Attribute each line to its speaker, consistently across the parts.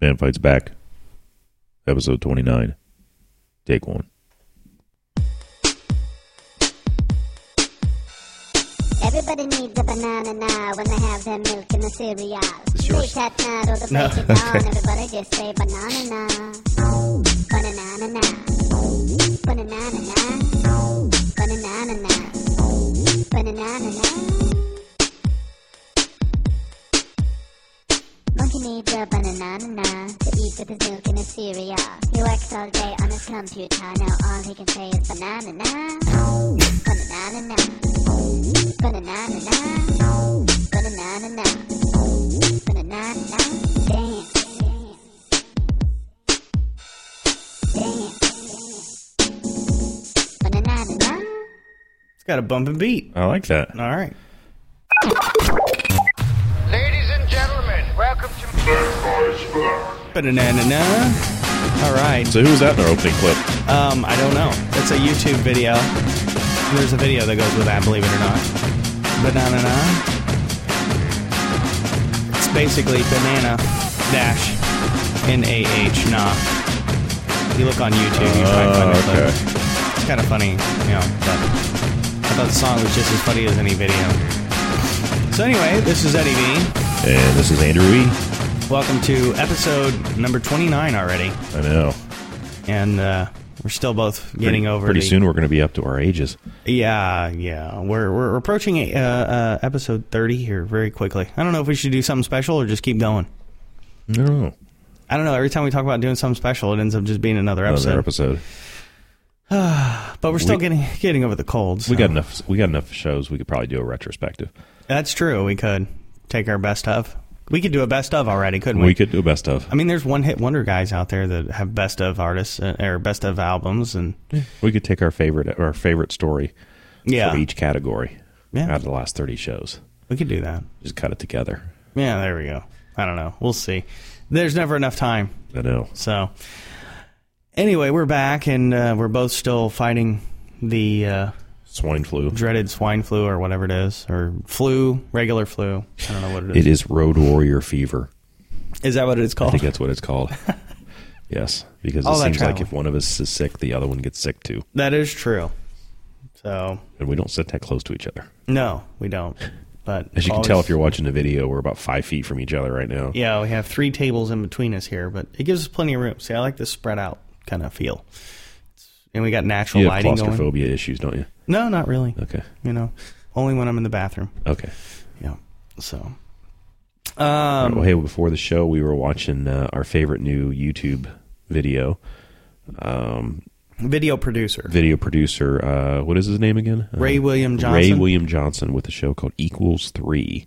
Speaker 1: Man Fights Back, episode 29, take one.
Speaker 2: Everybody needs a banana now when they have their milk in the cereal.
Speaker 3: It's yours.
Speaker 2: Late at night or the
Speaker 3: No,
Speaker 2: break of dawn,
Speaker 3: okay.
Speaker 2: everybody just say banana now. Banana now. Banana now. Banana now. Banana now. Monkey needs a banana now to eat with his milk in his cereal. He works all day on his computer, now all he can say is banana now. Banana now. Ba-na-na-na-na. Ba-na-na-na-na. Ba-na-na-na-na. Dance. Dance. Ba-na-na-na-na.
Speaker 3: It's got a bump and beat.
Speaker 1: I like that.
Speaker 3: All right.
Speaker 4: Ladies and gentlemen, welcome to.
Speaker 3: Ba-na-na-na-na. All right.
Speaker 1: So who was that in our opening clip?
Speaker 3: Um, I don't know. It's a YouTube video. There's a video that goes with that, believe it or not. Banana. It's basically banana dash N A H nah. If you look on YouTube, you probably find
Speaker 1: Uh,
Speaker 3: it. but It's kind of funny, you know. But I thought the song was just as funny as any video. So anyway, this is Eddie V.
Speaker 1: And this is Andrew E.
Speaker 3: Welcome to episode number 29 already.
Speaker 1: I know.
Speaker 3: And uh, we're still both getting
Speaker 1: pretty,
Speaker 3: over
Speaker 1: Pretty
Speaker 3: the-
Speaker 1: soon we're going to be up to our ages.
Speaker 3: Yeah, yeah. We're, we're approaching uh, uh, episode 30 here very quickly. I don't know if we should do something special or just keep going.
Speaker 1: No.
Speaker 3: I don't know. Every time we talk about doing something special, it ends up just being another episode.
Speaker 1: Another episode.
Speaker 3: But we're still
Speaker 1: We-
Speaker 3: getting getting over the cold. so-
Speaker 1: We got enough. We got enough shows. We could probably do a retrospective.
Speaker 3: That's true. We could take our best of. We could do a best of already, couldn't we?
Speaker 1: We could do a best of.
Speaker 3: I mean, there's one hit wonder guys out there that have best of artists uh, or best of albums, and
Speaker 1: We could take our favorite, our favorite story
Speaker 3: yeah,
Speaker 1: for each category
Speaker 3: Yeah.
Speaker 1: out of the last thirty shows.
Speaker 3: we could do that.
Speaker 1: Just cut it together.
Speaker 3: Yeah, there we go. I don't know. We'll see. There's never enough time.
Speaker 1: I know.
Speaker 3: So, anyway, we're back and uh, we're both still fighting the uh,
Speaker 1: Swine flu.
Speaker 3: dreaded swine flu or whatever it is, or flu, regular flu. I don't know what it is.
Speaker 1: It is road warrior fever.
Speaker 3: Is that what it's
Speaker 1: I
Speaker 3: called?
Speaker 1: think that's what it's called. yes, because it
Speaker 3: All that
Speaker 1: seems like
Speaker 3: traveling.
Speaker 1: if one of us is sick, the other one gets sick too,
Speaker 3: That is true. So,
Speaker 1: and we don't sit that close to each other.
Speaker 3: no, we don't. But
Speaker 1: As you can tell,
Speaker 3: always-
Speaker 1: if you're watching the video, we're about five feet from each other right now.
Speaker 3: yeah, we have three tables in between us here, but it gives us plenty of room. See, I like this spread out kind of feel. And we got natural
Speaker 1: You have
Speaker 3: lighting going.
Speaker 1: claustrophobia issues, don't you?
Speaker 3: No, not really.
Speaker 1: Okay.
Speaker 3: You know, only when I'm in the bathroom.
Speaker 1: Okay.
Speaker 3: Yeah. So, um,
Speaker 1: well, hey, before the show, we were watching uh, our favorite new YouTube video,
Speaker 3: video producer.
Speaker 1: video producer. Uh, what is his name again? Uh,
Speaker 3: Ray William
Speaker 1: Ray
Speaker 3: Johnson.
Speaker 1: William Johnson with a show called Equals Three.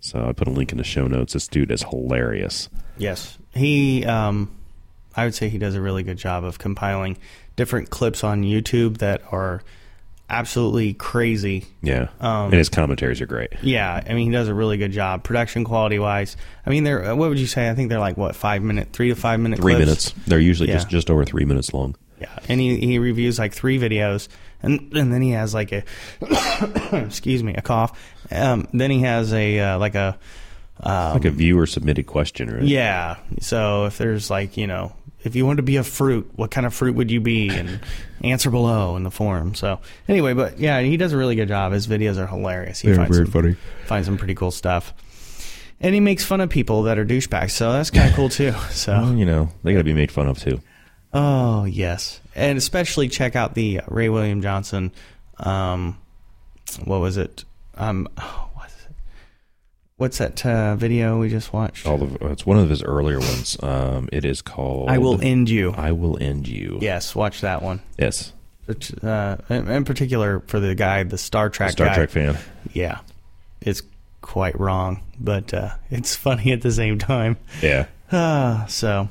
Speaker 1: So I put a link in the show notes. This dude is hilarious.
Speaker 3: Yes. He, um, I would say he does a really good job of compiling different clips on YouTube that are absolutely crazy.
Speaker 1: Yeah,
Speaker 3: Um,
Speaker 1: and his commentaries are great.
Speaker 3: Yeah. I mean, he does a really good job production quality wise. I mean, they're, what would you say? I think they're like, what, five minute, three to five minute
Speaker 1: Three
Speaker 3: clips?
Speaker 1: minutes. They're usually
Speaker 3: Yeah.
Speaker 1: just just over three minutes long.
Speaker 3: Yeah. And he, he reviews like three videos and, and then he has like a, excuse me, a cough. Um, then he has a, uh, like a,
Speaker 1: like a viewer submitted question, right?
Speaker 3: Um, Yeah. So if there's like, you know, if you wanted to be a fruit, what kind of fruit would you be? And answer below in the form. So anyway, but yeah, he does a really good job. His videos are hilarious. He finds some,
Speaker 1: funny.
Speaker 3: finds some pretty cool stuff. And he makes fun of people that are douchebags, so that's kind of cool too. So,
Speaker 1: You know, they got to be made fun of too.
Speaker 3: oh yes, and especially check out the Ray William Johnson. Um, what was it? Um, oh, what's it? What's that uh, video we just watched?
Speaker 1: All of it's one of his earlier ones. Um, it is called
Speaker 3: I will end you.
Speaker 1: I will end you.
Speaker 3: Yes, watch that one.
Speaker 1: Yes.
Speaker 3: Which, uh, in in particular for the guy, the Star Trek
Speaker 1: Star
Speaker 3: guy.
Speaker 1: Trek fan.
Speaker 3: Yeah, it's quite wrong, but uh, it's funny at the same time.
Speaker 1: Yeah.
Speaker 3: Uh, so,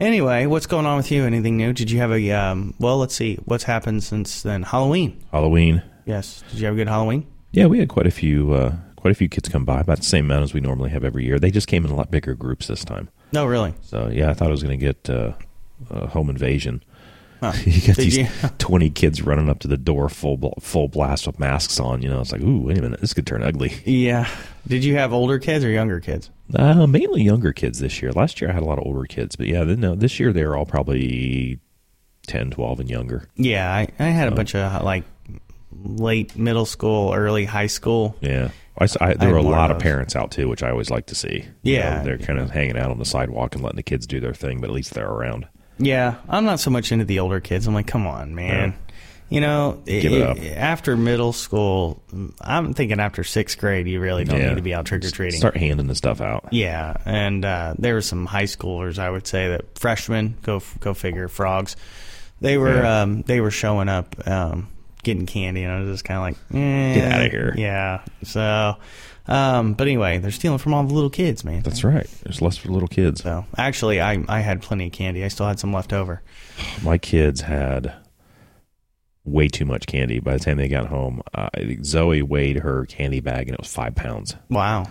Speaker 3: anyway, what's going on with you? Anything new? Did you have a um, well? Let's see, what's happened since then? Halloween.
Speaker 1: Halloween.
Speaker 3: Yes. Did you have a good Halloween?
Speaker 1: Yeah, we had quite a few uh, quite a few kids come by, about the same amount as we normally have every year. They just came in a lot bigger groups this time.
Speaker 3: No, really.
Speaker 1: So yeah, I thought I was going to get uh, a home invasion.
Speaker 3: Huh.
Speaker 1: You got
Speaker 3: Did
Speaker 1: these
Speaker 3: you-
Speaker 1: twenty kids running up to the door, full bl- full blast with masks on. You know, it's like, ooh, wait a minute, this could turn ugly.
Speaker 3: Yeah. Did you have older kids or younger kids?
Speaker 1: Uh, mainly younger kids this year. Last year I had a lot of older kids, but yeah, then, no, this year they're all probably 10, 12 and younger.
Speaker 3: Yeah, I, I had a bunch of like late middle school, early high school.
Speaker 1: Yeah. I, s- I-
Speaker 3: I
Speaker 1: there were a
Speaker 3: had more
Speaker 1: lot
Speaker 3: of
Speaker 1: of
Speaker 3: those.
Speaker 1: parents out too, which I always like to see. You
Speaker 3: Yeah.
Speaker 1: know, they're kind of hanging out on the sidewalk and letting the kids do their thing, but at least they're around.
Speaker 3: Yeah, I'm not so much into the older kids. I'm like, come on, man. You know,
Speaker 1: Give it up.
Speaker 3: after middle school, I'm thinking after sixth grade, you really don't
Speaker 1: Yeah.
Speaker 3: need to be out trick or treating.
Speaker 1: Start handing the stuff out.
Speaker 3: Yeah, and uh, there were some high schoolers. I would say that freshmen, go go figure, frogs. They were
Speaker 1: Yeah.
Speaker 3: um, they were showing up, um, getting candy, and I was just kind of like, eh,
Speaker 1: Get outta here.
Speaker 3: Yeah. So, um, but anyway, they're stealing from all the little kids, man.
Speaker 1: That's right. There's less for little kids.
Speaker 3: so actually, I I had plenty of candy. I still had some left over.
Speaker 1: My kids had way too much candy. By the time they got home, uh, I think Zoe weighed her candy bag and it was five pounds.
Speaker 3: Wow,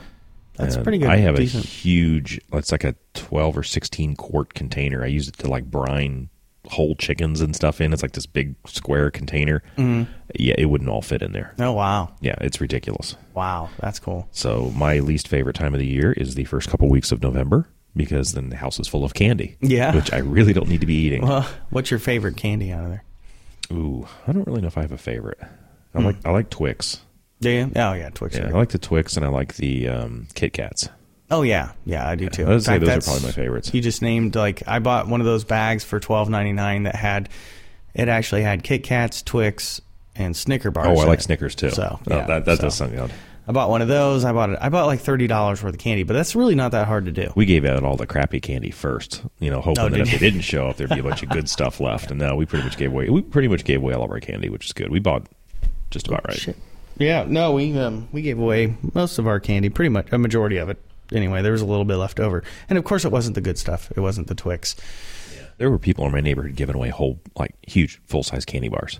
Speaker 3: that's
Speaker 1: And
Speaker 3: pretty good.
Speaker 1: I have
Speaker 3: decent.
Speaker 1: a huge, it's like a 12 or 16 quart container. I use it to like brine whole chickens and stuff in. It's like this big square container.
Speaker 3: Mm-hmm.
Speaker 1: Yeah, it wouldn't all fit in there.
Speaker 3: oh wow,
Speaker 1: Yeah, it's ridiculous.
Speaker 3: wow, that's cool.
Speaker 1: So my least favorite time of the year is the first couple weeks of November because then the house is full of candy.
Speaker 3: Yeah.
Speaker 1: Which I really don't need to be eating.
Speaker 3: Well, what's your favorite candy out of there?
Speaker 1: Ooh, I don't really know if I have a favorite. I like I like Twix.
Speaker 3: Do you? Oh Hmm. yeah, Twix.
Speaker 1: Yeah,
Speaker 3: are-
Speaker 1: I like the Twix and I like the um, Kit Kats.
Speaker 3: Oh yeah, yeah, I do too.
Speaker 1: I would
Speaker 3: In
Speaker 1: say
Speaker 3: fact,
Speaker 1: those are
Speaker 3: that's-
Speaker 1: probably my favorites.
Speaker 3: You just named like I bought one of those bags for twelve ninety nine that had it actually had Kit Kats, Twix, and Snicker bars.
Speaker 1: Oh, I
Speaker 3: in
Speaker 1: like
Speaker 3: it.
Speaker 1: Snickers too.
Speaker 3: So
Speaker 1: Oh,
Speaker 3: yeah,
Speaker 1: that that
Speaker 3: so.
Speaker 1: does sound good.
Speaker 3: I bought one of those. I bought it. I bought like thirty dollars worth of candy, but that's really not that hard to do.
Speaker 1: We gave out all the crappy candy first, you know, hoping
Speaker 3: Oh,
Speaker 1: that
Speaker 3: did
Speaker 1: if
Speaker 3: you?
Speaker 1: they didn't show up, there'd be a bunch of good stuff left. And no, we pretty much gave away. We pretty much gave away all of our candy, which is good. We bought just about right.
Speaker 3: Shit. Yeah, no, we um, we gave away most of our candy, pretty much a majority of it. Anyway, there was a little bit left over, and of course, it wasn't the good stuff. It wasn't the Twix.
Speaker 1: There were people in my neighborhood giving away whole, like huge, full size candy bars.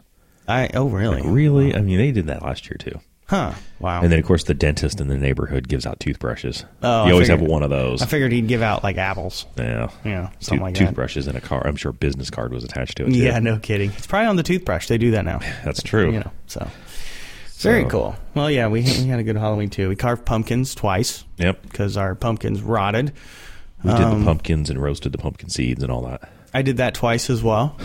Speaker 3: I oh really?
Speaker 1: Really? I mean, they did that last year too.
Speaker 3: Huh? Wow.
Speaker 1: And then, of course, the dentist in the neighborhood gives out toothbrushes.
Speaker 3: Oh,
Speaker 1: you
Speaker 3: I
Speaker 1: always have
Speaker 3: figured-
Speaker 1: one of those.
Speaker 3: I figured he'd give out like apples.
Speaker 1: yeah,
Speaker 3: Yeah,
Speaker 1: Tooth-
Speaker 3: something like that.
Speaker 1: toothbrushes in a car. I'm sure a business card was attached to it. too.
Speaker 3: Yeah, no kidding. It's probably on the toothbrush. They do that now.
Speaker 1: that's true.
Speaker 3: You know, so. Very
Speaker 1: So-
Speaker 3: cool. Well, yeah, we, we had a good Halloween too. We carved pumpkins twice
Speaker 1: Yep,
Speaker 3: because our pumpkins rotted.
Speaker 1: we did
Speaker 3: Um,
Speaker 1: the pumpkins and roasted the pumpkin seeds and all that.
Speaker 3: I did that twice as well.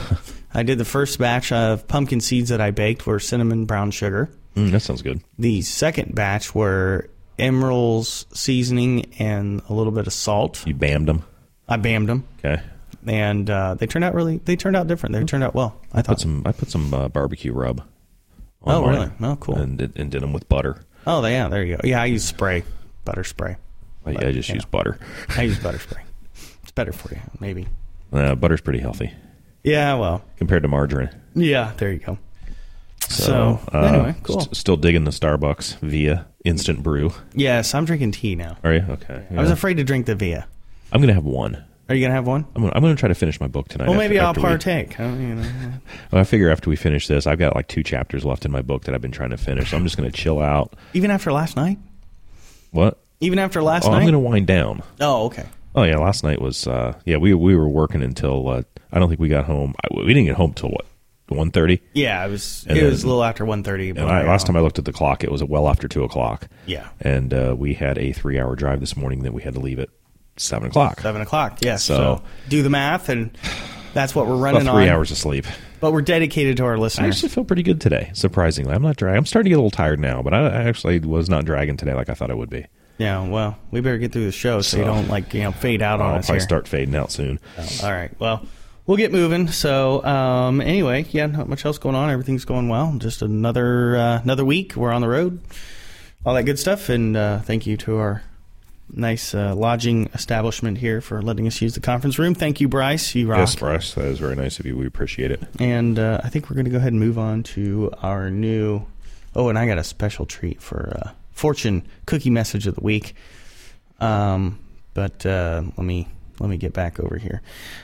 Speaker 3: I did the first batch of pumpkin seeds that I baked were cinnamon brown sugar.
Speaker 1: Mm, that sounds good.
Speaker 3: The second batch were emeralds seasoning and a little bit of salt.
Speaker 1: You bammed them.
Speaker 3: I bammed them,
Speaker 1: Okay.
Speaker 3: and uh, they turned out really. They turned out different. They turned out well. I
Speaker 1: Put
Speaker 3: thought.
Speaker 1: some. I put some uh, barbecue rub. on
Speaker 3: Oh,
Speaker 1: mine
Speaker 3: really? Oh, cool.
Speaker 1: And did, and did them with butter.
Speaker 3: Oh, yeah. There you go. Yeah, I use spray, butter spray.
Speaker 1: I, I just
Speaker 3: you
Speaker 1: use
Speaker 3: know.
Speaker 1: butter.
Speaker 3: I use butter spray. It's better for you, maybe.
Speaker 1: Uh, butter's pretty healthy
Speaker 3: Yeah, well,
Speaker 1: compared to margarine.
Speaker 3: yeah, there you go.
Speaker 1: So,
Speaker 3: So,
Speaker 1: uh,
Speaker 3: anyway, cool.
Speaker 1: st- still digging the Starbucks via instant brew.
Speaker 3: yes, I'm drinking tea now.
Speaker 1: Are you okay?
Speaker 3: I was
Speaker 1: yeah.
Speaker 3: afraid to drink the Via.
Speaker 1: I'm gonna have one.
Speaker 3: Are you gonna have one?
Speaker 1: I'm gonna, I'm gonna try to finish my book tonight.
Speaker 3: Well,
Speaker 1: after-
Speaker 3: maybe I'll
Speaker 1: after we-
Speaker 3: partake. I don't- you know.
Speaker 1: well, I figure after we finish this, I've got like two chapters left in my book that I've been trying to finish. So I'm just gonna chill out.
Speaker 3: Even after last night.
Speaker 1: What?
Speaker 3: Even after last
Speaker 1: oh,
Speaker 3: night.
Speaker 1: I'm gonna wind down.
Speaker 3: Oh, okay.
Speaker 1: Oh yeah, last night was uh, yeah we we were working until uh, I don't think we got home. I, we didn't get home till what one thirty.
Speaker 3: Yeah, it was.
Speaker 1: And
Speaker 3: it was a
Speaker 1: then-
Speaker 3: little after 1.30.
Speaker 1: And I, last time I looked at the clock, it was well after two o'clock.
Speaker 3: Oh, Yeah.
Speaker 1: and uh, we had a three-hour drive this morning that we had to leave at seven o'clock.
Speaker 3: seven o'clock. Yeah. So,
Speaker 1: So-
Speaker 3: do the math, and that's what we're running
Speaker 1: About three
Speaker 3: on.
Speaker 1: hours of sleep.
Speaker 3: But we're dedicated to our
Speaker 1: I
Speaker 3: listeners.
Speaker 1: actually feel pretty good today. Surprisingly, I'm not dry. I'm starting to get a little tired now, but I, I actually was not dragging today like I thought I would be.
Speaker 3: yeah. Well, we better get through the show so, you
Speaker 1: So-
Speaker 3: don't like you know fade out on
Speaker 1: I'll
Speaker 3: us
Speaker 1: probably
Speaker 3: Oh, here.
Speaker 1: start fading out soon.
Speaker 3: All right. Well, we'll get moving. So, um, anyway, yeah, not much else going on. Everything's going well. Just another uh, another week. We're on the road. All that good stuff. And uh, thank you to our nice uh, lodging establishment here for letting us use the conference room. Thank you, Bryce. You rock.
Speaker 1: Yes, Bryce, that is very nice of you. We appreciate it.
Speaker 3: And uh, I think we're going to go ahead and move on to our new. Oh, and I got a special treat for uh, Fortune Cookie Message of the Week. Um, but uh, let me let me get back over here.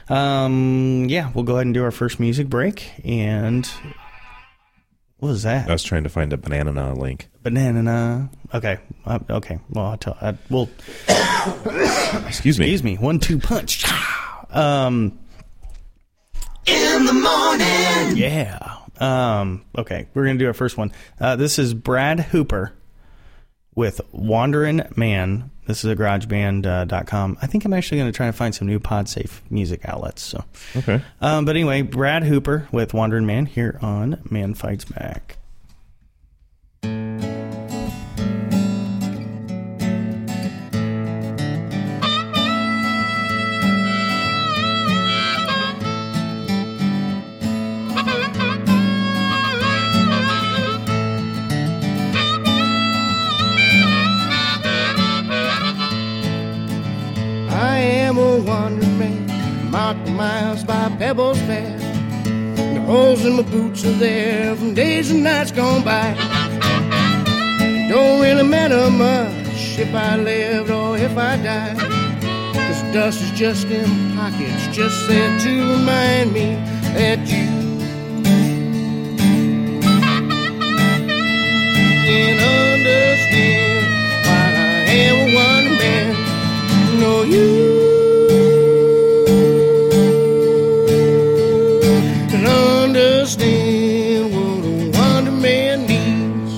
Speaker 3: Um, yeah, we'll go ahead and do our first music break. And what was that?
Speaker 1: I was trying to find a banana na link.
Speaker 3: Banana. Okay. Uh, okay. Well, I'll tell. I, well,
Speaker 1: Excuse me.
Speaker 3: excuse me. One two punch. um. In the morning. Yeah. Um. Okay. We're gonna do our first one. Uh, this is Brad Hooper with "Wandering Man" This is a garageband.com. I think I'm actually going to try to find some new PodSafe music outlets. So,
Speaker 1: Okay.
Speaker 3: um, But anyway, Brad Hooper with Wandering Man here on Man Fights Back.
Speaker 5: I am a wandering man, marked miles by pebbles past. The holes in my boots are there from days and nights gone by. It don't really matter much if I lived or if I died. This dust is just in pockets, just there to remind me that you. Can understand why I am a wandering man know you can understand what a wonder man needs.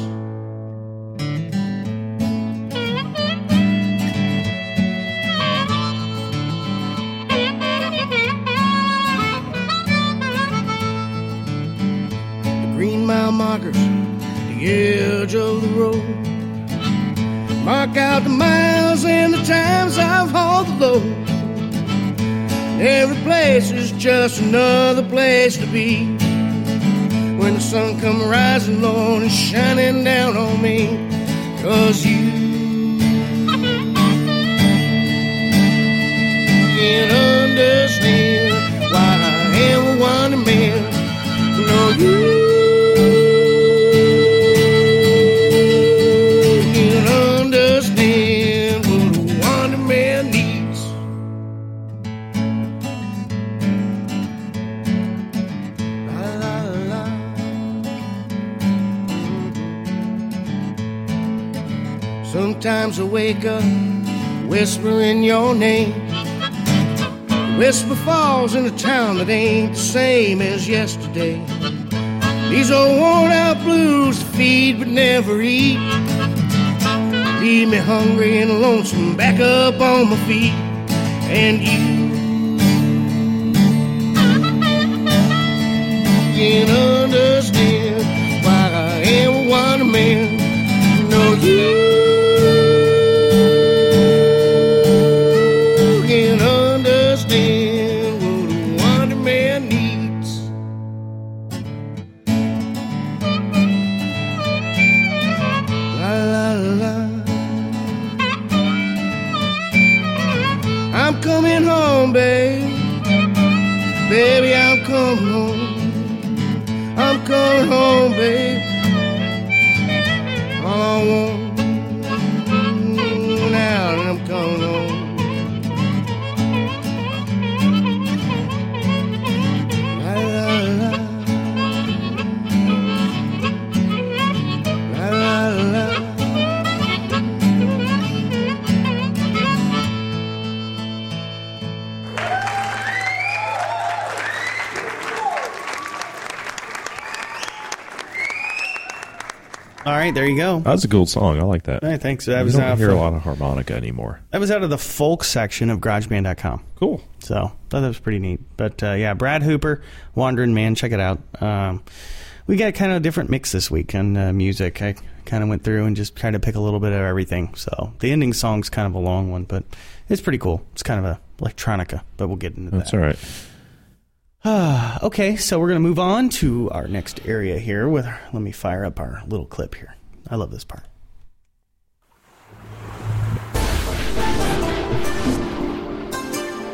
Speaker 5: The green mile markers, the edge of the road. Mark out the miles and the times I've hauled the load. Every place is just another place to be. When the sun come rising on and shining down on me, cause you can understand why I am a wonder man. No, you can understand what a wonder man needs. La la la. Sometimes I wake up whispering your name. The Whisper falls in a town that ain't the same as yesterday. These old worn out blues feed but never eat. Leave me hungry and lonesome, back up on my feet. And you can understand why I am a wonder man. No, you can understand what a wonder man needs. La la la. I'm coming home, babe. Baby, I'm coming home. I'm coming home, babe. All I want now that I'm coming home. La la la. La, la, la.
Speaker 3: All right, there you go.
Speaker 1: That was a cool song. I like that.
Speaker 3: All right, thanks. That
Speaker 1: I
Speaker 3: was, uh,
Speaker 1: don't
Speaker 3: out
Speaker 1: hear a
Speaker 3: of,
Speaker 1: lot of harmonica anymore.
Speaker 3: that was out of the folk section of GarageBand.com.
Speaker 1: Cool.
Speaker 3: So thought that was pretty neat. But uh, yeah, Brad Hooper, Wandering Man, check it out. Um, we got kind of a different mix this week on uh, music. I kind of went through and just tried to pick a little bit of everything. So the ending song's kind of a long one, but it's pretty cool. It's kind of a electronica, but we'll get into
Speaker 1: That's
Speaker 3: that.
Speaker 1: all right.
Speaker 3: Okay, so we're gonna move on to our next area here. With our, let me fire up our little clip here. I love this part.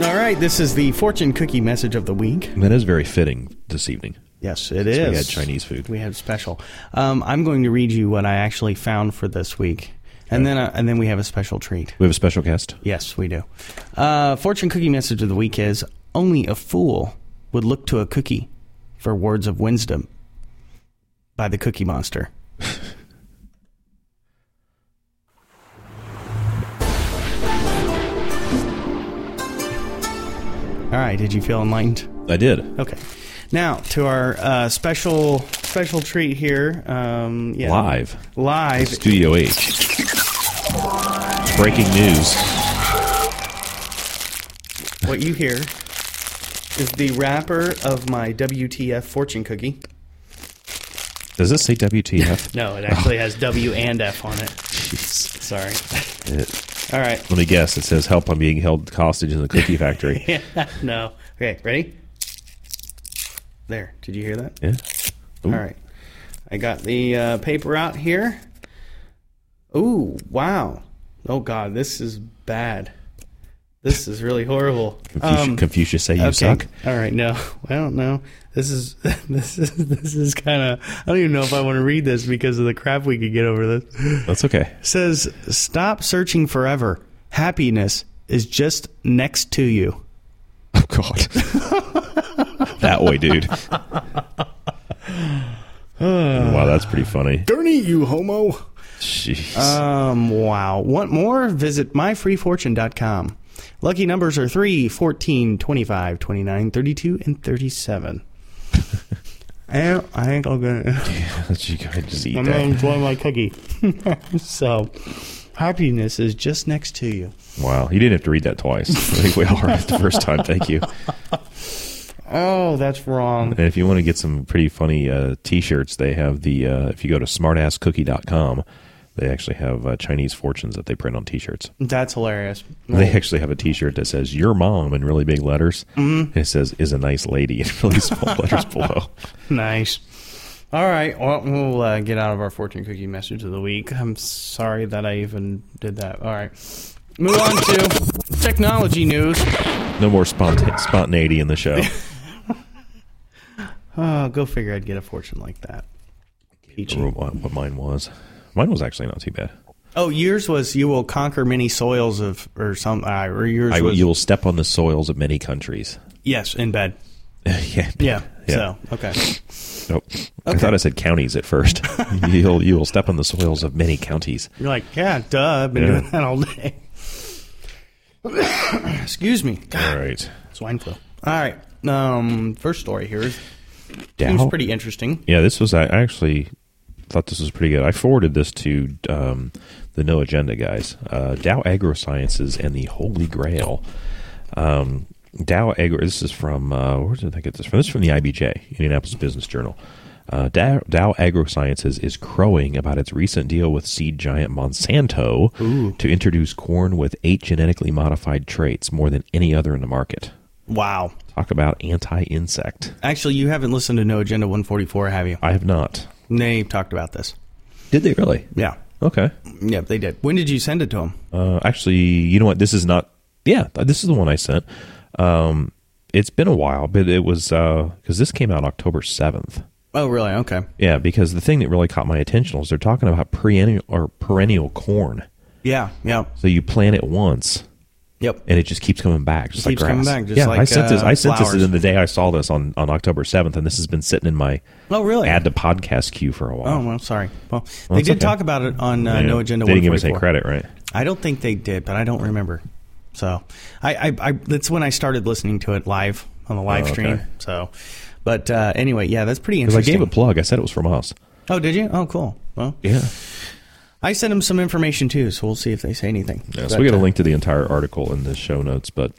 Speaker 3: All right, this is the fortune cookie message of the week.
Speaker 1: That is very fitting this evening.
Speaker 3: Yes, it
Speaker 1: we
Speaker 3: is.
Speaker 1: had Chinese food.
Speaker 3: We had special. Um, I'm going to read you what I actually found for this week, and then uh, and then we have a special treat.
Speaker 1: We have a special guest.
Speaker 3: Yes, we do. Uh, fortune cookie message of the week is: Only a fool would look to a cookie for words of wisdom. By the Cookie Monster. All right, did you feel enlightened?
Speaker 1: I did.
Speaker 3: Okay. Now to our uh, special special treat here. Um, yeah.
Speaker 1: Live.
Speaker 3: Live.
Speaker 1: Studio H. breaking news.
Speaker 3: What you hear is the wrapper of my WTF fortune cookie.
Speaker 1: Does this say WTF?
Speaker 3: No, it actually has W and F on it.
Speaker 1: Jeez.
Speaker 3: Sorry.
Speaker 1: It-
Speaker 3: All right.
Speaker 1: let me guess. It says help. I'm being held hostage in the cookie factory.
Speaker 3: no. Okay, ready? There. Did you hear that?
Speaker 1: yeah. Ooh.
Speaker 3: All right. I got the uh, paper out here. Ooh, wow. Oh, God, this is bad. This is really horrible.
Speaker 1: Confucius,
Speaker 3: Um,
Speaker 1: Confucius say you suck.
Speaker 3: All right. No. Well, no. This is this is this is kind of. I don't even know if I want to read this because of the crap we could get over this.
Speaker 1: That's okay.
Speaker 3: says, "Stop searching forever. Happiness is just next to you."
Speaker 1: Oh God. that way, dude. wow, that's pretty funny.
Speaker 3: Darn it, you homo.
Speaker 1: Jeez.
Speaker 3: Um, wow. Want more? Visit myfreefortune.com. Lucky numbers are 3, 14, 25, 29, 32, and 37. I, I think I'll go.
Speaker 1: you guys just eat
Speaker 3: I'm
Speaker 1: that.
Speaker 3: going to enjoy my cookie. so, happiness is just next to you.
Speaker 1: Wow, you didn't have to read that twice. I think we all read it the first time. Thank you.
Speaker 3: Oh, that's wrong.
Speaker 1: And if you want to get some pretty funny uh, T-shirts, they have the. Uh, if you go to smartasscookie.com, they actually have uh, Chinese fortunes that they print on T-shirts.
Speaker 3: That's hilarious.
Speaker 1: They actually have a T-shirt that says "Your mom" in really big letters, and it says "is a nice lady" in really small letters below.
Speaker 3: Nice. All right. Well, we'll uh, get out of our fortune cookie message of the week. I'm sorry that I even did that. All right. Move on to technology news.
Speaker 1: No more sponta- spontaneity in the show.
Speaker 3: Oh, go figure I'd get a fortune like that.
Speaker 1: I don't know what what mine was? Mine was actually not too bad.
Speaker 3: Oh, yours was you will conquer many soils of or some uh, or yours
Speaker 1: I,
Speaker 3: was
Speaker 1: you'll step on the soils of many countries.
Speaker 3: yes in bed.
Speaker 1: yeah.
Speaker 3: Yeah.
Speaker 1: Yeah.
Speaker 3: So okay.
Speaker 1: Oh, I thought I said counties at first. you'll you'll step on the soils of many counties.
Speaker 3: You're like yeah, duh. I've been
Speaker 1: Yeah.
Speaker 3: doing that all day. Excuse me. God,
Speaker 1: All right.
Speaker 3: swine flu. All right. Um, first story here is
Speaker 1: Dow-
Speaker 3: seems pretty interesting.
Speaker 1: Yeah, this was I actually thought this was pretty good. I forwarded this to um, the No Agenda guys, uh, Dow AgroSciences and the Holy Grail. Um, Dow Agro. This is from uh, where did I get this from? This is from the IBJ, Indianapolis Business Journal. Uh, Dow, Dow AgroSciences is crowing about its recent deal with seed giant Monsanto to introduce corn with eight genetically modified traits, more than any other in the market.
Speaker 3: Wow.
Speaker 1: Talk about anti-insect.
Speaker 3: Actually, you haven't listened to No Agenda 144, have you?
Speaker 1: I have not.
Speaker 3: They talked about this.
Speaker 1: Did they really?
Speaker 3: Yeah.
Speaker 1: Okay.
Speaker 3: Yeah, they did. When did you send it to them?
Speaker 1: Uh, actually, you know what? This is not. Yeah, this is the one I sent. Um, it's been a while, but it was because this came out October seventh.
Speaker 3: Oh, really? Okay.
Speaker 1: Yeah, because the thing that really caught my attention was they're talking about perennial or perennial corn.
Speaker 3: Yeah. Yeah.
Speaker 1: So you plant it once,
Speaker 3: Yep.
Speaker 1: and it just keeps coming back, just
Speaker 3: keeps
Speaker 1: like grass.
Speaker 3: coming back, just
Speaker 1: yeah,
Speaker 3: like,
Speaker 1: I sent this.
Speaker 3: uh,
Speaker 1: I sent
Speaker 3: flowers.
Speaker 1: this in the day I saw this on on October seventh, and this has been sitting in my
Speaker 3: Oh, really?
Speaker 1: add to podcast queue for a while.
Speaker 3: Oh, well, sorry. Well,
Speaker 1: Well,
Speaker 3: they
Speaker 1: it's
Speaker 3: did
Speaker 1: okay.
Speaker 3: talk about it on uh,
Speaker 1: Yeah.
Speaker 3: No Agenda
Speaker 1: They didn't give us
Speaker 3: 144.
Speaker 1: any credit, right?
Speaker 3: I don't think they did, but I don't remember. So, I, I, I that's when I started listening to it live on the live
Speaker 1: Oh, okay.
Speaker 3: stream. So, but uh, anyway, yeah, that's pretty
Speaker 1: Because I
Speaker 3: interesting.
Speaker 1: gave a plug. I said it was from us.
Speaker 3: oh, did you? Oh, cool. Well,
Speaker 1: Yeah.
Speaker 3: I sent them some information too, so we'll see if they say anything.
Speaker 1: Yeah,
Speaker 3: But,
Speaker 1: so we got a
Speaker 3: uh,
Speaker 1: link to the entire article in the show notes, but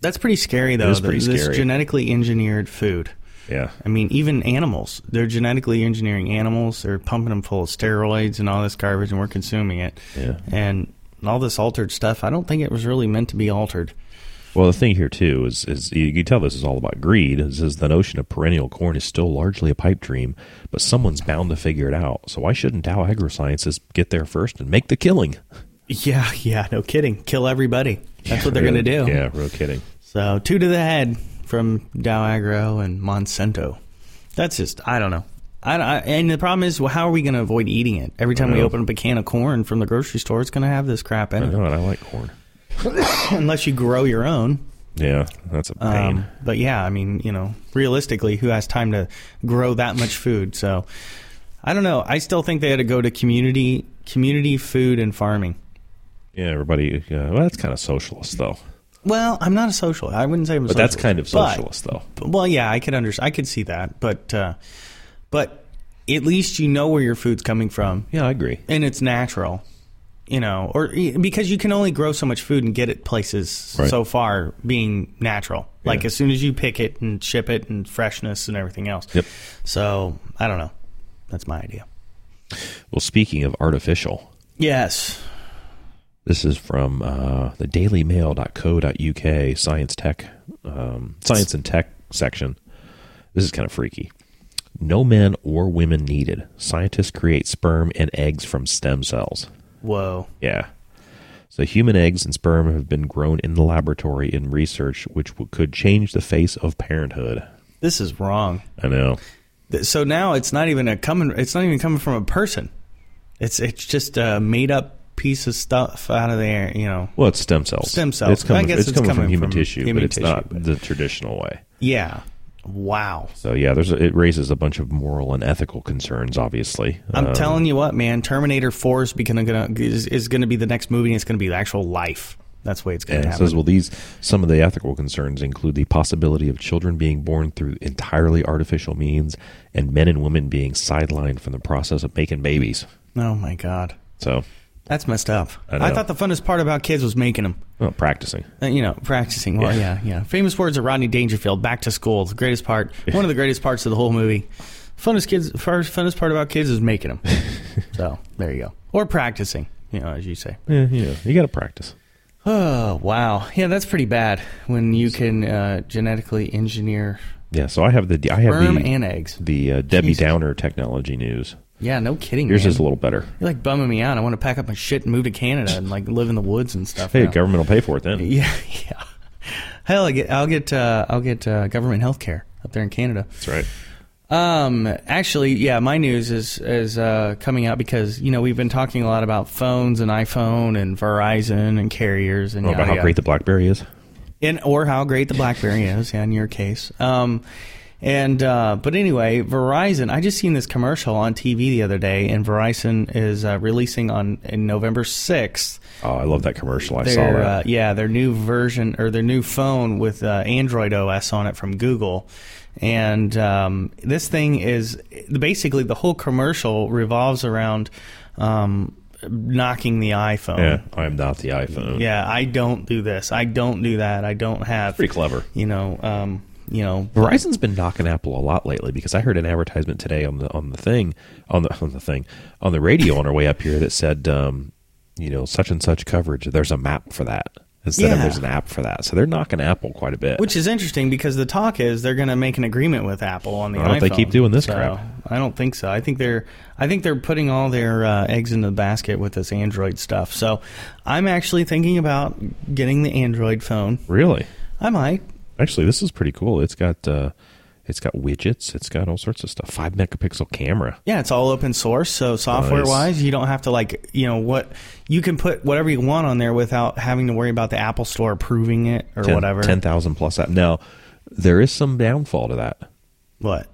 Speaker 3: That's pretty scary, though.
Speaker 1: is pretty
Speaker 3: th- this
Speaker 1: scary.
Speaker 3: genetically engineered food.
Speaker 1: yeah,
Speaker 3: I mean, even animals. They're genetically engineering animals. They're pumping them full of steroids and all this garbage, and we're consuming it.
Speaker 1: Yeah.
Speaker 3: And all this altered stuff, I don't think it was really meant to be altered.
Speaker 1: Well, the thing here too is is you you can tell this is all about greed. It says the notion of perennial corn is still largely a pipe dream, but someone's bound to figure it out. So why shouldn't Dow AgroSciences get there first and make the killing?
Speaker 3: Yeah, yeah, no kidding. Kill everybody. That's what they're going to do.
Speaker 1: Yeah, real kidding.
Speaker 3: So, two to the head from Dow Agro and Monsanto. That's just, I don't know. I, I- and the problem is, well, how are we going to avoid eating it? Every time we
Speaker 1: know.
Speaker 3: open up a can of corn from the grocery store, it's going to have this crap in
Speaker 1: I
Speaker 3: it.
Speaker 1: know, and I like corn.
Speaker 3: Unless you grow your own.
Speaker 1: Yeah, that's a pain.
Speaker 3: Um, but yeah, I mean, you know, realistically, who has time to grow that much food? So I don't know. I still think they had to go to community community food and farming.
Speaker 1: yeah, everybody. Uh, well, that's kind of socialist though.
Speaker 3: Well, I'm not a socialist. I wouldn't say I'm a
Speaker 1: But that's
Speaker 3: socialist.
Speaker 1: kind of
Speaker 3: but-
Speaker 1: socialist though.
Speaker 3: but- well, yeah, I could under I could see that, but uh, but at least you know where your food's coming from
Speaker 1: Yeah, I agree.
Speaker 3: and it's natural. you know, or because you can only grow so much food and get it places
Speaker 1: Right.
Speaker 3: so far being natural. Like
Speaker 1: Yeah.
Speaker 3: as soon as you pick it and ship it and freshness and everything else.
Speaker 1: Yep.
Speaker 3: So I don't know. That's my idea.
Speaker 1: Well, speaking of artificial,
Speaker 3: Yes.
Speaker 1: This is from uh, the dailymail.co.uk science tech, um, science and tech section. This is kind of freaky. No men or women needed. Scientists create sperm and eggs from stem cells.
Speaker 3: Whoa.
Speaker 1: Yeah. So human eggs and sperm have been grown in the laboratory in research, which w- could change the face of parenthood.
Speaker 3: This is wrong.
Speaker 1: I know.
Speaker 3: Th- So now it's not even a coming. It's not even coming from a person. It's it's just a made up piece of stuff out of the air. You know.
Speaker 1: Well, it's stem cells.
Speaker 3: Stem cells.
Speaker 1: It's coming,
Speaker 3: I guess
Speaker 1: it's
Speaker 3: it's
Speaker 1: coming,
Speaker 3: coming
Speaker 1: from human
Speaker 3: from
Speaker 1: tissue,
Speaker 3: human
Speaker 1: but it's
Speaker 3: tissue,
Speaker 1: not
Speaker 3: but-
Speaker 1: the traditional way.
Speaker 3: Yeah. Wow.
Speaker 1: So yeah, there's a, it raises a bunch of moral and ethical concerns. Obviously,
Speaker 3: I'm
Speaker 1: Um,
Speaker 3: telling you what, man. Terminator Four is gonna, gonna is, is gonna be the next movie. and It's gonna be the actual life. That's the way it's gonna
Speaker 1: And it
Speaker 3: happen.
Speaker 1: says, well, these some of the ethical concerns include the possibility of children being born through entirely artificial means, and men and women being sidelined from the process of making babies.
Speaker 3: oh my god,
Speaker 1: So,
Speaker 3: that's messed up.
Speaker 1: I
Speaker 3: I,
Speaker 1: know.
Speaker 3: thought the funnest part about kids was making them.
Speaker 1: well, practicing.
Speaker 3: Uh, you know, practicing. Well, yeah.
Speaker 1: Yeah.
Speaker 3: yeah, Famous words of Rodney Dangerfield. Back to school. The greatest part. One of the greatest parts of the whole movie. Funnest kids. First, funnest part about kids is making them. so there you go. Or practicing. You know, as you say.
Speaker 1: Yeah, you know, you got to practice.
Speaker 3: Oh wow. Yeah, that's pretty bad when you can uh, genetically engineer
Speaker 1: Yeah. So I have the I have
Speaker 3: sperm
Speaker 1: the
Speaker 3: and eggs.
Speaker 1: the uh, Debbie
Speaker 3: Jesus. Mm-hmm.
Speaker 1: Downer technology news.
Speaker 3: Yeah, no kidding.
Speaker 1: Yours
Speaker 3: man.
Speaker 1: is a little better.
Speaker 3: You're like bumming me out. I want to pack up my shit and move to Canada and like live in the woods and stuff.
Speaker 1: Hey,
Speaker 3: now.
Speaker 1: government will pay for it then.
Speaker 3: Yeah, yeah. Hell, I get, I'll get, uh, I'll get uh, government health care up there in Canada.
Speaker 1: That's right.
Speaker 3: Um, actually, yeah, my news is is uh, coming out because you know we've been talking a lot about phones and iPhone and Verizon and carriers and
Speaker 1: Well,
Speaker 3: yada,
Speaker 1: about how
Speaker 3: yada
Speaker 1: great the BlackBerry is.
Speaker 3: and or how great the BlackBerry is yeah, in your case. Um, and uh, but anyway, Verizon. I just seen this commercial on TV the other day, and Verizon is uh, releasing on in November sixth.
Speaker 1: Oh, I love that commercial. I
Speaker 3: Their,
Speaker 1: saw that.
Speaker 3: Uh, yeah, their new version or their new phone with uh, Android OS on it from Google. And um, this thing is basically the whole commercial revolves around um, knocking the iPhone.
Speaker 1: yeah, I'm not the iPhone.
Speaker 3: Yeah, I don't do this. I don't do that. I don't have.
Speaker 1: Pretty clever.
Speaker 3: You know, um, you know,
Speaker 1: Verizon's been knocking Apple a lot lately because I heard an advertisement today on the on the thing on the on the thing on the radio on our way up here that said, um, you know, such and such coverage. There's a map for that instead of
Speaker 3: Yeah.
Speaker 1: there's an app for that. So they're knocking Apple quite a bit.
Speaker 3: which is interesting because the talk is they're going to make an agreement with Apple on the
Speaker 1: I hope
Speaker 3: iPhone.
Speaker 1: they keep doing this
Speaker 3: So,
Speaker 1: crap.
Speaker 3: I don't think so. I think they're I think they're putting all their uh, eggs in the basket with this Android stuff. So I'm actually thinking about getting the Android phone.
Speaker 1: really,
Speaker 3: I might.
Speaker 1: actually, this is pretty cool. It's got uh, it's got widgets. It's got all sorts of stuff. Five megapixel camera.
Speaker 3: Yeah, it's all open source. So software wise, you don't have to like you know what you can put whatever you want on there without having to worry about the Apple Store approving it or whatever.
Speaker 1: Ten thousand plus app. Now there is some downfall to that.
Speaker 3: What?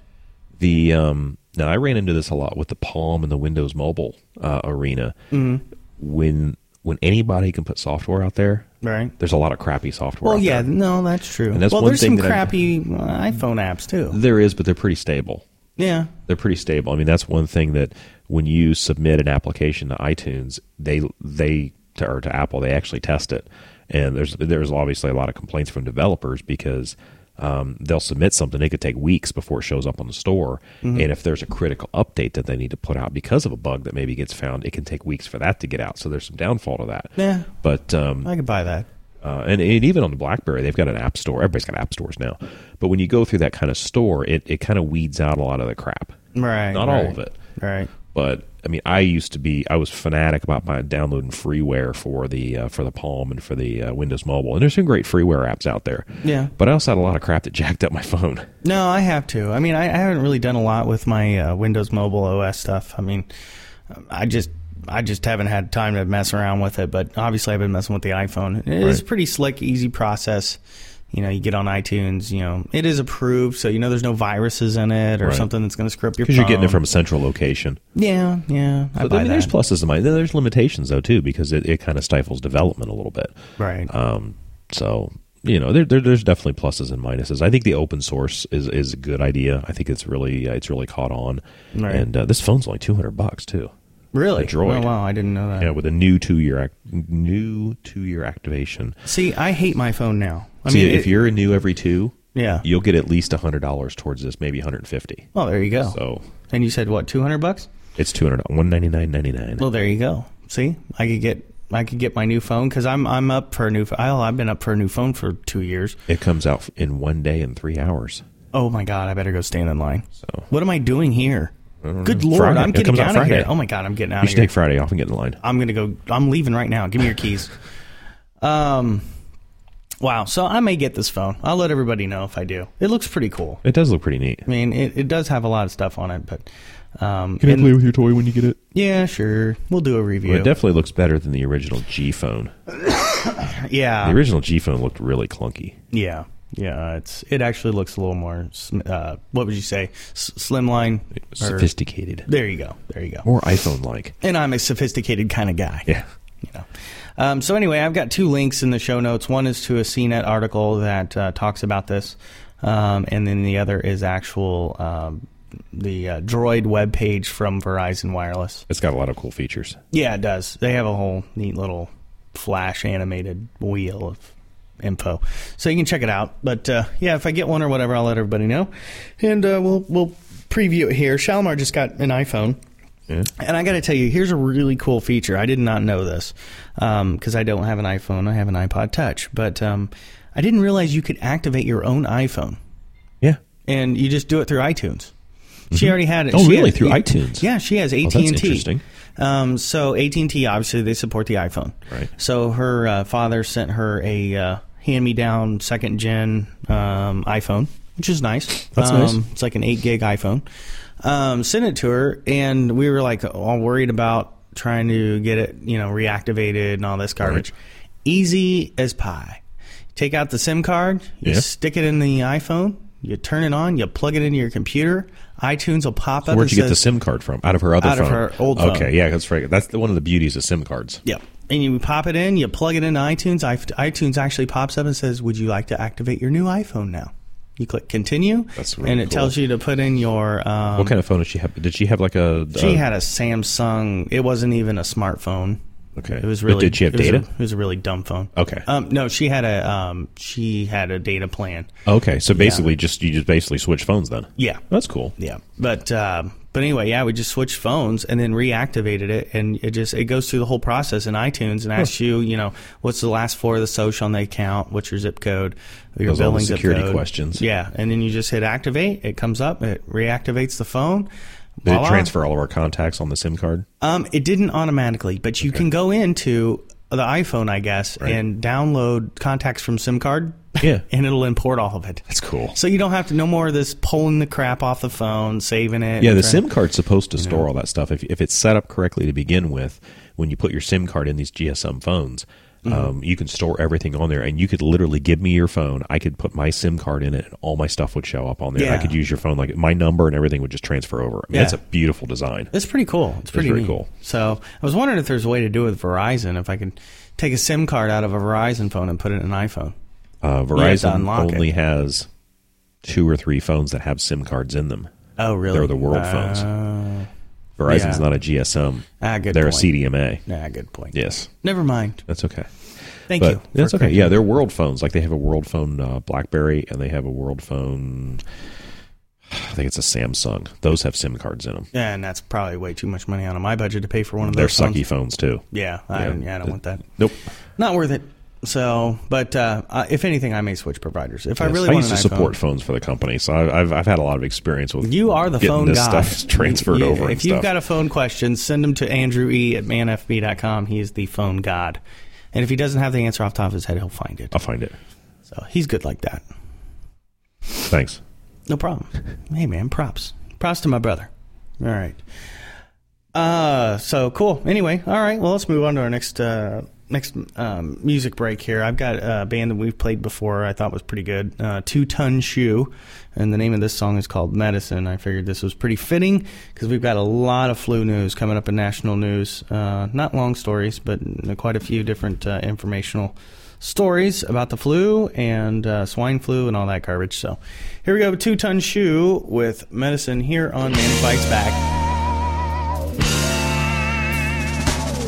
Speaker 1: the um now I ran into this a lot with the Palm and the Windows Mobile uh, arena.
Speaker 3: Mm-hmm.
Speaker 1: When when anybody can put software out there,
Speaker 3: Right.
Speaker 1: There's a lot of crappy software.
Speaker 3: Well,
Speaker 1: out
Speaker 3: yeah,
Speaker 1: there.
Speaker 3: no, that's true.
Speaker 1: And that's
Speaker 3: well,
Speaker 1: one
Speaker 3: there's
Speaker 1: thing
Speaker 3: some
Speaker 1: that I-
Speaker 3: crappy uh, iPhone apps too.
Speaker 1: there is, but they're pretty stable.
Speaker 3: Yeah,
Speaker 1: They're pretty stable. I mean, that's one thing that when you submit an application to iTunes, they they to, or to Apple, they actually test it. And there's there's obviously a lot of complaints from developers because um, they'll submit something. It could take weeks before it shows up on the store.
Speaker 3: Mm-hmm.
Speaker 1: And if there's a critical update that they need to put out because of a bug that maybe gets found, it can take weeks for that to get out. So there's some downfall to that.
Speaker 3: Yeah.
Speaker 1: But um,
Speaker 3: I could buy that.
Speaker 1: uh, and, and even on the BlackBerry, they've got an app store. Everybody's got app stores now. But when you go through that kind of store, it, it kind of weeds out a lot of the crap.
Speaker 3: Right,
Speaker 1: Not all
Speaker 3: right.
Speaker 1: of it.
Speaker 3: Right.
Speaker 1: But I mean, I used to be I was fanatic about my downloading freeware for the uh, for the Palm and for the uh, Windows Mobile. And there's some great freeware apps out there.
Speaker 3: Yeah.
Speaker 1: But I also had a lot of crap that jacked up my phone.
Speaker 3: No, I have to. I mean, I, I haven't really done a lot with my uh, Windows Mobile OS stuff. I mean, I just I just haven't had time to mess around with it. But obviously, I've been messing with the iPhone. It's a
Speaker 1: Right.
Speaker 3: pretty slick, easy process. You know, you get on iTunes. You know, it is approved, so you know there's no viruses in it or
Speaker 1: Right.
Speaker 3: something that's going to screw up your.
Speaker 1: Because you're getting it
Speaker 3: phone.
Speaker 1: from a central location.
Speaker 3: Yeah, yeah.
Speaker 1: Oh.
Speaker 3: I
Speaker 1: But,
Speaker 3: buy
Speaker 1: I mean, there's
Speaker 3: that.
Speaker 1: pluses and minuses. There's limitations though too, because it, it kind of stifles development a little bit.
Speaker 3: Right.
Speaker 1: Um, so you know, there, there, there's definitely pluses and minuses. I think the open source is, is a good idea. I think it's really uh, it's really caught on,
Speaker 3: Right.
Speaker 1: and uh, this phone's only two hundred bucks too.
Speaker 3: Really?
Speaker 1: The droid.
Speaker 3: Oh wow, I didn't know that.
Speaker 1: Yeah, with a new two year act, new two year activation.
Speaker 3: See, I hate my phone now. I
Speaker 1: See,
Speaker 3: mean,
Speaker 1: if
Speaker 3: it-
Speaker 1: you're a new every two,
Speaker 3: yeah.
Speaker 1: you'll get at least hundred dollars towards this, maybe 150.
Speaker 3: well, there you go.
Speaker 1: So
Speaker 3: and you said what? Two hundred bucks?
Speaker 1: it's 200, 199.99.
Speaker 3: Well, there you go. See, I could get I could get my new phone because I'm I'm up for a new. ph- I'll, I've been up for a new phone for two years.
Speaker 1: It comes out in one day and three hours.
Speaker 3: Oh my god, I better go stand in line.
Speaker 1: So
Speaker 3: What am I doing here?
Speaker 1: don't
Speaker 3: Good
Speaker 1: know.
Speaker 3: lord,
Speaker 1: Friday.
Speaker 3: I'm
Speaker 1: It
Speaker 3: getting
Speaker 1: comes out
Speaker 3: out of here.
Speaker 1: Friday.
Speaker 3: Oh my god, I'm getting out
Speaker 1: you
Speaker 3: of
Speaker 1: should
Speaker 3: here.
Speaker 1: take Friday off and get in line.
Speaker 3: I'm gonna go. I'm leaving right now. Give me your keys. um, wow. So I may get this phone. I'll let everybody know if I do. It looks pretty cool.
Speaker 1: It does look pretty neat.
Speaker 3: I mean, it, it does have a lot of stuff on it, but um,
Speaker 1: Can you
Speaker 3: and-
Speaker 1: play with your toy when you get it?
Speaker 3: yeah, sure. We'll do a review.
Speaker 1: It definitely looks better than the original G phone. The
Speaker 3: yeah,
Speaker 1: original G phone looked really clunky.
Speaker 3: yeah, yeah. It's it actually looks a little more. sm- Uh, what would you say? S- slimline. or-
Speaker 1: Sophisticated.
Speaker 3: there you go. There you go.
Speaker 1: More iPhone like.
Speaker 3: And I'm a sophisticated kind of guy.
Speaker 1: Yeah.
Speaker 3: you know. Um, so anyway, I've got two links in the show notes. One is to a CNET article that uh, talks about this, um, and then the other is actual um, the uh, Droid webpage from Verizon Wireless.
Speaker 1: It's got a lot of cool features.
Speaker 3: Yeah, it does. They have a whole neat little flash animated wheel of info, so you can check it out. But uh, yeah, if I get one or whatever, I'll let everybody know, and uh, we'll we'll preview it here. Shalimar just got an iPhone.
Speaker 1: Yeah.
Speaker 3: And I got to tell you, here's a really cool feature. I did not know this because I don't have an iPhone. I have an iPod Touch, but um, I didn't realize you could activate your own iPhone,
Speaker 1: Yeah.
Speaker 3: and you just do it through iTunes. She already had it.
Speaker 1: Oh,
Speaker 3: She
Speaker 1: really?
Speaker 3: had-
Speaker 1: Through
Speaker 3: you-
Speaker 1: iTunes? Oh,
Speaker 3: Yeah, she has AT and
Speaker 1: that's
Speaker 3: T.
Speaker 1: interesting.
Speaker 3: Um, so AT and T obviously they support the iPhone.
Speaker 1: Right.
Speaker 3: So her uh, father sent her a uh, hand-me-down second gen um, iPhone, which is nice.
Speaker 1: That's
Speaker 3: um,
Speaker 1: nice.
Speaker 3: It's like an eight gig iPhone. Um, sent it to her, and we were like all worried about trying to get it, you know, reactivated and all this garbage. Easy as pie. Take out the SIM card, you
Speaker 1: Yeah.
Speaker 3: stick it in the iPhone, you turn it on, you plug it into your computer. iTunes will pop up.
Speaker 1: Where'd
Speaker 3: and
Speaker 1: you get the
Speaker 3: says-
Speaker 1: SIM card from? Out of her other
Speaker 3: Out
Speaker 1: phone.
Speaker 3: of her old phone.
Speaker 1: Okay, yeah, that's right. That's the, one of the beauties of SIM cards.
Speaker 3: Yep. And you pop it in, you plug it into iTunes. I- iTunes actually pops up and says, Would you like to activate your new iPhone now? You click continue,
Speaker 1: That's really
Speaker 3: and it
Speaker 1: cool.
Speaker 3: tells you to put in your. Um,
Speaker 1: What kind of phone did she have? Did she have like a?
Speaker 3: She
Speaker 1: uh,
Speaker 3: had a Samsung. It wasn't even a smartphone.
Speaker 1: Okay.
Speaker 3: It was
Speaker 1: But
Speaker 3: really.
Speaker 1: did she have
Speaker 3: it was a-
Speaker 1: data?
Speaker 3: it was a really dumb phone.
Speaker 1: Okay.
Speaker 3: Um, no, she had a. Um, she had a data plan.
Speaker 1: Okay, so basically, just you just basically switch phones then.
Speaker 3: Yeah.
Speaker 1: That's cool.
Speaker 3: Yeah, but um, but anyway, yeah, we just switched phones and then reactivated it, and it just it goes through the whole process in iTunes and asks you, you know, what's the last four of the social and they count, what's your zip code, your
Speaker 1: Those are all the
Speaker 3: billing zip
Speaker 1: security
Speaker 3: code.
Speaker 1: questions.
Speaker 3: Yeah, and then you just hit activate. It comes up, it reactivates the phone.
Speaker 1: Did
Speaker 3: Voila.
Speaker 1: it transfer all of our contacts on the SIM card?
Speaker 3: Um, it didn't automatically, but you can go into the iPhone, I guess,
Speaker 1: Right.
Speaker 3: and download contacts from SIM card.
Speaker 1: Yeah.
Speaker 3: and it'll import all of it.
Speaker 1: That's cool.
Speaker 3: So you don't have to no more of this pulling the crap off the phone, saving it.
Speaker 1: yeah,
Speaker 3: and
Speaker 1: the
Speaker 3: trying-
Speaker 1: SIM card's supposed to store all that stuff. If if it's set up correctly to begin with, when you put your SIM card in these GSM phones,
Speaker 3: Mm-hmm.
Speaker 1: um, you can store everything on there. And you could literally give me your phone. I could put my SIM card in it, and all my stuff would show up on there. I
Speaker 3: Yeah.
Speaker 1: could use your phone, like my number and everything would just transfer over. I mean,
Speaker 3: Yeah.
Speaker 1: that's a beautiful design.
Speaker 3: It's pretty cool. It's pretty,
Speaker 1: pretty
Speaker 3: neat.
Speaker 1: cool.
Speaker 3: So I was wondering if there's a way to do it with Verizon. If I could take a SIM card out of a Verizon phone and put it in an iPhone.
Speaker 1: Uh,
Speaker 3: have to
Speaker 1: Verizon
Speaker 3: unlock it.
Speaker 1: only has two or three phones that have SIM cards in them.
Speaker 3: Oh, really?
Speaker 1: They're the world
Speaker 3: Uh,
Speaker 1: phones. Verizon's
Speaker 3: yeah.
Speaker 1: not a GSM.
Speaker 3: Ah, good
Speaker 1: They're
Speaker 3: point.
Speaker 1: a CDMA.
Speaker 3: Nah, good point.
Speaker 1: Yes,
Speaker 3: Never mind.
Speaker 1: that's okay.
Speaker 3: Thank
Speaker 1: but
Speaker 3: you.
Speaker 1: That's
Speaker 3: for
Speaker 1: okay.
Speaker 3: correcting
Speaker 1: Yeah, they're world phones. Like they have a world phone uh, BlackBerry, and they have a world phone. I think it's a Samsung. Those have SIM cards in them.
Speaker 3: me. Yeah, and that's probably way too much money out of my budget to pay for one of
Speaker 1: They're
Speaker 3: those phones.
Speaker 1: sucky phones too.
Speaker 3: Yeah, I,
Speaker 1: Yeah.
Speaker 3: don't- yeah, I don't want that.
Speaker 1: Nope.
Speaker 3: Not worth it. So, but uh, uh, if anything, I may switch providers. If I
Speaker 1: Yes.
Speaker 3: really
Speaker 1: I used
Speaker 3: want an
Speaker 1: to
Speaker 3: iPhone-
Speaker 1: support phones for the company, so I've, I've, I've had a lot of experience with
Speaker 3: You are the
Speaker 1: getting
Speaker 3: phone
Speaker 1: this
Speaker 3: guy.
Speaker 1: stuff transferred
Speaker 3: You-
Speaker 1: over. and
Speaker 3: If you've
Speaker 1: stuff.
Speaker 3: got a phone question, send them to Andrew E at manfb.com. He is the phone god. And if he doesn't have the answer off the top of his head, he'll find it.
Speaker 1: I'll find it.
Speaker 3: So he's good like that.
Speaker 1: Thanks.
Speaker 3: No problem. hey man, props. Props to my brother. All right. Uh so cool. Anyway, all right. Well, let's move on to our next uh next um, music break here. I've got a band that we've played before I thought was pretty good. Uh, Two Ton Shoe, and the name of this song is called Medicine. I figured this was pretty fitting because we've got a lot of flu news coming up in national news. Uh, not long stories, but quite a few different uh, informational stories about the flu and uh, swine flu and all that garbage. So here we go, Two Ton Shoe with medicine here on Man Fights Back.
Speaker 2: Thank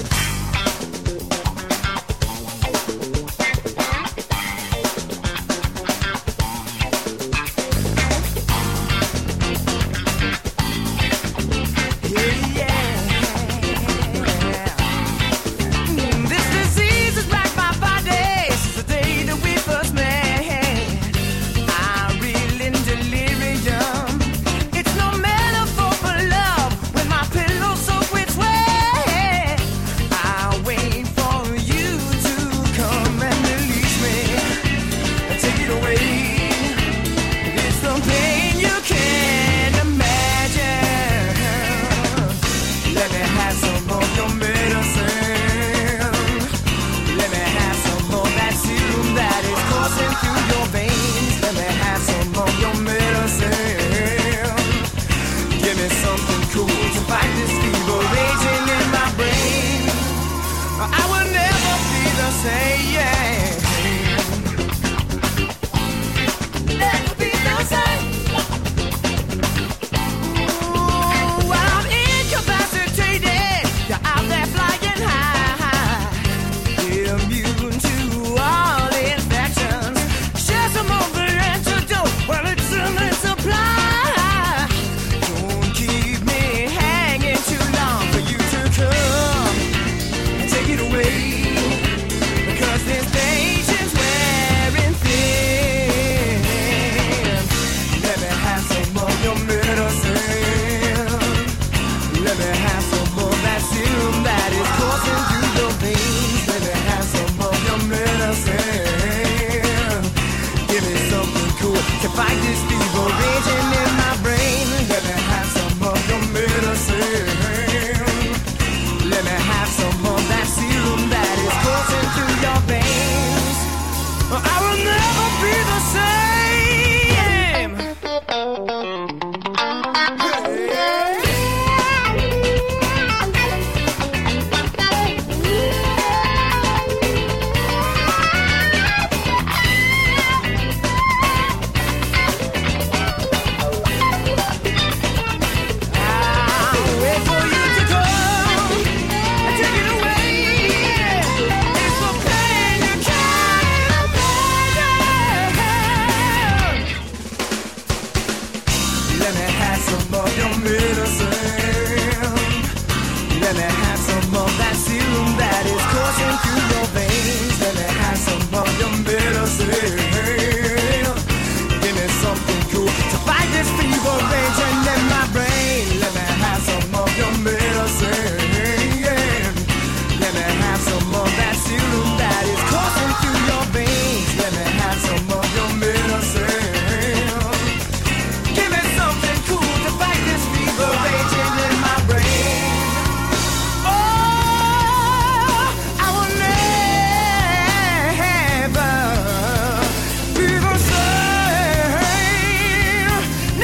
Speaker 6: fight this fever raging in my brain. Let me have some of your medicine. Let me have some of that serum that is coursing through your veins. I will never be the same. I'll wait for you to come and take it away. It's the pain you can't avoid. Let me have some of your medicine. Let me have some of that serum that is coursing through your veins. Let me have some of your medicine. Give me something cool to fight this fever raging in my brain. Let me have some of your medicine. Let me have some of that serum that is coursing through your veins. Let me have some of your medicine. Give me something cool to fight this fever raging in my brain. Oh, I will never be the same.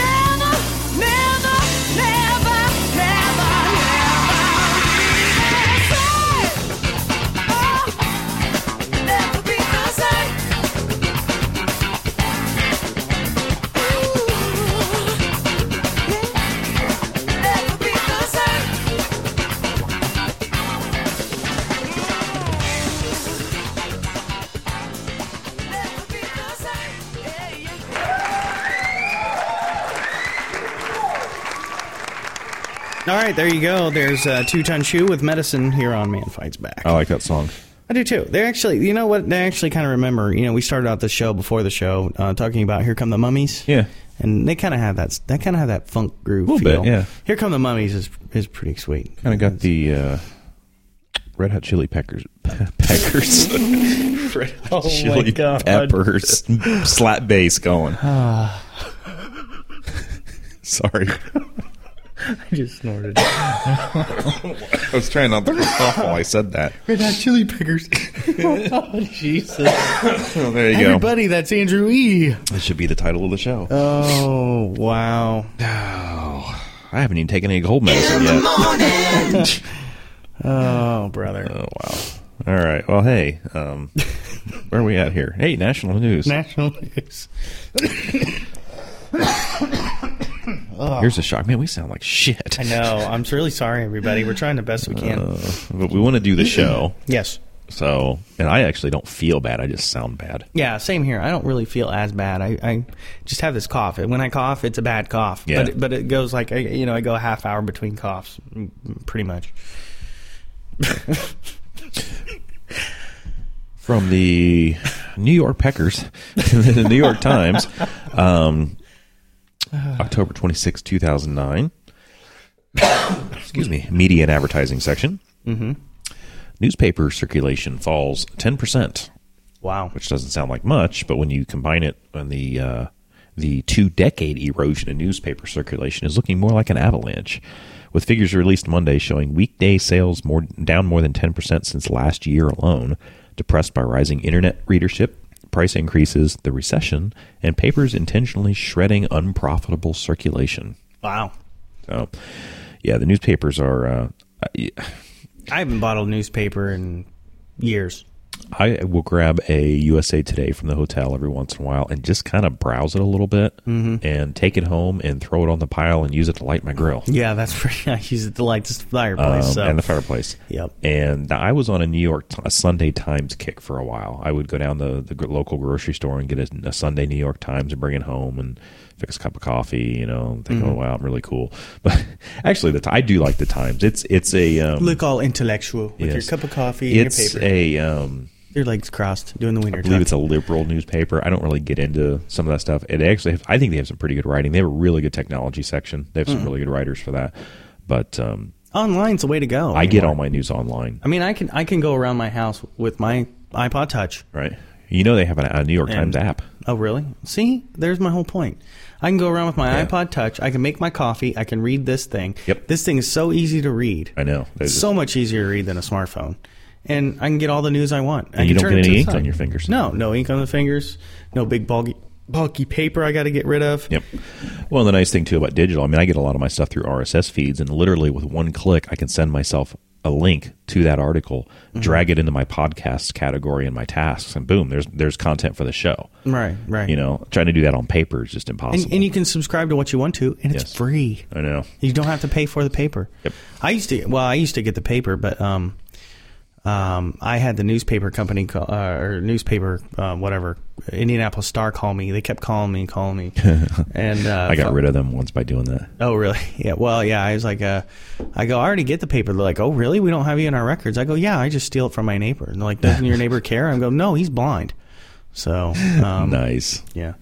Speaker 6: Never, never, never, never, never be the same. Oh, never be the same.
Speaker 3: All right, there you go. There's uh, Two Ton Shoe with Medicine here on Man Fights Back.
Speaker 1: I like that song.
Speaker 3: I do too. They're actually, you know what? They actually kind of remember. You know, we started out the show before the show uh, talking about "Here Come the Mummies."
Speaker 1: Yeah.
Speaker 3: and they kind of have that. They kind of have that funk groove.
Speaker 1: Little bit,
Speaker 3: feel.
Speaker 1: yeah.
Speaker 3: "Here Come the Mummies" is is pretty sweet.
Speaker 1: Kind of got the uh, Red Hot Chili Peckers. Peckers. Red Hot
Speaker 3: Oh my
Speaker 1: Chili
Speaker 3: God. Ah.
Speaker 1: Peppers. Slap bass going. Sorry.
Speaker 3: I just snorted.
Speaker 1: I was trying not to cough while Oh, I said that.
Speaker 3: Red Hot Chili Peppers. oh Jesus!
Speaker 1: Oh, there you
Speaker 3: Everybody, that's Andrew E.
Speaker 1: go. That should be the title of the show.
Speaker 3: Oh wow!
Speaker 1: I haven't even taken any cold medicine yet.
Speaker 3: Oh brother!
Speaker 1: Oh wow! All right. Well, hey, um, where are we at here? Hey, national news.
Speaker 3: National news.
Speaker 1: Here's a shock, man. We sound like shit.
Speaker 3: I know. I'm really sorry, everybody. We're trying the best we can.
Speaker 1: But we want to do the show,
Speaker 3: yes.
Speaker 1: so and I actually don't feel bad. I just sound bad.
Speaker 3: Yeah, same here. I don't really feel as bad. I, I just have this cough. And when I cough, it's a bad cough.
Speaker 1: Yeah.
Speaker 3: But, it, but it goes like, I- you know, I go a half hour between coughs, m- m- pretty much.
Speaker 1: From the New York Peckers, the New York Times, um, October twenty sixth, two 2009. Excuse me. Media and advertising section. Mm-hmm. Newspaper circulation falls 10%.
Speaker 3: Wow.
Speaker 1: which doesn't sound like much, but when you combine it on the uh, the two decade erosion in newspaper circulation is looking more like an avalanche, with figures released Monday showing weekday sales more down more than ten percent since last year alone, depressed by rising internet readership, price increases, the recession, and papers intentionally shredding unprofitable circulation.
Speaker 3: Wow.
Speaker 1: So, yeah, the newspapers are. Uh, I-
Speaker 3: I haven't bought a newspaper in years.
Speaker 1: I will grab a USA Today from the hotel every once in a while and just kind of browse it a little bit
Speaker 3: Mm-hmm.
Speaker 1: and take it home and throw it on the pile and use it to light my grill
Speaker 3: Yeah, that's pretty. I use it to light this fireplace.
Speaker 1: um,
Speaker 3: so.
Speaker 1: and the fireplace.
Speaker 3: Yep.
Speaker 1: And I was on a New York a Sunday Times kick for a while. I would go down the, the gr- local grocery store and get a, a Sunday New York Times and bring it home and fix a cup of coffee. You know, and think,
Speaker 3: Mm-hmm.
Speaker 1: oh wow, I'm really cool. But actually, the t- I do like the Times. It's it's a um,
Speaker 3: Look all intellectual with your
Speaker 1: yes.
Speaker 3: cup of coffee and your
Speaker 1: It's
Speaker 3: paper.
Speaker 1: a um,
Speaker 3: your legs crossed, doing the winter
Speaker 1: I believe it's
Speaker 3: tuck.
Speaker 1: a liberal newspaper. I don't really get into some of that stuff. It actually, have, I think they have some pretty good writing. They have a really good technology section. They have
Speaker 3: Mm.
Speaker 1: some really good writers for that. But um,
Speaker 3: Online's the way to go.
Speaker 1: I get all my news online,
Speaker 3: I mean, I can I can go around my house with my iPod Touch
Speaker 1: right? You know they have a, a New York
Speaker 3: And-
Speaker 1: Times app.
Speaker 3: Oh, really? See, there's my whole point. I can go around with my
Speaker 1: Yeah.
Speaker 3: iPod Touch. I can make my coffee. I can read this thing.
Speaker 1: Yep.
Speaker 3: This thing is so easy to read.
Speaker 1: I know.
Speaker 3: It's so much easier to read than a smartphone. And I can get all the news I want. I
Speaker 1: you
Speaker 3: can
Speaker 1: don't
Speaker 3: turn
Speaker 1: get
Speaker 3: it to
Speaker 1: any
Speaker 3: the
Speaker 1: ink
Speaker 3: side.
Speaker 1: on your fingers.
Speaker 3: No, no ink on the fingers. No big bulky, bulky paper I got to get rid of.
Speaker 1: Yep. Well, the nice thing too about digital, I mean, I get a lot of my stuff through RSS feeds, and literally with one click, I can send myself a link to that article,
Speaker 3: Mm-hmm.
Speaker 1: drag it into my podcast category and my tasks, and boom, there's there's content for the show.
Speaker 3: Right, right.
Speaker 1: You know, trying to do that on paper is just impossible.
Speaker 3: and, and you can subscribe to what you want to, and it's
Speaker 1: Yes.
Speaker 3: free.
Speaker 1: I know.
Speaker 3: You don't have to pay for the paper.
Speaker 1: Yep.
Speaker 3: I used to. Well, I used to get the paper, but um, um, I had the newspaper company call, uh, or newspaper uh, whatever Indianapolis Star call me. They kept calling me and calling me, and uh,
Speaker 1: I got rid of them once by doing that.
Speaker 3: Oh, really? Yeah. Well, yeah. I was like, uh, I go, I already get the paper. They're like, oh, really? We don't have you in our records. I go, yeah. I just steal it from my neighbor. And they're like, doesn't your neighbor care? I go, no, he's blind. So, um,
Speaker 1: nice.
Speaker 3: yeah,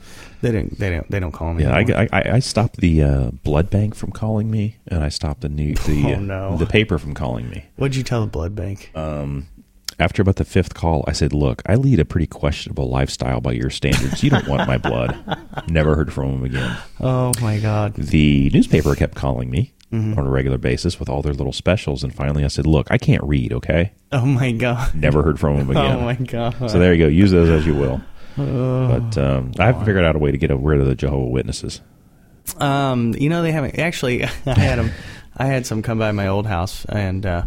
Speaker 3: they didn't. They don't. They don't call me.
Speaker 1: Yeah, I,
Speaker 3: anymore.
Speaker 1: I- I, I stopped the uh, blood bank from calling me, and I stopped the new the uh,
Speaker 3: Oh, no.
Speaker 1: the paper from calling me.
Speaker 3: What'd you tell the blood bank?
Speaker 1: Uh, After about the fifth call, I said, "Look, I lead a pretty questionable lifestyle by your standards. You don't want my blood." Never heard from him again.
Speaker 3: oh my god.
Speaker 1: The newspaper kept calling me
Speaker 3: Mm-hmm.
Speaker 1: on a regular basis with all their little specials, and finally, I said, "Look, I can't read. Okay."
Speaker 3: Oh my god.
Speaker 1: Never heard from him again.
Speaker 3: Oh my god. Oh,
Speaker 1: So there you go. Use those as you will. but um, I haven't figured out a way to get rid of the Jehovah Witnesses.
Speaker 3: Um, you know they haven't actually. I had 'em- I had some come by my old house, and uh,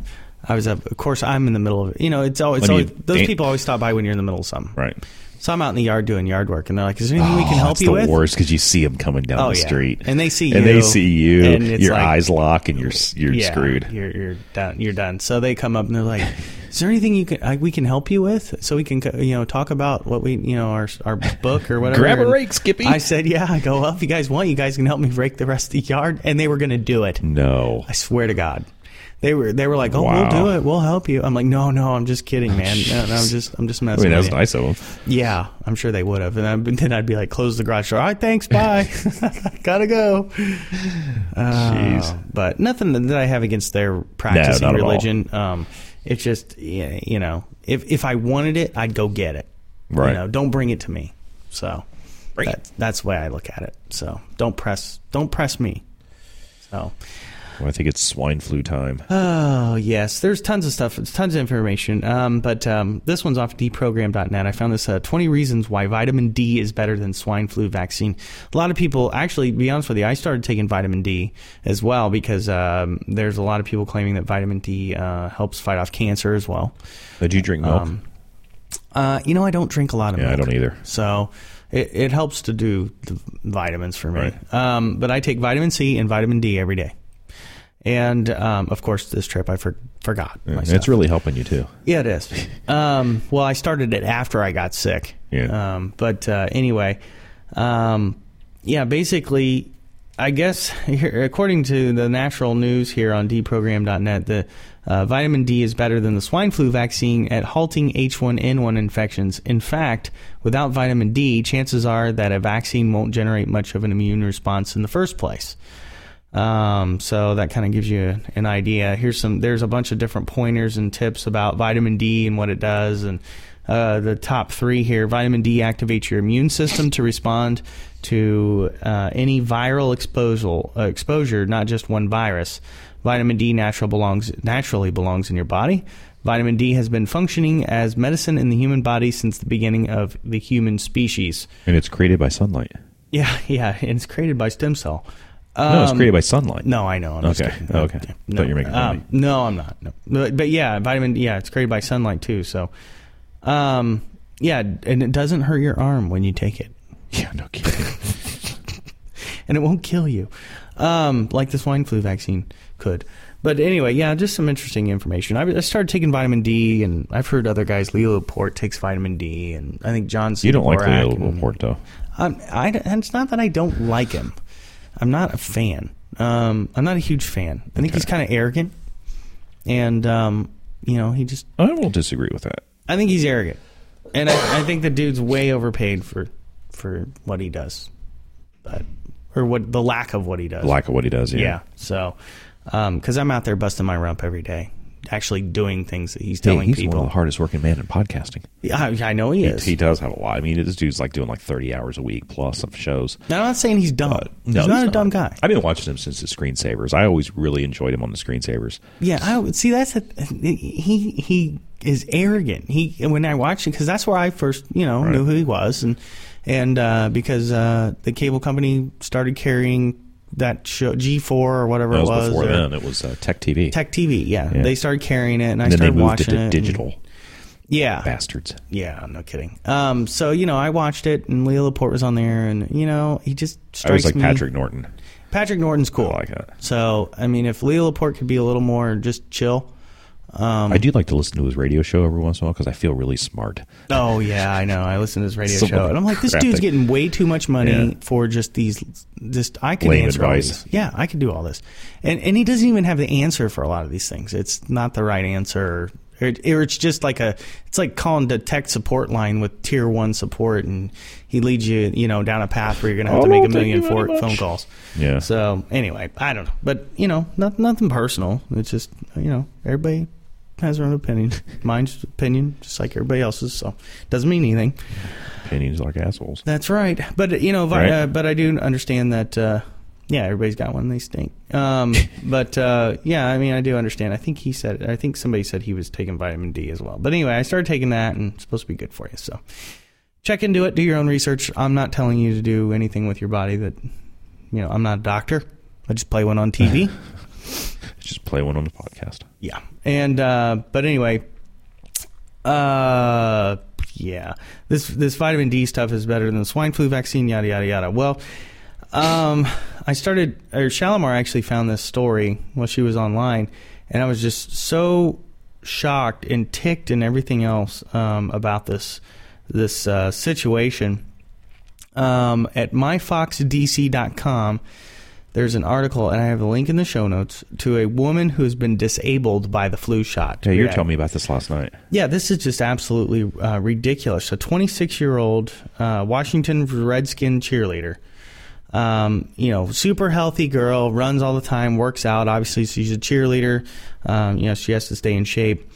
Speaker 3: I was up. Of course, I'm in the middle of. You know, it's always, it's
Speaker 1: When you
Speaker 3: always those
Speaker 1: dan-
Speaker 3: people always stop by when you're in the middle of something.
Speaker 1: Right.
Speaker 3: So I'm out in the yard doing yard work, and they're like, "Is there anything we can
Speaker 1: Oh,
Speaker 3: help
Speaker 1: it's
Speaker 3: you
Speaker 1: the
Speaker 3: with?"
Speaker 1: worst because you see them coming down
Speaker 3: Oh,
Speaker 1: the
Speaker 3: yeah.
Speaker 1: street,
Speaker 3: And they see
Speaker 1: and
Speaker 3: you,
Speaker 1: they see you.
Speaker 3: and it's
Speaker 1: your
Speaker 3: like-
Speaker 1: eyes lock, and you're s- you're
Speaker 3: Yeah,
Speaker 1: screwed.
Speaker 3: You're, you're done. You're done. So they come up and they're like, "Is there anything you can I, we can help you with? So we can you know talk about what we you know our our book or whatever."
Speaker 1: Grab a
Speaker 3: And
Speaker 1: rake, Skippy.
Speaker 3: I said, "Yeah." I go, "Well, if you guys want, you guys can help me rake the rest of the yard," and they were going to do it.
Speaker 1: No,
Speaker 3: I swear to God. They were they were like, "Oh,
Speaker 1: Wow.
Speaker 3: we'll do it. We'll help you." I'm like, "No, no, I'm just kidding, man. No, no, I'm just I'm just
Speaker 1: I
Speaker 3: messing."
Speaker 1: mean
Speaker 3: with
Speaker 1: that's
Speaker 3: you."
Speaker 1: nice of them.
Speaker 3: Yeah, I'm sure they would have. And I, then I'd be like, "Close the garage door. All right, thanks. Bye. Gotta go." Uh,
Speaker 1: Jeez.
Speaker 3: But nothing that I have against their practicing
Speaker 1: not at all.
Speaker 3: religion. Um, it's just yeah, you know, if if I wanted it, I'd go get it.
Speaker 1: Right.
Speaker 3: You know, don't bring it to me. So
Speaker 1: Bring
Speaker 3: that- that's the way I look at it. So don't press don't press me. So.
Speaker 1: Well, I think it's swine flu time. Uh,
Speaker 3: Oh, yes. There's tons of stuff. It's tons of information. Um, but um, this one's off deprogram.net. I found this uh, 20 reasons why vitamin D is better than swine flu vaccine. A lot of people, actually, to be honest with you, I started taking vitamin D as well because um, there's a lot of people claiming that vitamin D uh, helps fight off cancer as well.
Speaker 1: Did you drink milk?
Speaker 3: Uh, you know, I don't drink a lot of
Speaker 1: Yeah, I
Speaker 3: um, milk.
Speaker 1: don't either.
Speaker 3: So it, it helps to do the vitamins for me.
Speaker 1: Right.
Speaker 3: Um, but I take vitamin C and vitamin D every day. And um, of course, this trip I for, forgot. my
Speaker 1: And
Speaker 3: stuff.
Speaker 1: it's really helping you too.
Speaker 3: Yeah, it is. Um, well, I started it after I got sick.
Speaker 1: Yeah.
Speaker 3: Um, but uh, anyway, um, yeah, basically, I guess here- according to the natural news here on dprogram.net, the uh, vitamin D is better than the swine flu vaccine at halting H1N1 infections. In fact, without vitamin D, chances are that a vaccine won't generate much of an immune response in the first place. Um, so that kind of gives you an idea. Here's some. There's a bunch of different pointers and tips about vitamin D and what it does, and uh, the top three here. Vitamin D activates your immune system to respond to uh, any viral exposure, uh, exposure, not just one virus. Vitamin D natural belongs naturally belongs in your body. Vitamin D has been functioning as medicine in the human body since the beginning of the human species.
Speaker 1: And it's created by sunlight.
Speaker 3: Yeah, yeah, and it's created by stem cell. Um,
Speaker 1: No, it's created by sunlight.
Speaker 3: no, I know. I'm just
Speaker 1: Okay.
Speaker 3: kidding.
Speaker 1: Oh, okay.
Speaker 3: Yeah.
Speaker 1: I thought you were making fun of
Speaker 3: Um,
Speaker 1: me.
Speaker 3: No, I'm not. No. But, but yeah, vitamin. Yeah, it's created by sunlight too. So, um, yeah, and it doesn't hurt your arm when you take it,
Speaker 1: Yeah, no kidding.
Speaker 3: and it won't kill you, um, like the swine flu vaccine could. But anyway, yeah, just some interesting information. I, I started taking vitamin D, and I've heard other guys. Leo Laporte takes vitamin D, and I think Johnson.
Speaker 1: you don't like Leo
Speaker 3: Borak and-
Speaker 1: Laporte though.
Speaker 3: um, I, and it's not that I don't like him. I'm not a fan. Um, I'm not a huge fan. I think he's kind of arrogant, and um, you know, he just.
Speaker 1: I will disagree with that.
Speaker 3: I think he's arrogant, and I, I think the dude's way overpaid for for what he does, but or what the lack of what he does. um,
Speaker 1: The lack of what he does.
Speaker 3: yeah. So, because I'm out there busting my rump every day actually doing things that he's
Speaker 1: Hey,
Speaker 3: telling
Speaker 1: he's one
Speaker 3: people.
Speaker 1: of the hardest working men in podcasting.
Speaker 3: I, I know he is.
Speaker 1: He does have a lot. I mean, this dude's like doing like 30 hours a week plus of shows.
Speaker 3: now, I'm not saying he's dumb. he's
Speaker 1: No,
Speaker 3: not a dumb guy.
Speaker 1: I've been watching him since the Screensavers. I always really enjoyed him on the Screensavers.
Speaker 3: Yeah, I would- see. That's a, he. He is arrogant. He when I watched him because that's where I first you know
Speaker 1: Right.
Speaker 3: knew who he was and and uh, because uh, the cable company started carrying that show G four or whatever
Speaker 1: That
Speaker 3: it
Speaker 1: was
Speaker 3: was
Speaker 1: before
Speaker 3: or
Speaker 1: then. It was uh, Tech TV.
Speaker 3: Tech TV. Yeah.
Speaker 1: Yeah.
Speaker 3: they started carrying it and I
Speaker 1: and then they
Speaker 3: started
Speaker 1: moved it
Speaker 3: watching
Speaker 1: to
Speaker 3: and-
Speaker 1: digital.
Speaker 3: yeah,
Speaker 1: Bastards.
Speaker 3: yeah. No kidding. Um. So you know, I watched it and Leo Laporte was on there and you know he just
Speaker 1: I was
Speaker 3: strikes
Speaker 1: like
Speaker 3: me.
Speaker 1: Patrick Norton.
Speaker 3: Patrick Norton's cool.
Speaker 1: I like that.
Speaker 3: So I mean, if Leo Laporte could be a little more just chill. um,
Speaker 1: I do like to listen to his radio show every once in a while because I feel really smart.
Speaker 3: Oh yeah, I know. I listen to this radio
Speaker 1: Some of
Speaker 3: show,
Speaker 1: the
Speaker 3: and I'm like, this
Speaker 1: crap
Speaker 3: dude's
Speaker 1: they-
Speaker 3: getting way too much money
Speaker 1: Yeah.
Speaker 3: for just these. Just I could
Speaker 1: Lame
Speaker 3: answer all
Speaker 1: advice.
Speaker 3: these. Yeah, I could do all this, and and he doesn't even have the answer for a lot of these things. It's not the right answer, or, it- or it's just like a. It's like calling the tech support line with tier one support, and he leads you, you know, down a path where you're gonna have
Speaker 1: Oh,
Speaker 3: to make a
Speaker 1: thank
Speaker 3: million
Speaker 1: you
Speaker 3: for
Speaker 1: very
Speaker 3: phone
Speaker 1: much.
Speaker 3: calls.
Speaker 1: Yeah.
Speaker 3: So anyway, I don't know, but you know, not, nothing personal. It's just you know, everybody has their own opinion. Mine's opinion, just like everybody else's. So doesn't mean anything.
Speaker 1: Opinions like assholes.
Speaker 3: That's right. But you know, if I-
Speaker 1: Right.
Speaker 3: uh, but I do understand that. Uh, yeah, everybody's got one. They stink. Um, but uh, yeah, I mean, I do understand. I think he said. I think somebody said he was taking vitamin D as well. But anyway, I started taking that, and it's supposed to be good for you. So check into it. Do your own research. I'm not telling you to do anything with your body that you know. I'm not a doctor. I just play one on TV.
Speaker 1: Just play one on the podcast.
Speaker 3: Yeah. And uh, but anyway, uh, yeah, this this vitamin D stuff is better than the swine flu vaccine. Yada yada yada. Well, um, I started. Or Shalimar actually found this story while she was online, and I was just so shocked and ticked and everything else um, about this this uh, situation. Um, at myfoxdc.com, there's an article, and I have a link in the show notes to a woman who has been disabled by the flu shot.
Speaker 1: Yeah, you were
Speaker 3: Yeah.
Speaker 1: telling me about this last night.
Speaker 3: Yeah, this is just absolutely uh, ridiculous. A 26 year old uh, Washington Redskin cheerleader, um, you know, super healthy girl, runs all the time, works out. Obviously, she's a cheerleader. Um, you know, she has to stay in shape.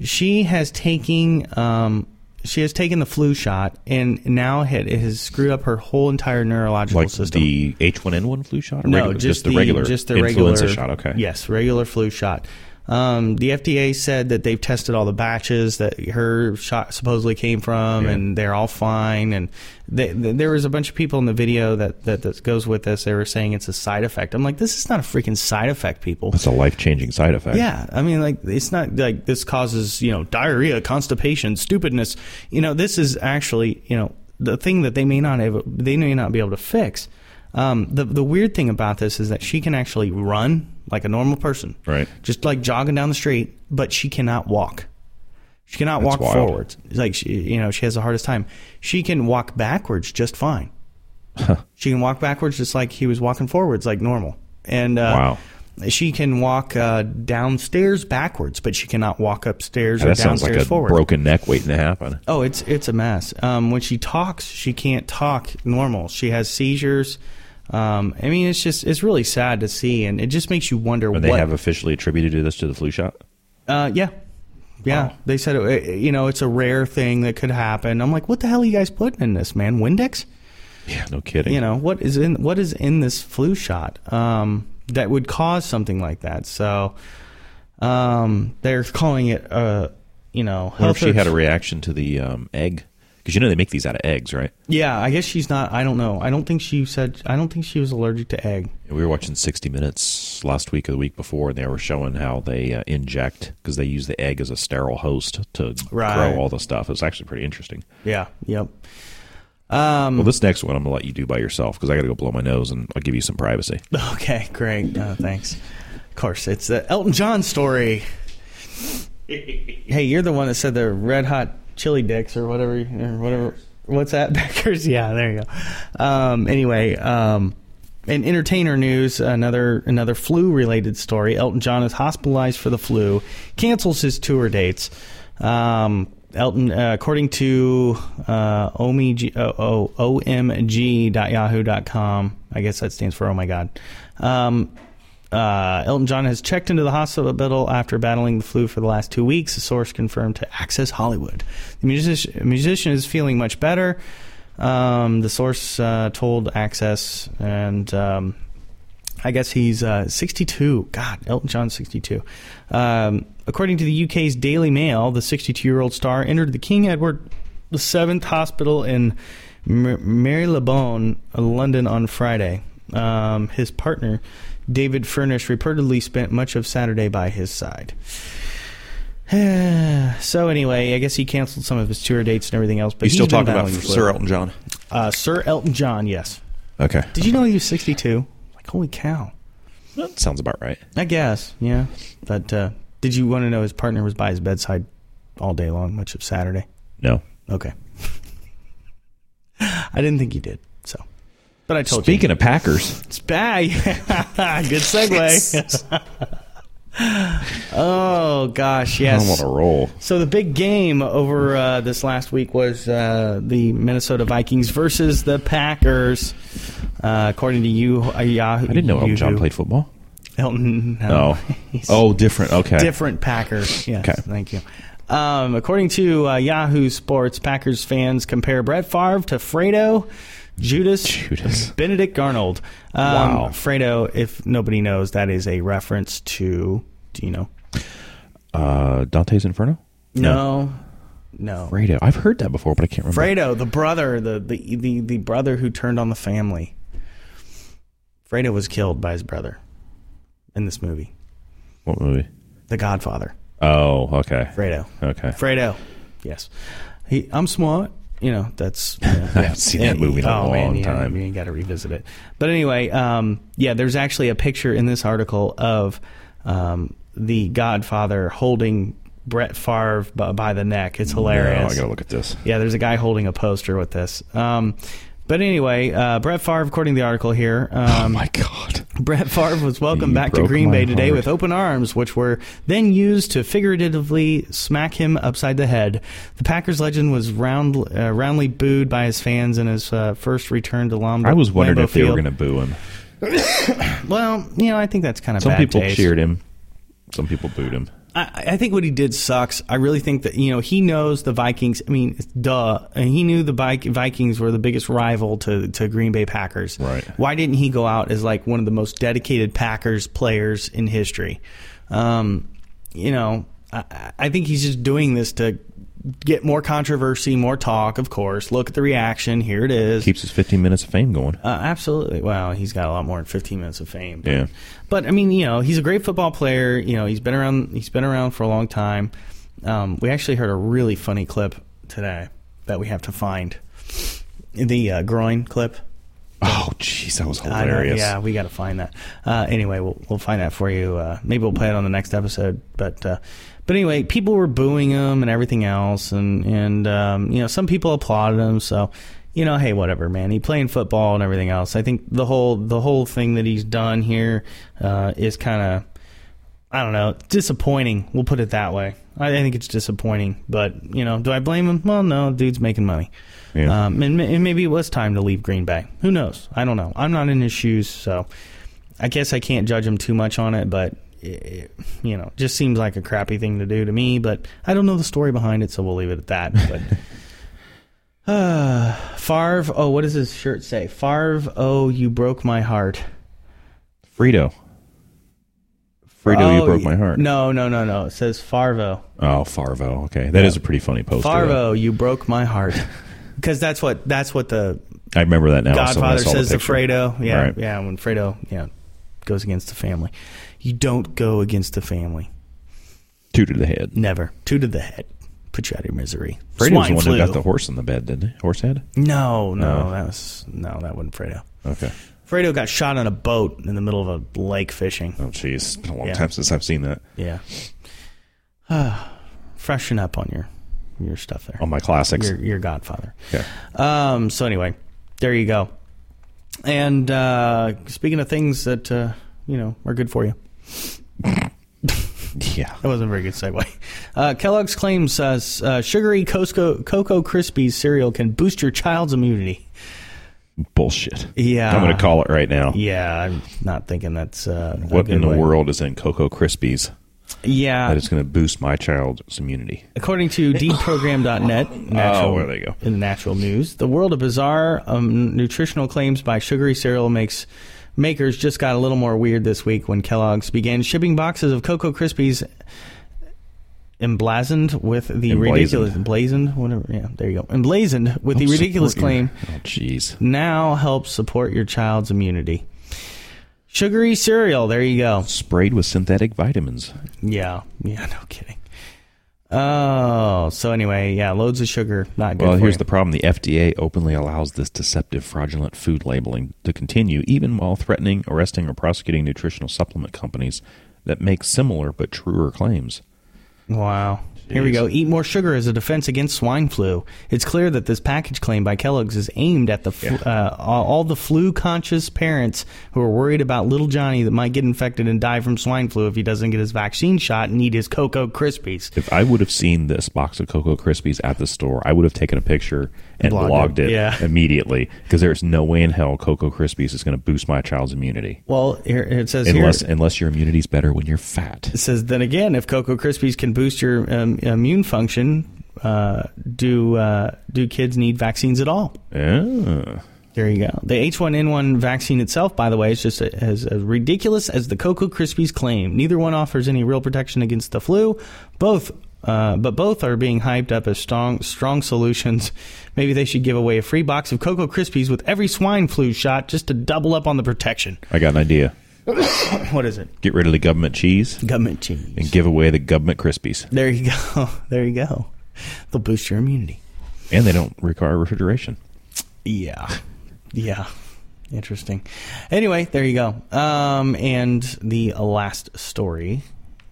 Speaker 3: She has taken um, she has taken the flu shot, and now it it has screwed up her whole entire neurological
Speaker 1: Like
Speaker 3: system.
Speaker 1: the H1N1 flu shot? Or
Speaker 3: No,
Speaker 1: regular-
Speaker 3: just,
Speaker 1: the, regular
Speaker 3: just the
Speaker 1: influenza
Speaker 3: regular
Speaker 1: shot. Okay.
Speaker 3: Yes, regular flu shot. Um, the FDA said that they've tested all the batches that her shot supposedly came from,
Speaker 1: Yeah.
Speaker 3: and they're all fine. And they, th there was a bunch of people in the video that, that that goes with this. They were saying it's a side effect. I'm like, this is not a freaking side effect, people.
Speaker 1: That's a life changing side effect.
Speaker 3: Yeah, I mean, like it's not like this causes you know diarrhea, constipation, stupidness. You know, this is actually you know the thing that they may not have, they may not be able to fix. Um, the the weird thing about this is that she can actually run like a normal person,
Speaker 1: Right.
Speaker 3: Just like jogging down the street, but she cannot walk. She cannot
Speaker 1: That's
Speaker 3: walk
Speaker 1: wild.
Speaker 3: forwards. Like she, you know, she has the hardest time. She can walk backwards just fine. She can walk backwards just like he was walking forwards, like normal. And uh, she can walk uh, downstairs backwards, but she cannot walk upstairs or
Speaker 1: That sounds
Speaker 3: downstairs
Speaker 1: like a
Speaker 3: forward.
Speaker 1: broken neck waiting to happen.
Speaker 3: Oh, it's it's a mess. Um, when she talks, she can't talk normal. She has seizures. Um, I mean, it's just it's really sad to see, and it just makes you wonder
Speaker 1: And
Speaker 3: what
Speaker 1: they have officially attributed to this to the flu shot?
Speaker 3: uh, yeah. Yeah,
Speaker 1: Wow.
Speaker 3: they said uh, you know it's a rare thing that could happen. I'm like, what the hell are you guys putting in this, man? Windex?
Speaker 1: Yeah, no kidding.
Speaker 3: You know what is in what is in this flu shot um, that would cause something like that? So um, they're calling it uh, you know
Speaker 1: I wonder
Speaker 3: health.
Speaker 1: if she had a
Speaker 3: risk.
Speaker 1: reaction to the um, egg. Because you know they make these out of eggs, right?
Speaker 3: yeah, I guess she's not. I don't know. I don't think she said. I don't think she was allergic to egg.
Speaker 1: We were watching 60 Minutes last week or the week before, and they were showing how they uh, inject because they use the egg as a sterile host to
Speaker 3: Right.
Speaker 1: grow all the stuff. It's actually pretty interesting.
Speaker 3: Yeah. Yep. Um,
Speaker 1: well, this next one I'm going to let you do by yourself because I got to go blow my nose and I'll give you some privacy.
Speaker 3: Okay, great. Uh, thanks. Of course, it's the Elton John story. hey, you're the one that said the red hot chili dicks or whatever, or whatever. What's that, Beckers? Yeah, there you go. Um, anyway, um, in entertainer news, another another flu related story. Elton John is hospitalized for the flu, cancels his tour dates. Um, Elton, uh, according to uh, omg, oh, oh, omg.yahoo.com, I guess that stands for oh my god. Um, Uh, Elton John has checked into the hospital after battling the flu for the last two weeks, a source confirmed to Access Hollywood. The musician, musician is feeling much better, um, the source uh, told Access, and um, I guess he's uh, 62. God, Elton John's 62. Um, according to the UK's Daily Mail, the 62 year old star entered the King Edward VII Hospital in M- Marylebone, uh, London, on Friday. Um, his partner, David Furnish, reportedly spent much of Saturday by his side. so anyway, I guess he canceled some of his tour dates and everything else. But
Speaker 7: You
Speaker 3: he's
Speaker 7: still
Speaker 3: been
Speaker 7: talking about
Speaker 3: battling the
Speaker 7: Sir
Speaker 3: flu.
Speaker 7: Elton John?
Speaker 3: Uh, Sir Elton John, yes.
Speaker 7: Okay,
Speaker 3: Did you know he was 62? Like, holy cow.
Speaker 7: that sounds about right.
Speaker 3: I guess, yeah. But uh, did you want to know his partner was by his bedside all day long, much of Saturday?
Speaker 1: No.
Speaker 3: Okay. I didn't think you did, so. But I told
Speaker 1: Speaking of Packers,
Speaker 3: you. Speaking Good segue. oh, gosh, yes.
Speaker 1: I'm on a roll.
Speaker 3: So the big game over uh, this last week was uh, the Minnesota Vikings versus the Packers. Uh, according to you, uh, Yahoo,
Speaker 1: I didn't know Elton John played football.
Speaker 3: Elton, no.
Speaker 1: Oh,
Speaker 3: He's
Speaker 1: oh, different. Okay,
Speaker 3: different Packers. Yes,
Speaker 1: Okay.
Speaker 3: thank you. Um, according to uh, Yahoo Sports, Packers fans compare Brett Favre to Fredo, Judas,
Speaker 1: Judas.
Speaker 3: Benedict Arnold. Um,
Speaker 1: Wow.
Speaker 3: Fredo, if nobody knows, that is a reference to. Do you know?
Speaker 1: Uh, Dante's Inferno.
Speaker 3: No, no.
Speaker 1: Fredo. I've heard that before, but I can't remember.
Speaker 3: Fredo, the brother, the, the the the brother who turned on the family. Fredo was killed by his brother in this movie,
Speaker 1: What movie?
Speaker 3: The Godfather.
Speaker 1: Oh, okay.
Speaker 3: Fredo.
Speaker 1: Okay.
Speaker 3: Fredo. Yes. He, I'm smart. You know, that's. I
Speaker 1: haven't seen that movie in a long time.
Speaker 3: You got to revisit it. But anyway, um, yeah, there's actually a picture in this article of um, the Godfather holding Brett Favre b- by the neck. It's
Speaker 1: No,
Speaker 3: hilarious.
Speaker 1: I gotta look at this.
Speaker 3: Yeah, there's a guy holding a poster with this. Um, but anyway, uh, Brett Favre, according to the article here, um,
Speaker 1: Oh My God.
Speaker 3: Brett Favre was welcomed
Speaker 1: You
Speaker 3: back to
Speaker 1: broke
Speaker 3: Green
Speaker 1: my
Speaker 3: Bay today
Speaker 1: heart.
Speaker 3: with open arms, which were then used to figuratively smack him upside the head. The Packers legend was round, uh, roundly booed by his fans in his uh, first return to Lambeau.
Speaker 1: I was wondering
Speaker 3: Lambeau
Speaker 1: if they were
Speaker 3: Field.
Speaker 1: going to boo him.
Speaker 3: Well, you know, I think that's kind of
Speaker 1: Some
Speaker 3: bad
Speaker 1: people
Speaker 3: taste.
Speaker 1: cheered him. Some people booed him.
Speaker 3: I, I think what he did sucks. I really think that you know he knows the Vikings. I mean, it's duh, and he knew the Vik- Vikings were the biggest rival to to Green Bay Packers.
Speaker 1: Right.
Speaker 3: Why didn't he go out as like one of the most dedicated Packers players in history? Um, you know, I- I, I think he's just doing this to get more controversy, more talk. Of course, look at the reaction. Here it is.
Speaker 1: Keeps his 15 minutes of fame going.
Speaker 3: Uh, absolutely. Well, he's got a lot more than 15 minutes of fame. But,
Speaker 1: Yeah.
Speaker 3: But I mean, you know, he's a great football player. You know, he's been around. He's been around for a long time. Um, we actually heard a really funny clip today that we have to find. The uh, groin clip.
Speaker 1: Oh, jeez, that was
Speaker 3: I know,
Speaker 1: hilarious.
Speaker 3: yeah, we got to find that. Uh, anyway, we'll we'll find that for you. Uh, maybe we'll play it on the next episode. But uh, but anyway, people were booing him and everything else, and and um, you know some people applauded him. So you know, hey, whatever, man. He playing football and everything else. I think the whole the whole thing that he's done here uh, is kind of I don't know disappointing. We'll put it that way. I I think it's disappointing, but you know, do I blame him? Well, no, dude's making money.
Speaker 1: Yeah.
Speaker 3: Um, and, ma- and maybe it was time to leave Green Bay. Who knows? I don't know. I'm not in his shoes, so I guess I can't judge him too much on it. But it, it, you know, just seems like a crappy thing to do to me. But I don't know the story behind it, so we'll leave it at that. But uh, Favre. Oh, what does his shirt say? Favre. Oh, you broke my heart.
Speaker 1: Frito. Frito, you
Speaker 3: Oh,
Speaker 1: broke my heart.
Speaker 3: No, no, no, no. It says Farvo.
Speaker 1: Oh, Farvo. Okay, that is a pretty funny poster. though.
Speaker 3: Farvo, you broke my heart. Because that's what that's what the
Speaker 1: I remember that now. so when I
Speaker 3: Godfather
Speaker 1: saw the
Speaker 3: says to
Speaker 1: picture.
Speaker 3: Fredo. Yeah,
Speaker 1: Right.
Speaker 3: yeah. When Fredo, yeah, goes against the family. You don't go against the family.
Speaker 1: Two to the head.
Speaker 3: Never. Two to the head. Put you out of your misery.
Speaker 1: Fredo was
Speaker 3: Swine
Speaker 1: the one
Speaker 3: flu.
Speaker 1: who got the horse in the bed, didn't he? Horse head?
Speaker 3: No, no,
Speaker 1: No.
Speaker 3: that was no, that wasn't Fredo.
Speaker 1: Okay.
Speaker 3: Fredo got shot on a boat in the middle of a lake fishing.
Speaker 1: Oh, jeez. It's been a long
Speaker 3: Yeah.
Speaker 1: time since I've seen that.
Speaker 3: Yeah. freshen up on your your stuff there.
Speaker 1: On Oh, my classics.
Speaker 3: your your Godfather.
Speaker 1: Okay.
Speaker 3: Um, so anyway, there you go. And uh, speaking of things that uh, you know are good for you,
Speaker 1: Yeah.
Speaker 3: that wasn't a very good segue. Uh, Kellogg's claims uh, s- uh, sugary Cosco, Cocoa Krispies cereal can boost your child's immunity.
Speaker 1: bullshit.
Speaker 3: Yeah.
Speaker 1: I'm going to call it right now.
Speaker 3: Yeah, I'm not thinking that's uh, a
Speaker 1: What
Speaker 3: good
Speaker 1: in the
Speaker 3: way. Uh,
Speaker 1: world is in Cocoa Krispies
Speaker 3: Yeah,
Speaker 1: that is going to boost my child's immunity?
Speaker 3: According to deprogram.net, natural,
Speaker 1: there you Oh, go.
Speaker 3: in natural news, the world of bizarre um, nutritional claims by sugary cereal makes makers just got a little more weird this week when Kellogg's began shipping boxes of Cocoa Krispies emblazoned with the
Speaker 1: Emblazoned.
Speaker 3: ridiculous emblazoned whatever yeah there you go emblazoned with the
Speaker 1: Help
Speaker 3: ridiculous
Speaker 1: support your-
Speaker 3: claim
Speaker 1: Oh, jeez.
Speaker 3: now helps support your child's immunity. Sugary cereal, there you go.
Speaker 1: Sprayed with synthetic vitamins.
Speaker 3: Yeah, yeah, no kidding. Oh, so anyway, yeah, loads of sugar, not good.
Speaker 1: Well,
Speaker 3: for
Speaker 1: here's
Speaker 3: you.
Speaker 1: the problem. The FDA openly allows this deceptive, fraudulent food labeling to continue, even while threatening, arresting, or prosecuting nutritional supplement companies that make similar but truer claims.
Speaker 3: Wow. Here we
Speaker 1: Jeez.
Speaker 3: go. Eat more sugar as a defense against swine flu. It's clear that this package claim by Kellogg's is aimed at the fl- uh, all all the flu-conscious parents who are worried about little Johnny that might get infected and die from swine flu if he doesn't get his vaccine shot and eat his Cocoa Krispies.
Speaker 1: If I would have seen this box of Cocoa Krispies at the store, I would have taken a picture and
Speaker 3: Blogged
Speaker 1: blogged
Speaker 3: it.
Speaker 1: it,
Speaker 3: Yeah.
Speaker 1: immediately because there's no way in hell Cocoa Krispies is going to boost my child's immunity.
Speaker 3: Well, here it says here-
Speaker 1: Unless, unless your immunity's better when you're fat.
Speaker 3: It says, then again, if Cocoa Krispies can boost your um, immune function, uh, do uh, do kids need vaccines at all?
Speaker 1: Ah.
Speaker 3: There you go. The H1N1 vaccine itself, by the way, is just a, as as ridiculous as the Cocoa Krispies claim. Neither one offers any real protection against the flu. Both, uh, but both are being hyped up as strong strong solutions. Maybe they should give away a free box of Cocoa Krispies with every swine flu shot just to double up on the protection.
Speaker 1: I got an idea.
Speaker 3: What is it?
Speaker 1: Get rid of the government cheese
Speaker 3: Government cheese.
Speaker 1: and give away the government Krispies.
Speaker 3: There you go. There you go. They'll boost your immunity.
Speaker 1: And they don't require refrigeration.
Speaker 3: Yeah. Yeah. Interesting. Anyway, there you go. Um, and the last story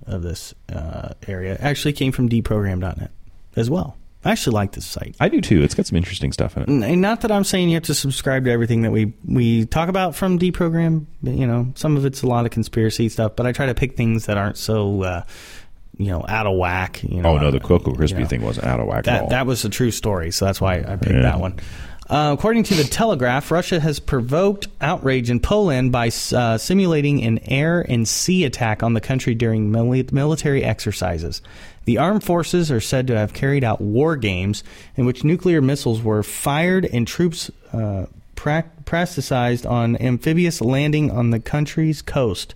Speaker 3: of this uh, area actually came from deprogram.net as well. I actually like this site.
Speaker 1: I do too. It's got some interesting stuff in it.
Speaker 3: N- Not that I'm saying you have to subscribe to everything that we, we talk about from deprogram. but, You know, some of it's a lot of conspiracy stuff, but I try to pick things that aren't so, uh, you know, out of whack. You know,
Speaker 1: Oh no, the Cocoa
Speaker 3: you
Speaker 1: Krispie
Speaker 3: know.
Speaker 1: thing wasn't out of whack at
Speaker 3: That
Speaker 1: all.
Speaker 3: that was a true story, so that's why I picked
Speaker 1: Yeah.
Speaker 3: that one. Uh, according to the Telegraph, Russia has provoked outrage in Poland by uh, simulating an air and sea attack on the country during mili- military exercises. The armed forces are said to have carried out war games in which nuclear missiles were fired and troops uh, pra- practicized on amphibious landing on the country's coast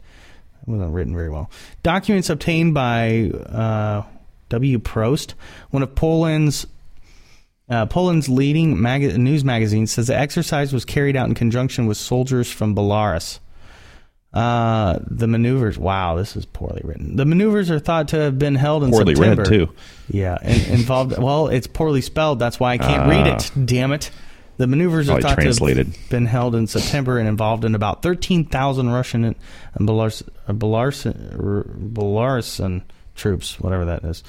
Speaker 3: wasn't written very well. Documents obtained by uh, W. Prost, one of Poland's uh, Poland's leading maga- news magazine, says the exercise was carried out in conjunction with soldiers from Belarus. Uh, the maneuvers. Wow, this is poorly written. The maneuvers are thought to have been held in
Speaker 1: Poorly read,
Speaker 3: September.
Speaker 1: too.
Speaker 3: Yeah, and involved. well, it's poorly spelled. That's why I can't read
Speaker 1: Ah.
Speaker 3: it. Damn it. The maneuvers are
Speaker 1: Probably
Speaker 3: thought to
Speaker 1: translated.
Speaker 3: have been held in September and involved in about 13,000 Russian and Belarus, uh, Belarus, Belarusian troops, whatever that is.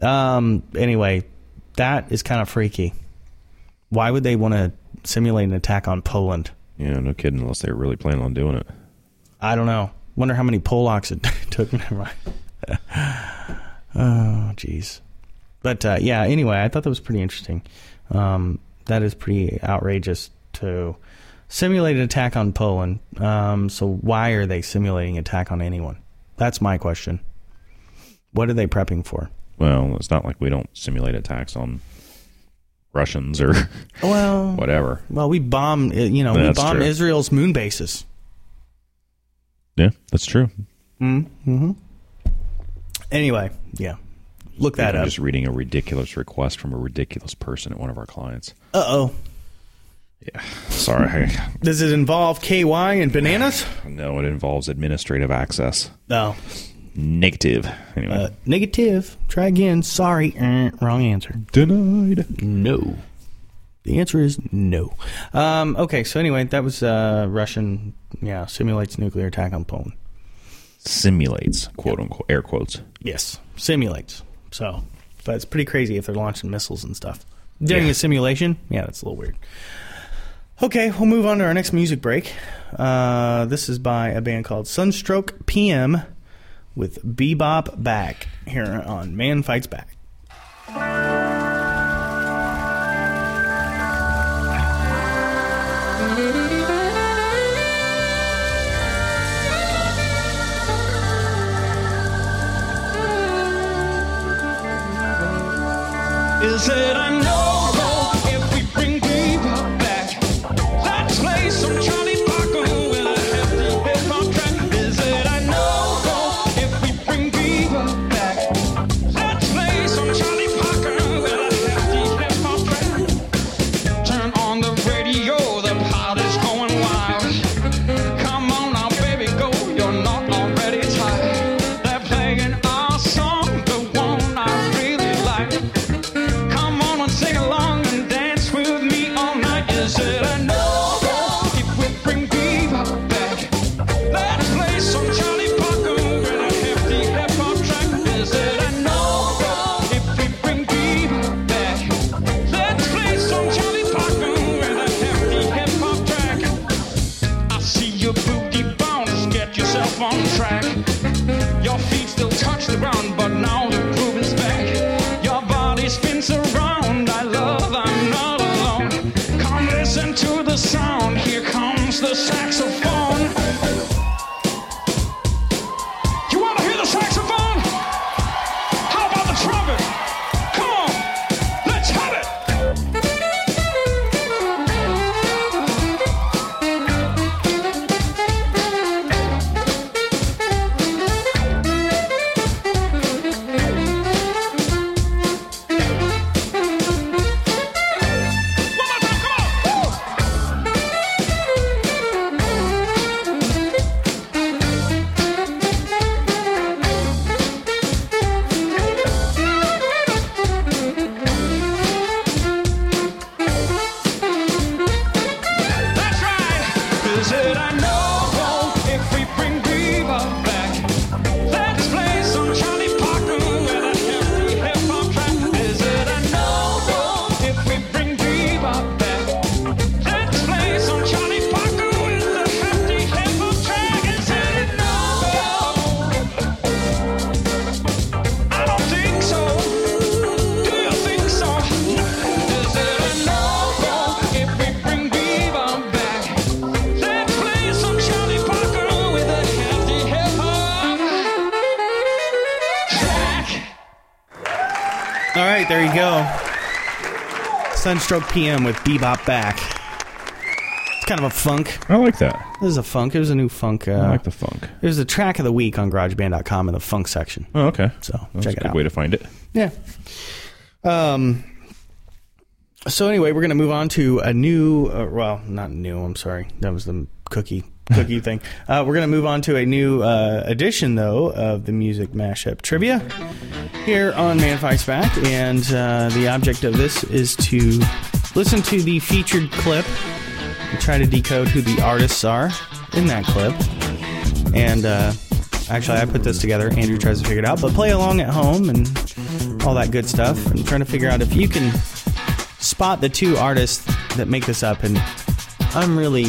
Speaker 3: Um, anyway, that is kind of freaky. Why would they want to simulate an attack on Poland?
Speaker 1: Yeah, no kidding. Unless they were really planning on doing it.
Speaker 3: I don't know. Wonder how many Polacks it took. Never mind. oh, jeez. But uh, yeah. Anyway, I thought that was pretty interesting. Um, that is pretty outrageous to simulate an attack on Poland. Um, so why are they simulating attack on anyone? That's my question. What are they prepping for?
Speaker 1: Well, it's not like we don't simulate attacks on Russians or
Speaker 3: Well,
Speaker 1: whatever.
Speaker 3: well, we bomb. You know,
Speaker 1: That's
Speaker 3: we bomb
Speaker 1: true.
Speaker 3: Israel's moon bases.
Speaker 1: Yeah, that's true.
Speaker 3: Anyway, yeah. Look that
Speaker 1: I'm
Speaker 3: up.
Speaker 1: just reading a ridiculous request from a ridiculous person at one of our clients.
Speaker 3: Uh oh.
Speaker 1: Sorry.
Speaker 3: Does it involve KY and bananas?
Speaker 1: no, it involves administrative access.
Speaker 3: No.
Speaker 1: Negative. Anyway.
Speaker 3: Uh, negative. Try again. Sorry. Eh, wrong answer.
Speaker 1: Denied.
Speaker 3: No. The answer is no. Um, okay, so anyway, that was uh, Russian, yeah, simulates nuclear attack on Poland.
Speaker 1: Simulates, quote unquote, air quotes.
Speaker 3: Yes, simulates. So, but it's pretty crazy if they're launching missiles and stuff during
Speaker 1: Yeah.
Speaker 3: a simulation. Yeah, that's a little weird. Okay, we'll move on to our next music break. Uh, this is by a band called Sunstroke PM with Bebop Back here on Man Fights Back.
Speaker 8: Thank Is it a no-go if we bring people back? Let's play some Johnny Paco with a hefty hip hop track. Is it a no-go if we bring people back? Let's play some Johnny Paco with a hefty hip hop track. Turn on the radio, the pod is going wild. Come on now, baby, go. You're not already tired. They're playing our song, the one I really like. Come on and sing along and dance with me all night. Is it a no if we bring Beaver back? Let's play some Charlie Parker and a hefty hip hop track. Is it a no if we bring Beaver back? Let's play some Charlie Parker and a hefty hip hop track. I see your booty bounce, get yourself on track. Your feet still touch the ground, but now the groove is back. Your body spins around. I love, I'm not alone. Come listen to the sound. Here comes the saxophone. You wanna hear the saxophone? How about the trumpet? Come on, let's have it. One more time, come on. Woo! That's right. Is it a no-go if we bring Beaver back? Let's play some Charlie Parker with a hefty hip-hop track. Is it a no-go if we bring Beaver back? Let's play some Charlie Parker with a hefty hip-hop track. Is it a no-go? I don't think so. Do you think so? Is it a no-go if we bring Beaver back? Let's play some Charlie Parker with a hefty hip-hop track.
Speaker 3: All right, there you go. Sunstroke PM with Bebop Back. It's kind of a funk.
Speaker 1: I like that.
Speaker 3: This is a funk. It was a new funk. Uh,
Speaker 1: I like the funk.
Speaker 3: it was the track of the week on GarageBand.com in the funk section.
Speaker 1: Oh, okay.
Speaker 3: So
Speaker 1: That's
Speaker 3: check
Speaker 1: a
Speaker 3: it
Speaker 1: good
Speaker 3: out.
Speaker 1: way to find it.
Speaker 3: Yeah. Um. So anyway, we're gonna move on to a new. Uh, well, not new. I'm sorry. That was the cookie cookie thing. Uh, we're gonna move on to a new uh, edition though of the music mashup trivia here on Man Fights Back, and uh, the object of this is to listen to the featured clip and try to decode who the artists are in that clip. And uh, actually, I put this together. Andrew tries to figure it out, but play along at home and all that good stuff. I'm trying to figure out if you can spot the two artists that make this up. And I'm really,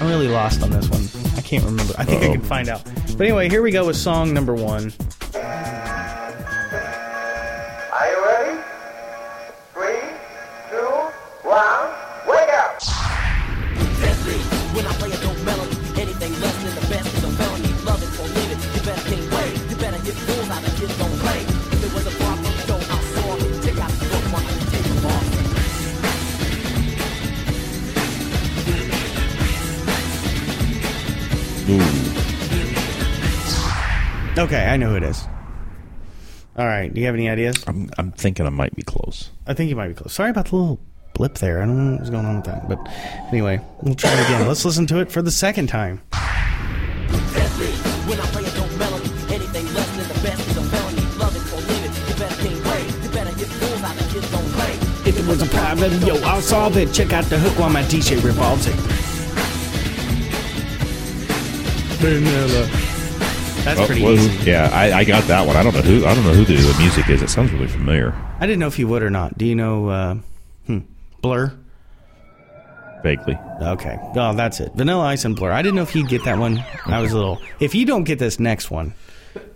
Speaker 3: I'm really lost on this one. I can't remember. I think I
Speaker 1: Uh-oh.
Speaker 3: can find out. But anyway, here we go with song number one.
Speaker 9: Are you ready? Three, two, one, wake up!
Speaker 10: When I play a dope melody, anything less than the best is a felony. Love it or leave it, you better get away. You better hit fools out of kids don't play. If it was a problem, yo, I saw it. Take out the book, mark, and take them off.
Speaker 3: Okay, I know who it is. All right, do you have any ideas?
Speaker 1: I'm, I'm thinking I might be close.
Speaker 3: I think you might be close. Sorry about the little blip there. I don't know what was going on with that. But anyway, we'll try it again. Let's listen to it for the second time.
Speaker 10: When I play a dope melody, anything less than the best is a felony. Love it or leave it, you better get away. You better hit fools out of kids don't play.
Speaker 3: If it was a problem, yo, I'll solve it. Check out the hook while my DJ revolves it. Vanilla. That's
Speaker 1: Oh,
Speaker 3: pretty
Speaker 1: well,
Speaker 3: easy.
Speaker 1: Yeah, I, I got that one. I don't know who I don't know who the, the music is. It sounds really familiar.
Speaker 3: I didn't know if you would or not. Do you know uh, hmm, Blur?
Speaker 1: Vaguely.
Speaker 3: Okay. Oh, that's it. Vanilla Ice and Blur. I didn't know if you'd get that one. I was a little. If you don't get this next one,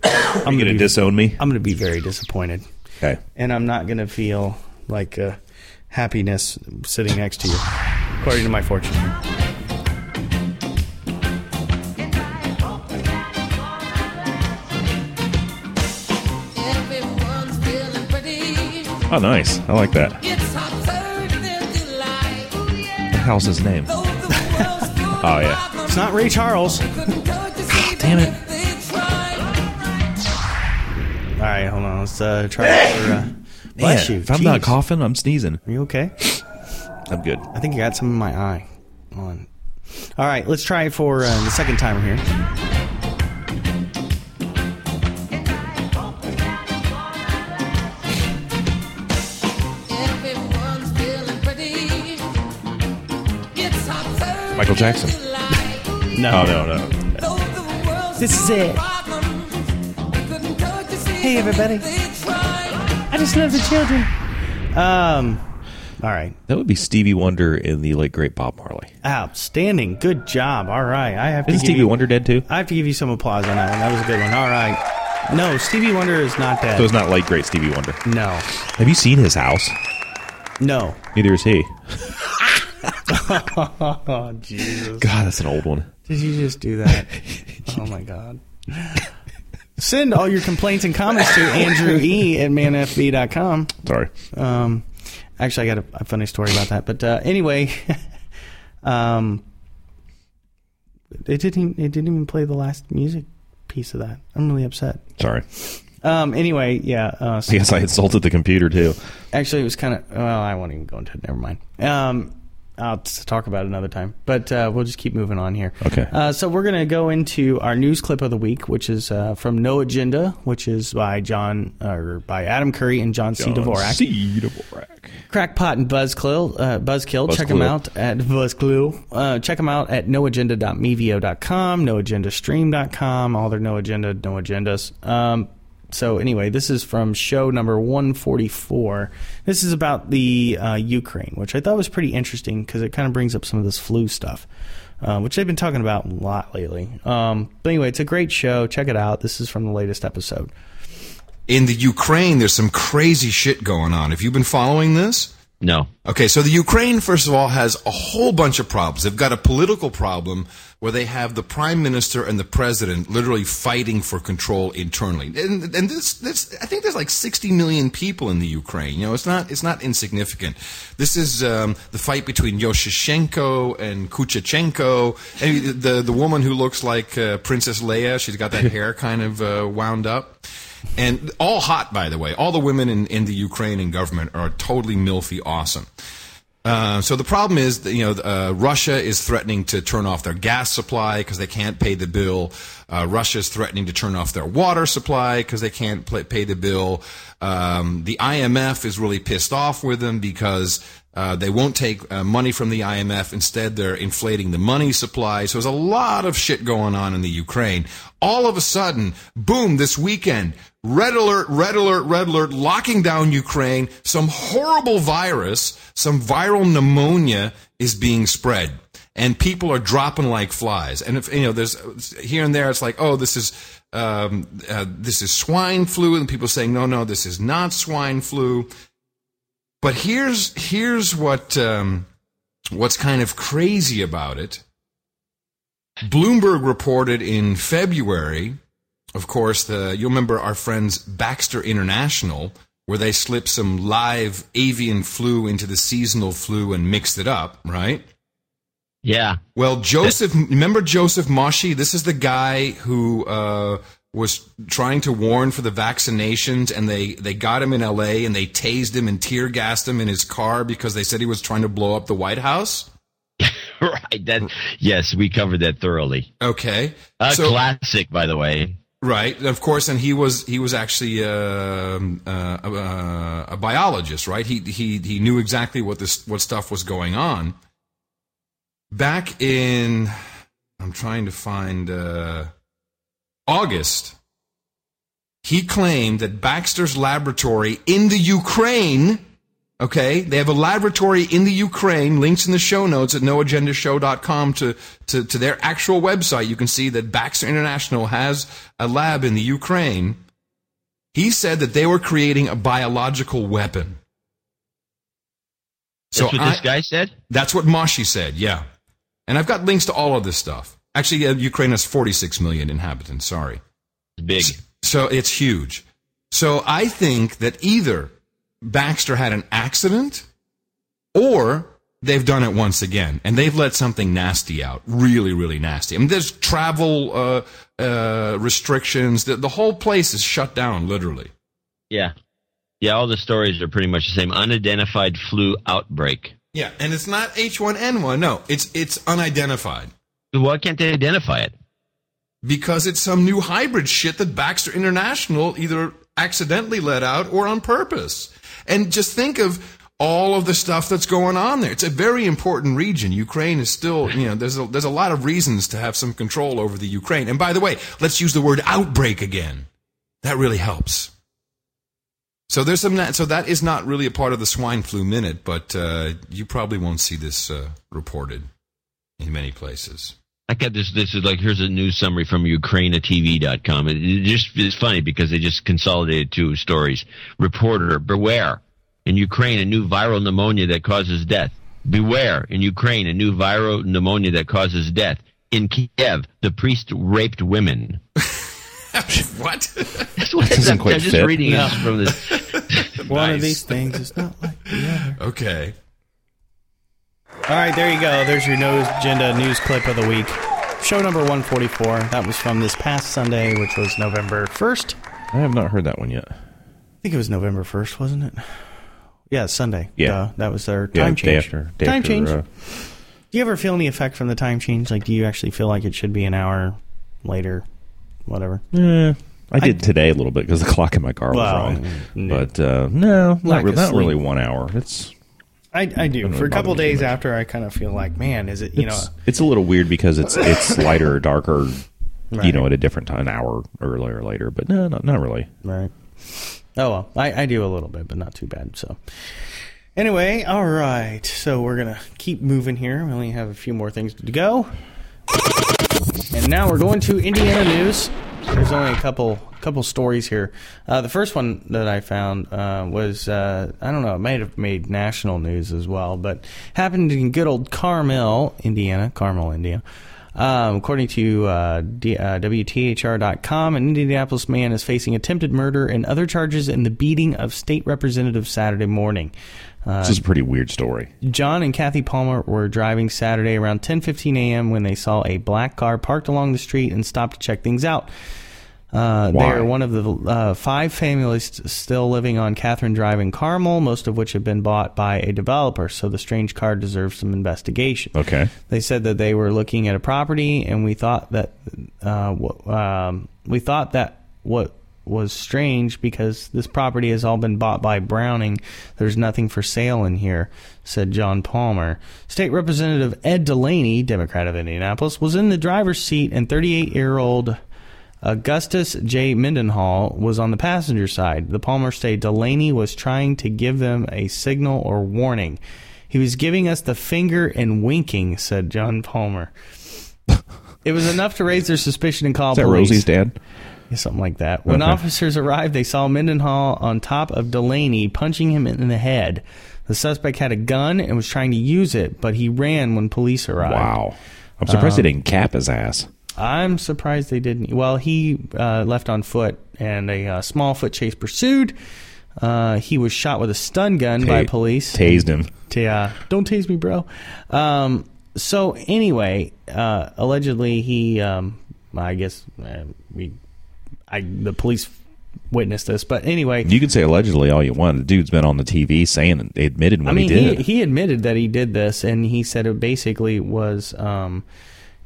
Speaker 1: I'm gonna
Speaker 3: be-
Speaker 1: disown me.
Speaker 3: I'm going to be very disappointed.
Speaker 1: Okay.
Speaker 3: And I'm not going to feel like uh, happiness sitting next to you. According to my fortune.
Speaker 11: Everyone's feeling pretty.
Speaker 1: Oh, nice. I like that.
Speaker 11: It's our third delight.
Speaker 1: The hell's his name? oh, yeah.
Speaker 3: It's not Ray Charles.
Speaker 1: Damn it.
Speaker 3: All right, hold on. Let's uh, try. for, uh, bless
Speaker 1: Man,
Speaker 3: you.
Speaker 1: If I'm not
Speaker 3: Jeez.
Speaker 1: coughing, I'm sneezing.
Speaker 3: Are you okay?
Speaker 1: I'm good.
Speaker 3: I think I got some in my eye. Hold on. All right, let's try it for uh, the second timer here.
Speaker 11: Everyone's feeling pretty. It's our third
Speaker 1: Michael Jackson.
Speaker 11: delight.
Speaker 3: No.
Speaker 1: Oh, no, no.
Speaker 11: Though the world's
Speaker 3: This is it.
Speaker 11: problem, we couldn't go to see
Speaker 3: Hey, everybody.
Speaker 11: they tried.
Speaker 3: I just love the children. Um. All right.
Speaker 1: That would be Stevie Wonder in the late great Bob Marley.
Speaker 3: Outstanding. Good job. All right. I have to
Speaker 1: Isn't
Speaker 3: give
Speaker 1: Stevie
Speaker 3: you,
Speaker 1: Wonder dead too?
Speaker 3: I have to give you some applause on that one. That was a good one. All right. No, Stevie Wonder is not dead.
Speaker 1: So it's not late great Stevie Wonder.
Speaker 3: no.
Speaker 1: Have you seen his house?
Speaker 3: No.
Speaker 1: Neither is he.
Speaker 3: Oh Jesus.
Speaker 1: God, that's an old one.
Speaker 3: Did you just do that? oh my god. Send all your complaints and comments to Andrew E at manfb.com.
Speaker 1: Sorry.
Speaker 3: Um, actually, I got a, a funny story about that. But uh, anyway, um, it didn't. Even, it didn't even play the last music piece of that. I'm really upset.
Speaker 1: Sorry.
Speaker 3: Um, anyway, yeah. Uh, so-
Speaker 1: I guess I insulted the computer too.
Speaker 3: actually, it was kind of. Well, I won't even go into it. Never mind. Um, I'll t- talk about it another time. But uh, we'll just keep moving on here.
Speaker 1: Okay.
Speaker 3: Uh, so we're going to go into our news clip of the week, which is uh, from No Agenda, which is by John or by Adam Curry and John, C. Dvorak.
Speaker 1: C. Dvorak.
Speaker 3: Crackpot and Buzzkill, uh, Buzzkill, check them
Speaker 1: Buzzkill.
Speaker 3: out at Buzzkill. Uh, check them out at noagenda.mevio.com, noagendastream.com, all their no agenda, no agendas. Um, so anyway, this is from show number 144. This is about the uh, Ukraine, which I thought was pretty interesting because it kind of brings up some of this flu stuff, uh, which they've been talking about a lot lately. Um, but anyway, it's a great show. Check it out. This is from the latest episode.
Speaker 8: in the Ukraine, there's some crazy shit going on. Have you been following this?
Speaker 12: No.
Speaker 8: Okay, so the Ukraine, first of all, has a whole bunch of problems. They've got a political problem where they have the prime minister and the president literally fighting for control internally. And, and this, this, I think there's like 60 million people in the Ukraine. You know, it's not, it's not insignificant. This is um, the fight between Yoshchenko and Kuchachenko, and the, the woman who looks like uh, Princess Leia. She's got that hair kind of uh, wound up. And all hot, by the way. All the women in, in the Ukrainian government are totally milfy awesome. Uh, so the problem is, that, you know, uh, Russia is threatening to turn off their gas supply because they can't pay the bill. Uh, Russia is threatening to turn off their water supply because they can't pl- pay the bill. Um, the IMF is really pissed off with them because uh, they won't take uh, money from the IMF. Instead, they're inflating the money supply. So there's a lot of shit going on in the Ukraine. All of a sudden, boom, this weekend, red alert, red alert, red alert, locking down Ukraine. Some horrible virus, some viral pneumonia is being spread. And people are dropping like flies. And if, you know, there's here and there, it's like, oh, this is, um, uh, this is swine flu. And people saying, no, no, this is not swine flu. But here's here's what um, what's kind of crazy about it. Bloomberg reported in February, of course, the you remember our friends Baxter International, where they slipped some live avian flu into the seasonal flu and mixed it up, right?
Speaker 12: Yeah.
Speaker 8: Well, Joseph, remember Joseph Moshi? This is the guy who uh, was trying to warn for the vaccinations, and they, they got him in L.A. and they tased him and tear gassed him in his car because they said he was trying to blow up the White House.
Speaker 12: right. That yes, we covered that thoroughly.
Speaker 8: Okay,
Speaker 12: A
Speaker 8: So-
Speaker 12: classic, by the way.
Speaker 8: right? Of course, and he was he was actually um uh, uh, a biologist, right? He he he knew exactly what this what stuff was going on. Back in, I'm trying to find uh, August. He claimed that Baxter's laboratory in the Ukraine. Okay, they have a laboratory in the Ukraine. Links in the show notes at noagendashow.com to, to, to their actual website. You can see that Baxter International has a lab in the Ukraine. He said that they were creating a biological weapon.
Speaker 11: That's what this guy said?
Speaker 13: That's what Moshi said, yeah. And I've got links to all of this stuff. Actually, uh, Ukraine has 46 million inhabitants, sorry.
Speaker 11: Big.
Speaker 13: So it's huge. So I think that either Baxter had an accident or they've done it once again and they've let something nasty out. Really, really nasty. I mean, there's travel uh, uh, restrictions. The, the whole place is shut down, literally.
Speaker 11: Yeah. Yeah, all the stories are pretty much the same. Unidentified flu outbreak.
Speaker 13: Yeah, and it's not H1N1. No, it's it's unidentified.
Speaker 11: Why can't they identify it?
Speaker 13: Because it's some new hybrid shit that Baxter International either accidentally let out or on purpose. And just think of all of the stuff that's going on there. It's a very important region. Ukraine is still, you know, there's a, there's a lot of reasons to have some control over the Ukraine. And by the way, let's use the word outbreak again. That really helps. So there's some na- so that is not really a part of the swine flu minute, but uh, you probably won't see this uh, reported in many places.
Speaker 11: I got this. This is like here's a news summary from UkrainaTV.com. It, it just it's funny because they just consolidated two stories. Reporter, beware! In Ukraine, a new viral pneumonia that causes death. Beware! In Ukraine, a new viral pneumonia that causes death. In Kiev, the priest raped women.
Speaker 13: what?
Speaker 11: That's what
Speaker 3: doesn't
Speaker 11: I'm,
Speaker 3: quite
Speaker 11: I'm just
Speaker 3: fit.
Speaker 11: reading
Speaker 3: No.
Speaker 11: this from this.
Speaker 3: One of
Speaker 11: Nice.
Speaker 3: these things is not like the other.
Speaker 13: Okay.
Speaker 3: All right, there you go. There's your nose agenda news clip of the week. Show number 144. That was from this past Sunday, which was November 1st.
Speaker 1: I have not heard that one yet.
Speaker 3: I think it was November 1st, wasn't it? Yeah, Sunday.
Speaker 1: Yeah.
Speaker 3: Duh. that was their
Speaker 1: Yeah,
Speaker 3: time
Speaker 1: day
Speaker 3: change.
Speaker 1: after- day
Speaker 3: time
Speaker 1: after,
Speaker 3: change.
Speaker 1: uh,
Speaker 3: do you ever feel any effect from the time change? Like, do you actually feel like it should be an hour later, whatever?
Speaker 1: Eh, I did today a little bit because the clock in my car was
Speaker 3: Well,
Speaker 1: wrong.
Speaker 3: mm,
Speaker 1: But uh, no,
Speaker 3: Lack
Speaker 1: not, re-
Speaker 3: of
Speaker 1: not really
Speaker 3: sleep.
Speaker 1: one hour. It's
Speaker 3: I, I do.
Speaker 1: Doesn't
Speaker 3: For a couple
Speaker 1: bother me too
Speaker 3: days after, I kind of feel like, man, is it, you know,
Speaker 1: it's, it's a little weird because it's it's lighter or darker, you
Speaker 3: Right.
Speaker 1: know, at a different time, an hour earlier or later. But no, not, not really.
Speaker 3: Right. Oh well, I, I do a little bit, but not too bad. So anyway, all right. So we're gonna keep moving here. We only have a few more things to go. And now we're going to Indiana news. There's only a couple couple stories here. Uh, the first one that I found uh, was uh, I don't know. It might have made national news as well, but happened in good old Carmel, Indiana, Carmel, Indiana. Um, according to uh, D- uh, WTHR.com, an Indianapolis man is facing attempted murder and other charges in the beating of state representative Saturday morning. Uh,
Speaker 1: This is a pretty weird story.
Speaker 3: John and Kathy Palmer were driving Saturday around 10:15 a.m. when they saw a black car parked along the street and stopped to check things out. Uh, they
Speaker 1: Why?
Speaker 3: are one of the uh, five families st- still living on Catherine Drive in Carmel, most of which have been bought by a developer. So the strange car deserves some investigation.
Speaker 1: Okay.
Speaker 3: They said that they were looking at a property, and we thought that uh, wh- um, we thought that what was strange because this property has all been bought by Browning. There's nothing for sale in here, said John Palmer. State Representative Ed Delaney, Democrat of Indianapolis, was in the driver's seat, and 38 year old. Augustus J. Mendenhall was on the passenger side. The Palmer say Delaney was trying to give them a signal or warning. He was giving us the finger and winking, said John Palmer. it was enough to raise their suspicion and call
Speaker 1: Is that
Speaker 3: police.
Speaker 1: Rosie's dad?
Speaker 3: Yeah, something like that. When
Speaker 1: Okay.
Speaker 3: officers arrived, they saw Mendenhall on top of Delaney, punching him in the head. The suspect had a gun and was trying to use it, but he ran when police arrived.
Speaker 1: Wow. I'm surprised
Speaker 3: Um,
Speaker 1: they didn't cap his ass.
Speaker 3: I'm surprised they didn't. Well, he uh, left on foot, and a uh, small foot chase pursued. Uh, he was shot with a stun gun by
Speaker 1: Ta-
Speaker 3: police.
Speaker 1: Tased him.
Speaker 3: Yeah, don't tase me, bro. Um, so anyway, uh, allegedly he, um, I guess uh, we, I the police witnessed this, but anyway,
Speaker 1: You can say allegedly all you want. The dude's been on the TV saying it- they admitted when
Speaker 3: I mean,
Speaker 1: he did.
Speaker 3: he, admitted that he did this, and he said it basically was um,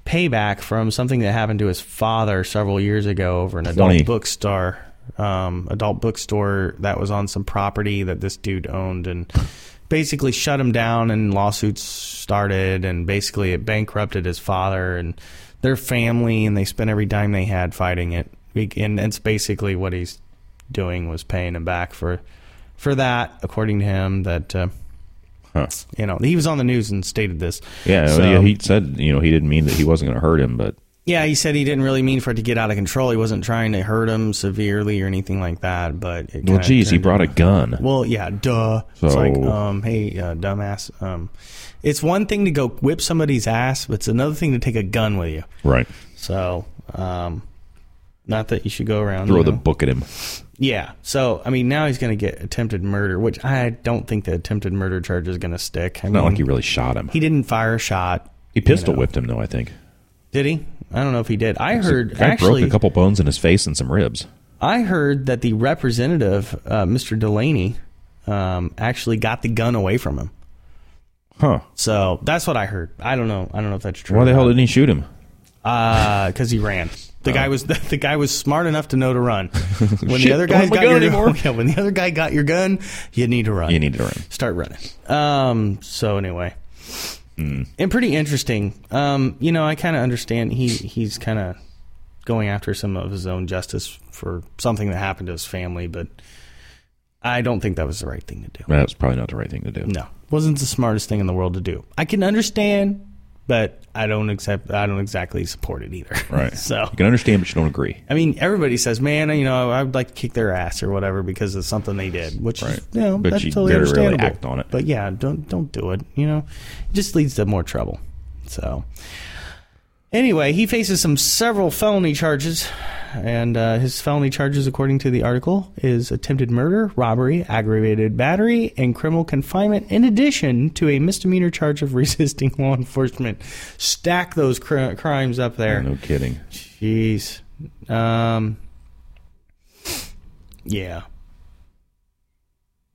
Speaker 3: payback from something that happened to his father several years ago over an adult
Speaker 1: Funny.
Speaker 3: bookstore. Um, adult bookstore that was on some property that this dude owned, and basically shut him down, and lawsuits started, and basically it bankrupted his father and their family, and they spent every dime they had fighting it. And it's basically what he's doing was paying him back for for that, according to him. That uh, you know he was on the news and stated this.
Speaker 1: yeah, oh,
Speaker 3: So-
Speaker 1: yeah, he said you know he didn't mean that he wasn't going to hurt him, but
Speaker 3: Yeah, he said he didn't really mean for it to get out of control. He wasn't trying to hurt him severely or anything like that. But it
Speaker 1: Well,
Speaker 3: kinda
Speaker 1: geez, he
Speaker 3: turned
Speaker 1: brought a
Speaker 3: into-
Speaker 1: gun.
Speaker 3: Well, yeah, duh. It's
Speaker 1: So-
Speaker 3: like, um, hey, uh, dumbass. Um, it's one thing to go whip somebody's ass, but it's another thing to take a gun with you.
Speaker 1: Right.
Speaker 3: So, um, not that you should go around
Speaker 1: Throw
Speaker 3: you
Speaker 1: the
Speaker 3: know.
Speaker 1: book at him.
Speaker 3: Yeah. So I mean, now he's going to get attempted murder, which I don't think the attempted murder charge is going to stick. I
Speaker 1: Not
Speaker 3: mean,
Speaker 1: like he really shot him.
Speaker 3: Mm-hmm. He didn't fire a shot.
Speaker 1: He pistol
Speaker 3: you know.
Speaker 1: whipped him though. I think.
Speaker 3: Did he? I don't know if he did. I
Speaker 1: So
Speaker 3: heard
Speaker 1: the guy
Speaker 3: actually.
Speaker 1: broke a couple bones in his face and some ribs.
Speaker 3: I heard that the representative, uh, Mr. Delaney, um, actually got the gun away from him.
Speaker 1: Huh.
Speaker 3: So that's what I heard. I don't know. I don't know if that's true.
Speaker 1: Why the hell didn't he shoot him?
Speaker 3: Because he ran. The guy was the guy was smart enough to know to run. When
Speaker 1: Oh. Shit,
Speaker 3: the other
Speaker 1: don't
Speaker 3: guy
Speaker 1: have my
Speaker 3: got
Speaker 1: gun
Speaker 3: your
Speaker 1: anymore.
Speaker 3: yeah, when the other guy got your gun, you need to run.
Speaker 1: You need to run.
Speaker 3: Start running. Um. So anyway, and pretty interesting. Um. You know, I kind of understand. He he's kind of going after some of his own justice for something that happened to his family, but I don't think that was the right thing to do.
Speaker 1: That was probably not the right thing to do.
Speaker 3: No, wasn't the smartest thing in the world to do. I can understand, but I don't accept. I don't exactly support it either.
Speaker 1: Right.
Speaker 3: so
Speaker 1: you can understand, but you don't agree.
Speaker 3: I mean, everybody says, "Man, you know, I would like to kick their ass or whatever because of something they did," which is, you know,
Speaker 1: But
Speaker 3: that's
Speaker 1: you
Speaker 3: totally
Speaker 1: very rarely
Speaker 3: understandable.
Speaker 1: act on it.
Speaker 3: But yeah, don't don't do it. You know, it just leads to more trouble. So anyway, he faces some several felony charges, and uh, his felony charges, according to the article, is attempted murder, robbery, aggravated battery, and criminal confinement. In addition to a misdemeanor charge of resisting law enforcement. Stack those cr- crimes up there.
Speaker 1: No kidding.
Speaker 3: Jeez. Um, yeah.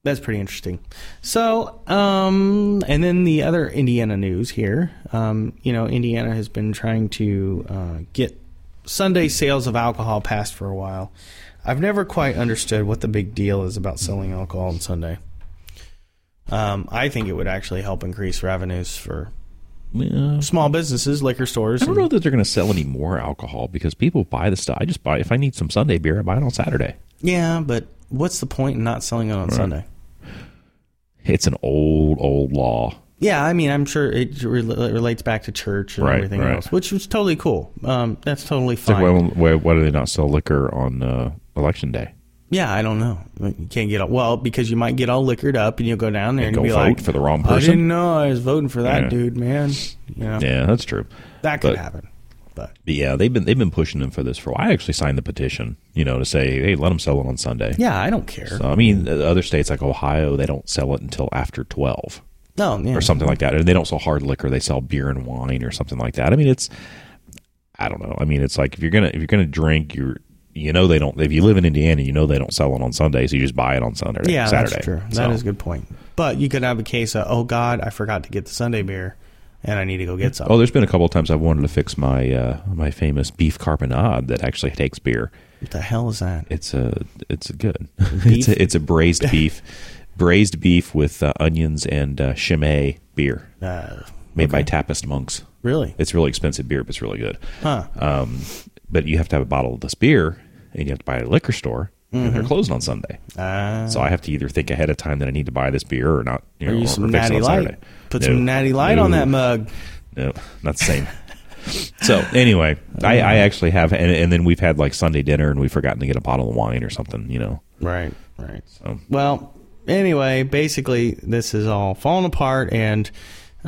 Speaker 3: That's pretty interesting. So, um, and then the other Indiana news here. Um, you know, Indiana has been trying to uh, get Sunday sales of alcohol passed for a while. I've never quite understood what the big deal is about selling alcohol on Sunday. Um, I think it would actually help increase revenues for small businesses, liquor stores.
Speaker 1: I don't
Speaker 3: and-
Speaker 1: know that they're going to sell any more alcohol because people buy the stuff. I just buy if I need some Sunday beer, I buy it on Saturday.
Speaker 3: Yeah, but what's the point in not selling it on Sunday?
Speaker 1: It's an old, old law.
Speaker 3: Yeah, I mean, I'm sure it re- relates back to church and
Speaker 1: Right,
Speaker 3: everything
Speaker 1: right.
Speaker 3: else, which was totally cool. Um, that's totally
Speaker 1: It's like,
Speaker 3: fine.
Speaker 1: why, won't- why, why do they not sell liquor on uh, election day?
Speaker 3: yeah, I don't know. Like, You can't get all, well because you might get all liquored up and you'll go down there and,
Speaker 1: go
Speaker 3: you'll be
Speaker 1: vote
Speaker 3: like,
Speaker 1: for the wrong
Speaker 3: I
Speaker 1: person?
Speaker 3: didn't know I was voting for that
Speaker 1: Yeah.
Speaker 3: dude, man. You know,
Speaker 1: Yeah, that's true.
Speaker 3: that could
Speaker 1: But-
Speaker 3: happen. But
Speaker 1: But yeah, they've been they've been pushing them for this for a while. I actually signed the petition, you know, to say, hey, let them sell it on Sunday.
Speaker 3: yeah, I don't care.
Speaker 1: So, I mean, the other states like Ohio, they don't sell it until after twelve
Speaker 3: no, yeah.
Speaker 1: or something like that. And they don't sell hard liquor; they sell beer and wine or something like that. I mean, it's I don't know. I mean, it's like if you're gonna if you're gonna drink, you're you know they don't. If you live in Indiana, you know they don't sell it on Sunday, so you just buy it on Sunday.
Speaker 3: Yeah,
Speaker 1: Saturday.
Speaker 3: that's true. That is
Speaker 1: So,
Speaker 3: a good point. But you could have a case of, oh God, I forgot to get the Sunday beer, and I need to go get some.
Speaker 1: Oh, there's been a couple of times I've wanted to fix my uh, my famous beef carbonade that actually takes beer.
Speaker 3: what the hell is that?
Speaker 1: It's a it's a good. it's a, it's a braised beef, braised beef with uh, onions and uh, chimay beer
Speaker 3: Uh,
Speaker 1: made by Tapist monks.
Speaker 3: really?
Speaker 1: It's really expensive beer, but it's really good.
Speaker 3: Huh.
Speaker 1: Um, but you have to have a bottle of this beer, and you have to buy it at a liquor store, and they're
Speaker 3: Mhm.
Speaker 1: closed on Sunday.
Speaker 3: Ah.
Speaker 1: so I have to either think ahead of time that I need to buy this beer or not. You
Speaker 3: Or
Speaker 1: know,
Speaker 3: use
Speaker 1: or
Speaker 3: some
Speaker 1: fix it
Speaker 3: natty
Speaker 1: on
Speaker 3: light.
Speaker 1: Saturday.
Speaker 3: Put
Speaker 1: No.
Speaker 3: some natty light on
Speaker 1: No.
Speaker 3: that mug.
Speaker 1: No, not the same. so anyway, I, I
Speaker 3: Uh.
Speaker 1: actually have, and, and then we've had like Sunday dinner, and we've forgotten to get a bottle of wine or something. You know,
Speaker 3: Right, right.
Speaker 1: So.
Speaker 3: Well, anyway, basically, this is all falling apart, and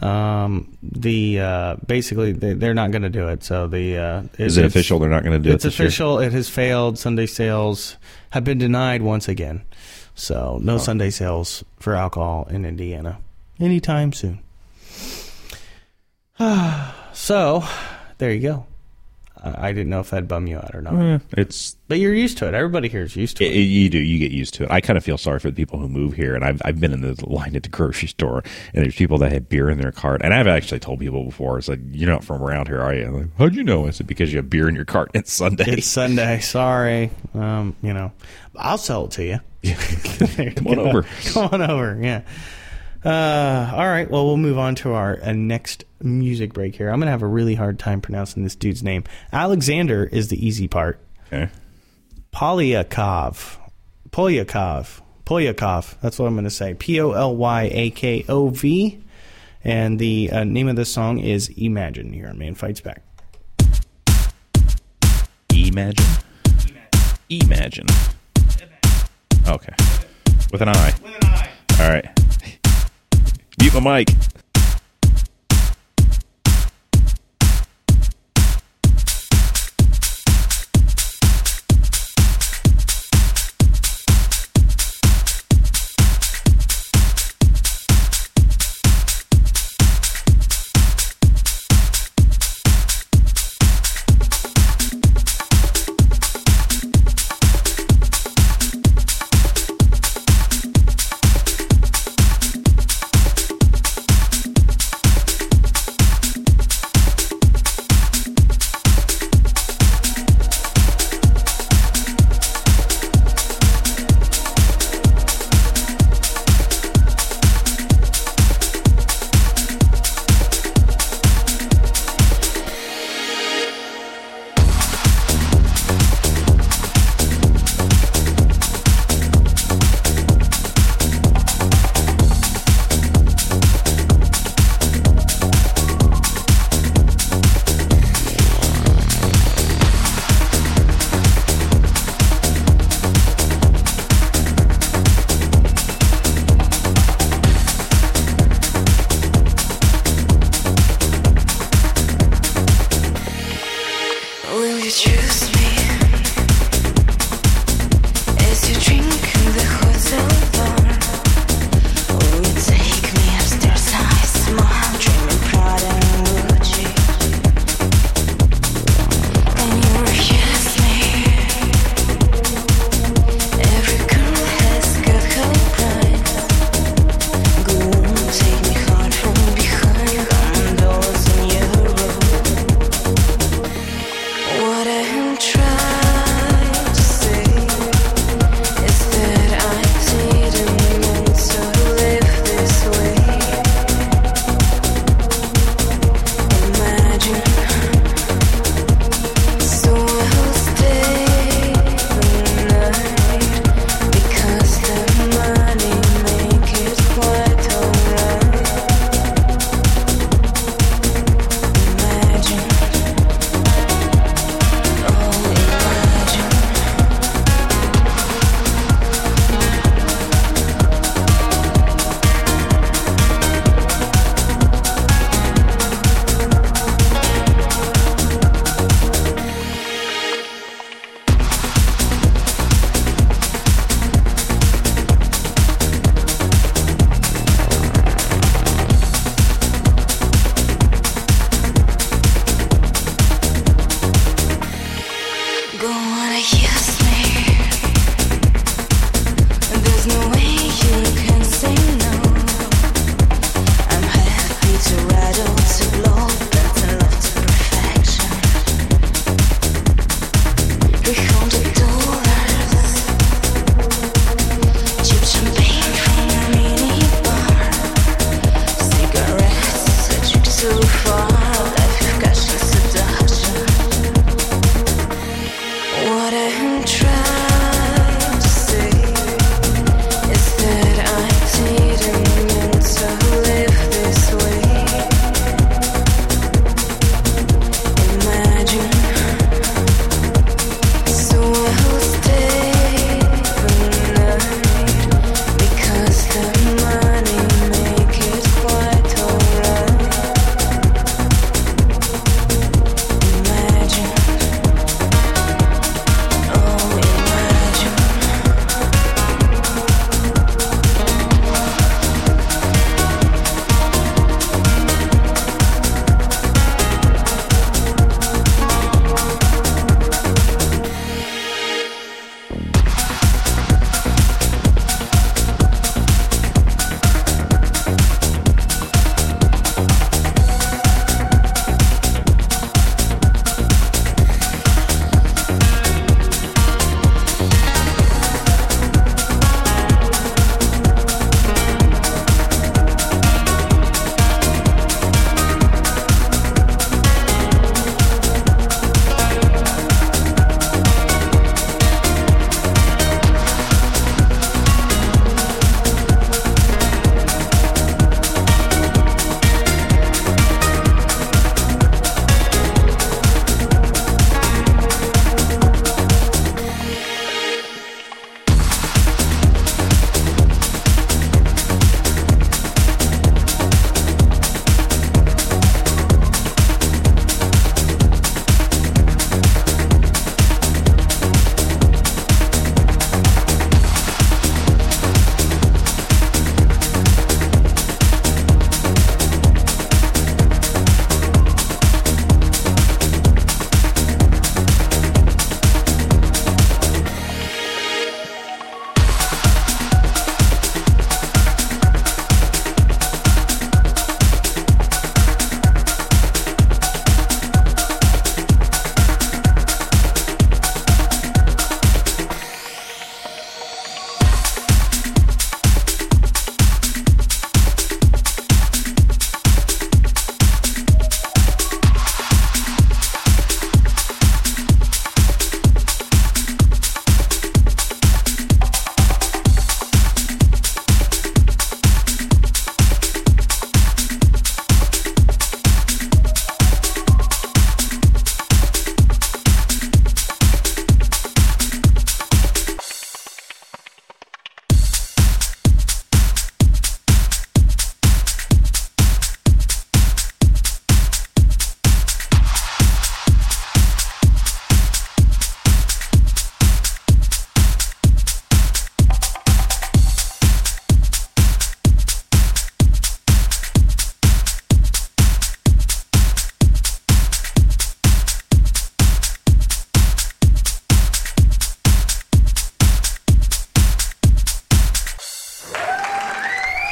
Speaker 3: um, the uh, basically they, they're not going to do it. So the uh,
Speaker 1: Is it official they're not gonna do it
Speaker 3: It's
Speaker 1: this year?
Speaker 3: official. It has failed. Sunday sales have been denied once again. So no Sunday sales for alcohol in Indiana anytime soon. so there you go. I I didn't know if that'd bum you out or not.
Speaker 1: Eh, it's
Speaker 3: But you're used to it. Everybody here is used to it.
Speaker 1: It, it- you do. You get used to it. I kind of feel sorry for the people who move here, and I've I've been in the line at the grocery store, and there's people that have beer in their cart, and I've actually told people before, it's like you're not from around here, are you? I'm like, How'd you know? I said because you have beer in your cart. and It's Sunday.
Speaker 3: It's Sunday. Sorry. Um, you know, I'll sell it to you. Come
Speaker 1: on over.
Speaker 3: Come on over. Yeah. Uh, all right. Well, we'll move on to our uh, next music break here. I'm going to have a really hard time pronouncing this dude's name. Alexander is the easy part.
Speaker 1: Okay.
Speaker 3: Polyakov. Polyakov. Polyakov. That's what I'm going to say. P O L Y A K O V. And the uh, name of this song is Imagine. Here on Man Fights Back.
Speaker 1: Imagine. Imagine. Okay. With an eye. With an eye. All right. Mute my mic.
Speaker 6: Will you choose me as you drink in the hotel bar? Will you take me upstairs? I smile, dreaming Prada and Gucci. Can you refuse me? Every girl has got her price. Gloom, take me hard from behind. Diamonds in your robe. What a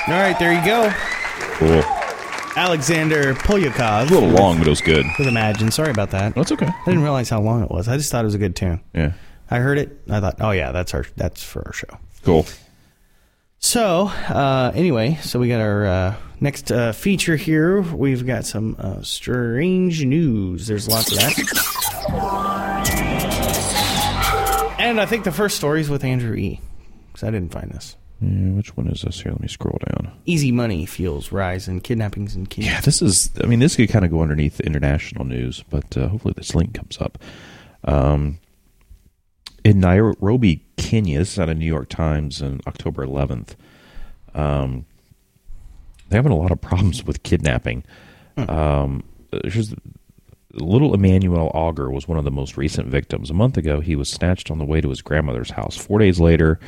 Speaker 3: All right, there you go.
Speaker 1: Cool.
Speaker 3: Alexander Polyakov.
Speaker 1: A little long, but it was good.
Speaker 3: With Imagine. Sorry about that.
Speaker 1: That's okay.
Speaker 3: I didn't realize how long it was. I just thought it was a good tune.
Speaker 1: Yeah.
Speaker 3: I heard it. I thought, oh yeah, that's our that's for our show.
Speaker 1: Cool.
Speaker 3: So uh, anyway, so we got our uh, next uh, feature here. We've got some uh, strange news. There's lots of that. And I think the first story is with Andrew E. Because I didn't find this.
Speaker 1: Yeah, which one is this here? Let me scroll down.
Speaker 3: Easy money fuels rise in kidnappings and kids.
Speaker 1: Yeah, this is. I mean, this could kind of go underneath international news, but uh, hopefully this link comes up. Um, in Nairobi, Kenya, this is out of New York Times on October 11th. Um, they're having a lot of problems with kidnapping. Um, here's- little Emmanuel Auger was one of the most recent victims. A month ago, he was snatched on the way to his grandmother's house. Four days later,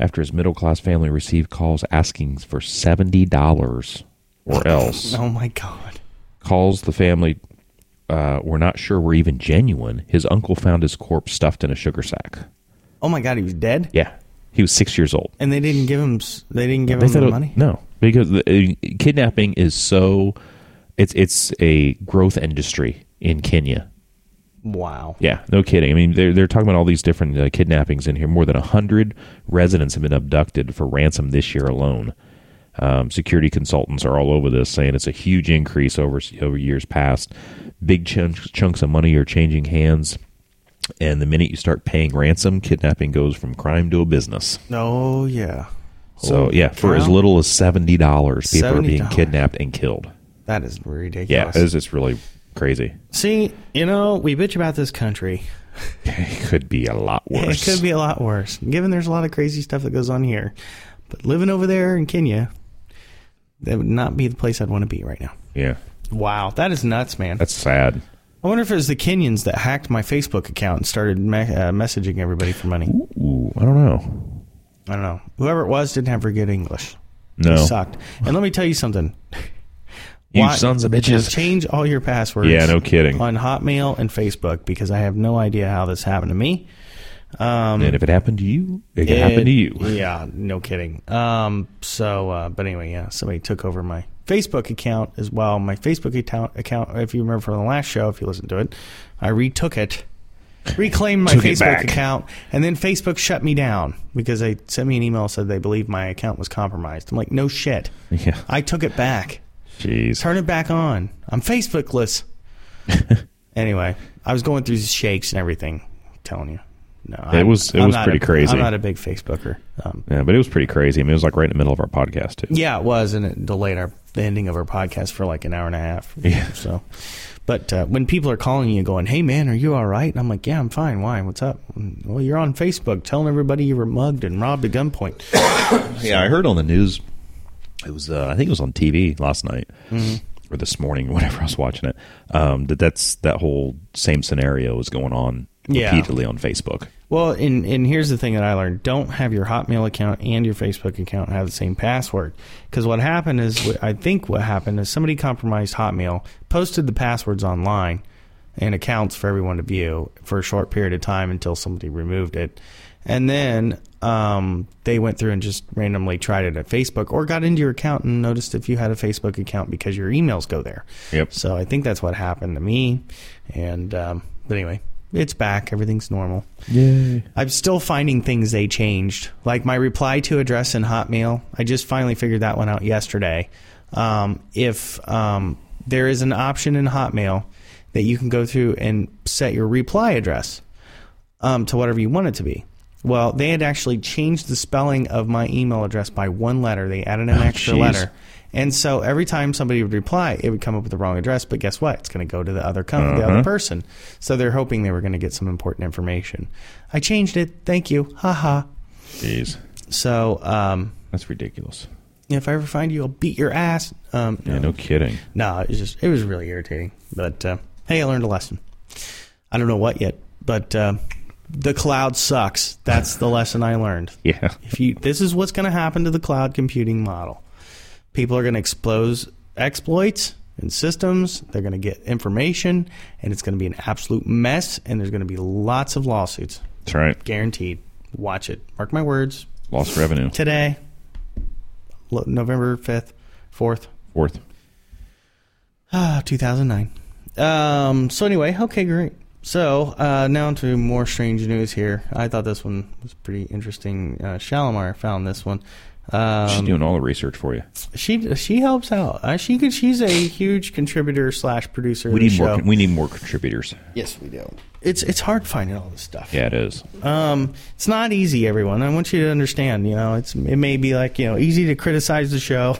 Speaker 1: after his middle class family received calls asking for seventy dollars or else,
Speaker 3: Oh my god.
Speaker 1: calls the family uh, were not sure were even genuine. His uncle found his corpse stuffed in a sugar sack.
Speaker 3: Oh my god, he was dead.
Speaker 1: Yeah, he was six years old.
Speaker 3: And they didn't give him. s- They didn't give
Speaker 1: They
Speaker 3: him
Speaker 1: thought
Speaker 3: the
Speaker 1: it-
Speaker 3: money.
Speaker 1: No, because the, uh, kidnapping is so it's it's a growth industry in Kenya.
Speaker 3: Wow.
Speaker 1: Yeah, no kidding. I mean, they're they're talking about all these different uh, kidnappings in here. More than hundred residents have been abducted for ransom this year alone. Um, security consultants are all over this, saying it's a huge increase over over years past. Big chunks chunks of money are changing hands, and the minute you start paying ransom, kidnapping goes from crime to a business.
Speaker 3: Oh yeah.
Speaker 1: So
Speaker 3: Holy
Speaker 1: yeah, for as
Speaker 3: cow.
Speaker 1: little as seventy dollars, people are being
Speaker 3: $70.
Speaker 1: kidnapped and killed.
Speaker 3: That is ridiculous.
Speaker 1: Yeah, it's, it's really crazy.
Speaker 3: See, you know, we bitch about this country.
Speaker 1: It could be a lot
Speaker 3: It
Speaker 1: worse.
Speaker 3: could be a lot worse, given there's a lot of crazy stuff that goes on here. But living over there in Kenya, that would not be the place I'd want to be right now.
Speaker 1: Yeah,
Speaker 3: Wow, that is nuts, man.
Speaker 1: that's sad.
Speaker 3: I wonder if it was the Kenyans that hacked my Facebook account and started me- uh, messaging everybody for money.
Speaker 1: Ooh, I don't know.
Speaker 3: I don't know. Whoever it was didn't have very good English.
Speaker 1: No.
Speaker 3: They sucked. And let me tell you something.
Speaker 1: You sons of bitches.
Speaker 3: Change all your passwords.
Speaker 1: Yeah, no kidding.
Speaker 3: On Hotmail and Facebook because I have no idea how this happened to me. Um,
Speaker 1: and if it happened to you, it, could happen to you.
Speaker 3: Yeah, no kidding. Um, so, uh, but anyway, yeah, somebody took over my Facebook account as well. My Facebook account, account, if you remember from the last show, if you listened to it, I retook it, reclaimed my
Speaker 1: Took it
Speaker 3: Facebook
Speaker 1: back.
Speaker 3: account, and then Facebook shut me down because they sent me an email said they believed my account was compromised. I'm like, no shit.
Speaker 1: Yeah.
Speaker 3: I took it back.
Speaker 1: Jeez.
Speaker 3: Turn it back on. I'm Facebookless. anyway, I was going through shakes and everything. I'm telling you, no, I'm-
Speaker 1: was- it
Speaker 3: I'm
Speaker 1: was
Speaker 3: not
Speaker 1: pretty
Speaker 3: a-
Speaker 1: crazy.
Speaker 3: I'm not a big Facebooker. Um,
Speaker 1: Yeah, but it was pretty crazy. I mean, it was like right in the middle of our podcast too.
Speaker 3: yeah, it was, and it delayed our the ending of our podcast for like an hour and a half. Yeah. So, but uh, when people are calling you, going, "Hey man, are you all right?" And I'm like, "Yeah, I'm fine. Why? What's up?" "Mm, Well, you're on Facebook telling everybody you were mugged and robbed at gunpoint.
Speaker 1: Yeah, I heard on the news. It was, uh, I think it was on TV last night
Speaker 3: Mhm.
Speaker 1: or this morning, whenever I was watching it. Um, that that's that whole same scenario is going on
Speaker 3: Yeah.
Speaker 1: repeatedly on Facebook.
Speaker 3: Well, and, and here's the thing that I learned don't have your Hotmail account and your Facebook account have the same password. Because what happened is, wh- I think what happened is somebody compromised Hotmail, posted the passwords online and accounts for everyone to view for a short period of time until somebody removed it. And then um, they went through and just randomly tried it at Facebook or got into your account and noticed if you had a Facebook account because your emails go there.
Speaker 1: Yep.
Speaker 3: So I think that's what happened to me. And, um, but anyway, it's back. Everything's normal.
Speaker 1: Yay.
Speaker 3: I'm still finding things they changed, like my reply to address in Hotmail. I just finally figured that one out yesterday. Um, if um, there is an option in Hotmail that you can go through and set your reply address um, to whatever you want it to be. Well, they had actually changed the spelling of my email address by one letter. They added an
Speaker 1: Oh,
Speaker 3: extra
Speaker 1: jeez.
Speaker 3: letter. And so every time somebody would reply, it would come up with the wrong address. But guess what? It's going to go to the other company, the
Speaker 1: Uh-huh.
Speaker 3: other person. So they're hoping they were going to get some important information. I changed it. Thank you. Ha ha.
Speaker 1: Jeez,
Speaker 3: So um,
Speaker 1: that's ridiculous.
Speaker 3: if I ever find you, I'll beat your ass. Um,
Speaker 1: Yeah, no kidding.
Speaker 3: no, it was just it was really irritating. But uh, hey, I learned a lesson. I don't know what yet, but uh, the cloud sucks. That's the lesson I learned.
Speaker 1: Yeah.
Speaker 3: If you this is what's going to happen to the cloud computing model. People are going to expose exploits and systems. They're going to get information, and it's going to be an absolute mess. And there's going to be lots of lawsuits,
Speaker 1: That's right.
Speaker 3: guaranteed. Watch it. Mark my words.
Speaker 1: Lost revenue.
Speaker 3: Today, Lo- November 5th, 4th,
Speaker 1: Fourth.
Speaker 3: Ah, 2009. Um, so anyway, okay, great. So uh, now to more strange news here. I thought this one was pretty interesting. Uh, Shalimar found this one. Um,
Speaker 1: She's doing all the research for you.
Speaker 3: She she helps out. Uh, she could, she's a huge contributor slash producer. of
Speaker 1: We
Speaker 3: the
Speaker 1: need more.
Speaker 3: show.
Speaker 1: con- We need more contributors.
Speaker 3: Yes, we do. It's it's hard finding all this stuff.
Speaker 1: Yeah, it is.
Speaker 3: Um, it's not easy, everyone. I want you to understand. You know, it's it may be like you know easy to criticize the show,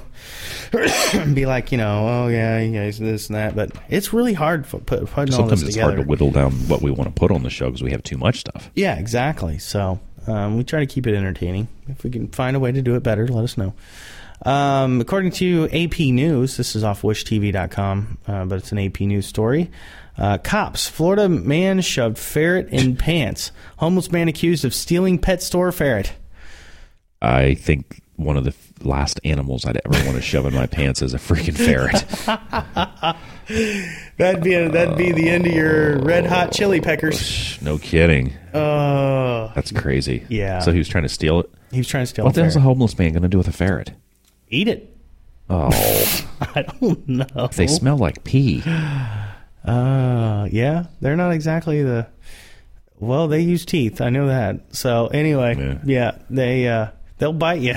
Speaker 3: and be like you know, oh yeah, you guys this and that, but it's really hard for put, putting all
Speaker 1: Sometimes
Speaker 3: this
Speaker 1: it's
Speaker 3: together.
Speaker 1: hard to whittle down what we want to put on the show because we have too much stuff.
Speaker 3: Yeah, exactly. So um, we try to keep it entertaining. If we can find a way to do it better, let us know. Um, according to AP News, this is off wishtv.com, uh, but it's an AP News story. Uh, cops, Florida man shoved ferret in pants. Homeless man accused of stealing pet store ferret.
Speaker 1: I think one of the f- last animals I'd ever want to shove in my pants is a freaking ferret.
Speaker 3: That'd be that'd be the end of your red hot chili peckers.
Speaker 1: No kidding.
Speaker 3: Uh,
Speaker 1: That's crazy.
Speaker 3: Yeah.
Speaker 1: So he was trying to steal it.
Speaker 3: he was trying to steal.
Speaker 1: what
Speaker 3: a
Speaker 1: the hell's a
Speaker 3: ferret.
Speaker 1: homeless man going to do with a ferret?
Speaker 3: Eat it.
Speaker 1: Oh,
Speaker 3: I don't know.
Speaker 1: they smell like pee.
Speaker 3: Uh, yeah, they're not exactly the. Well, they use teeth. I know that. So anyway, yeah, they uh, they'll bite you.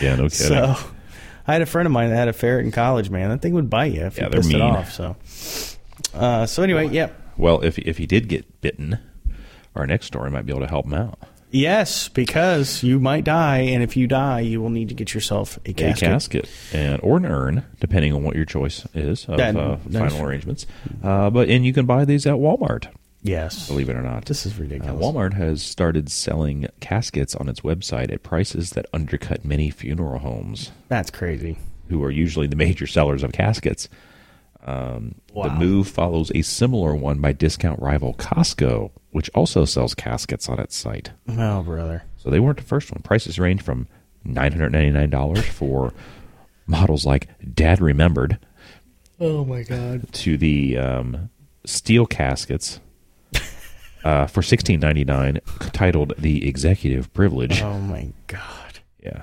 Speaker 1: Yeah, no kidding.
Speaker 3: So I had a friend of mine that had a ferret in college. Man, that thing would bite you if
Speaker 1: Yeah,
Speaker 3: you
Speaker 1: they're
Speaker 3: pissed
Speaker 1: mean.
Speaker 3: it off. So, uh, so anyway, yep.
Speaker 1: Well, if if he did get bitten, our next story might be able to help him out.
Speaker 3: Yes, because you might die, and if you die, you will need to get yourself a casket.
Speaker 1: A casket and or an urn, depending on what your choice is of
Speaker 3: That-
Speaker 1: uh,
Speaker 3: that's-
Speaker 1: final arrangements. Uh, but and you can buy these at Walmart.
Speaker 3: Yes.
Speaker 1: believe it or not, Uh,
Speaker 3: this is ridiculous.
Speaker 1: Walmart has started selling caskets on its website at prices that undercut many funeral homes,
Speaker 3: That's crazy.
Speaker 1: who are usually the major sellers of caskets. Um, The
Speaker 3: Wow.
Speaker 1: move follows a similar one by discount rival Costco, which also sells caskets on its site.
Speaker 3: Oh, brother.
Speaker 1: So they weren't the first one. Prices range from nine hundred ninety nine dollars for models like Dad Remembered
Speaker 3: Oh my God.
Speaker 1: to the um, steel caskets uh, for sixteen ninety nine, titled "The Executive Privilege."
Speaker 3: Oh my God.
Speaker 1: Yeah,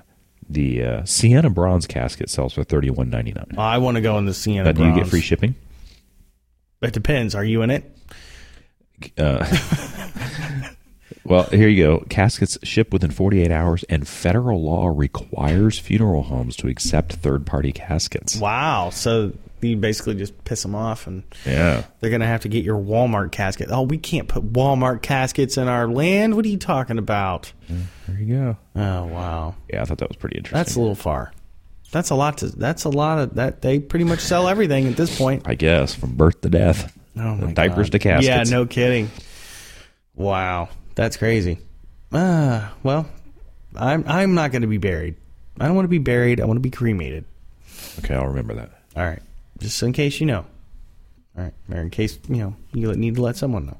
Speaker 1: the uh, Sienna bronze casket sells for thirty one ninety nine.
Speaker 3: I want to go in the
Speaker 1: Now,
Speaker 3: Sienna.
Speaker 1: do you get
Speaker 3: Bronze.
Speaker 1: free shipping?
Speaker 3: It depends. Are you in it?
Speaker 1: Uh, well, here you go. Caskets ship within 48 hours, and federal law requires funeral homes to accept third party caskets.
Speaker 3: Wow. So you basically just piss them off and
Speaker 1: Yeah.
Speaker 3: they're going to have to get your Walmart casket. Oh, we can't put Walmart caskets in our land. What are you talking about?
Speaker 1: There you go.
Speaker 3: Oh, wow.
Speaker 1: Yeah, I thought that was pretty interesting.
Speaker 3: That's a little far. That's a lot to that's a lot of that they pretty much sell everything at this point.
Speaker 1: I guess from birth to death.
Speaker 3: Oh my
Speaker 1: diapers
Speaker 3: God.
Speaker 1: to caskets.
Speaker 3: Yeah, no kidding. Wow. That's crazy. Uh, well, I'm I'm not going to be buried. I don't want to be buried. I want to be cremated.
Speaker 1: Okay, I'll remember that.
Speaker 3: All right. Just in case you know. All right. Or in case, you know, you need to let someone know.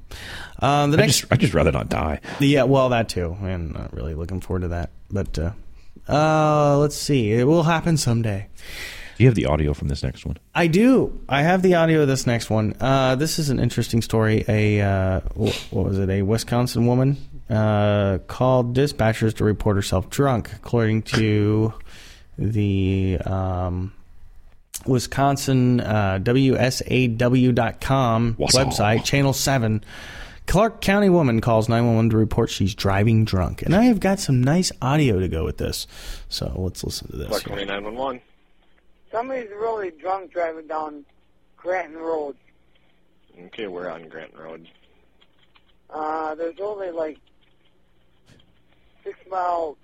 Speaker 3: Um, the
Speaker 1: I
Speaker 3: next.
Speaker 1: just, I just rather not die.
Speaker 3: yeah, well, that too. I'm not really looking forward to that. But uh, uh, let's see. It will happen someday.
Speaker 1: Do you have the audio from this next one?
Speaker 3: I do. I have the audio of this next one. Uh, this is an interesting story. A uh, wh- what was it? A Wisconsin woman uh, called dispatchers to report herself drunk, according to the um, Wisconsin uh, WSAW.com
Speaker 1: Wausau.
Speaker 3: website, Channel Seven. Clark County woman calls 911 to report she's driving drunk, and I have got some nice audio to go with this. So let's listen to this.
Speaker 14: County 911.
Speaker 12: Somebody's really drunk driving down Granton Road.
Speaker 14: Okay, we're on Grant Road.
Speaker 12: Uh, there's only like six mile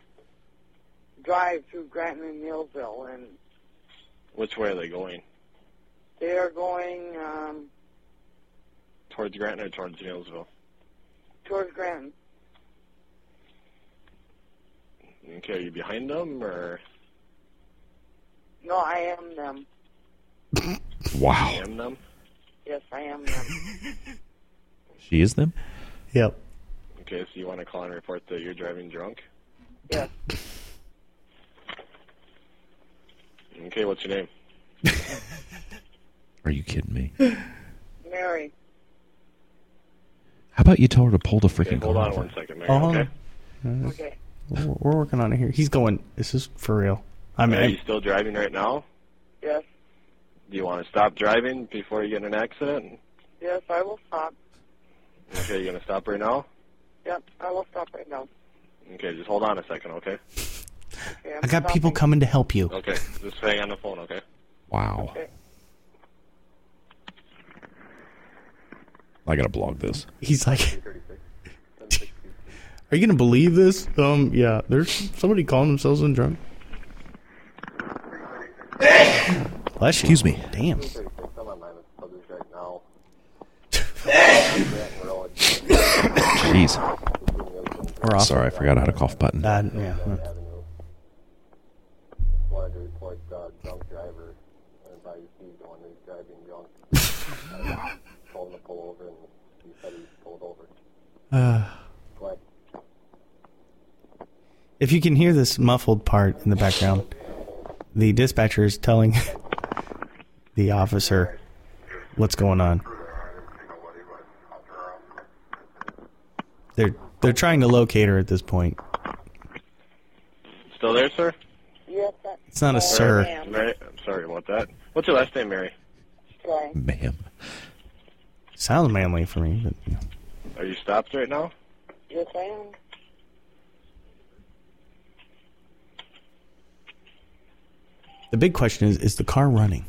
Speaker 12: drive through Granton and Neillsville, and
Speaker 14: Which way are they going?
Speaker 12: they are going um,
Speaker 14: Towards Grant or towards Nielsville?
Speaker 12: towards Granton.
Speaker 14: Okay, are you behind them or
Speaker 12: No, I am them.
Speaker 1: Wow.
Speaker 14: am them?
Speaker 12: Yes, I am them.
Speaker 1: She is them?
Speaker 3: Yep.
Speaker 14: Okay, so you want to call and report that you're driving drunk?
Speaker 12: Yes.
Speaker 14: Okay, what's your name?
Speaker 1: Are you kidding me?
Speaker 12: Mary.
Speaker 1: How about you tell her to pull the freaking
Speaker 14: Okay, hold
Speaker 1: car
Speaker 14: on
Speaker 1: over?
Speaker 14: one second, Mary.
Speaker 3: Oh, hold
Speaker 14: okay.
Speaker 3: on. Uh, We're, we're working on it here. He's going. This is for real. I mean,
Speaker 14: Are you still driving right now?
Speaker 12: Yes.
Speaker 14: Do you want to stop driving before you get in an accident?
Speaker 12: Yes, I will stop.
Speaker 14: Okay, you're gonna stop right now.
Speaker 12: Yep, I will stop right now.
Speaker 14: Okay, just hold on a second, okay?
Speaker 12: Okay, I'm
Speaker 3: I got
Speaker 12: stopping.
Speaker 3: people coming to help you.
Speaker 14: Okay, just hang on the phone, okay?
Speaker 1: Wow.
Speaker 12: Okay.
Speaker 1: I gotta blog this.
Speaker 3: He's like, "Are you gonna believe this?" Um, yeah. There's somebody calling themselves in drunk. Excuse me. Damn.
Speaker 1: Jeez.
Speaker 3: We're off.
Speaker 1: Sorry, I forgot how to cough button.
Speaker 3: Uh, yeah.
Speaker 14: Wanted to report uh, drunk driver and by Steve going to driving drunk. I told him to pull over and he said he pulled over.
Speaker 3: Uh, if you can hear this muffled part in the background, the dispatcher is telling the officer what's going on. They're they're trying to locate her at this point.
Speaker 14: Still there, sir?
Speaker 12: Yes, I,
Speaker 3: It's not a sir.
Speaker 14: Mary, I'm sorry about that. What's your last name, Mary?
Speaker 12: okay.
Speaker 1: Ma'am.
Speaker 3: Sounds manly for me, but you know.
Speaker 14: Are you stopped right now?
Speaker 12: Yes, I am.
Speaker 3: the big question is: Is the car running?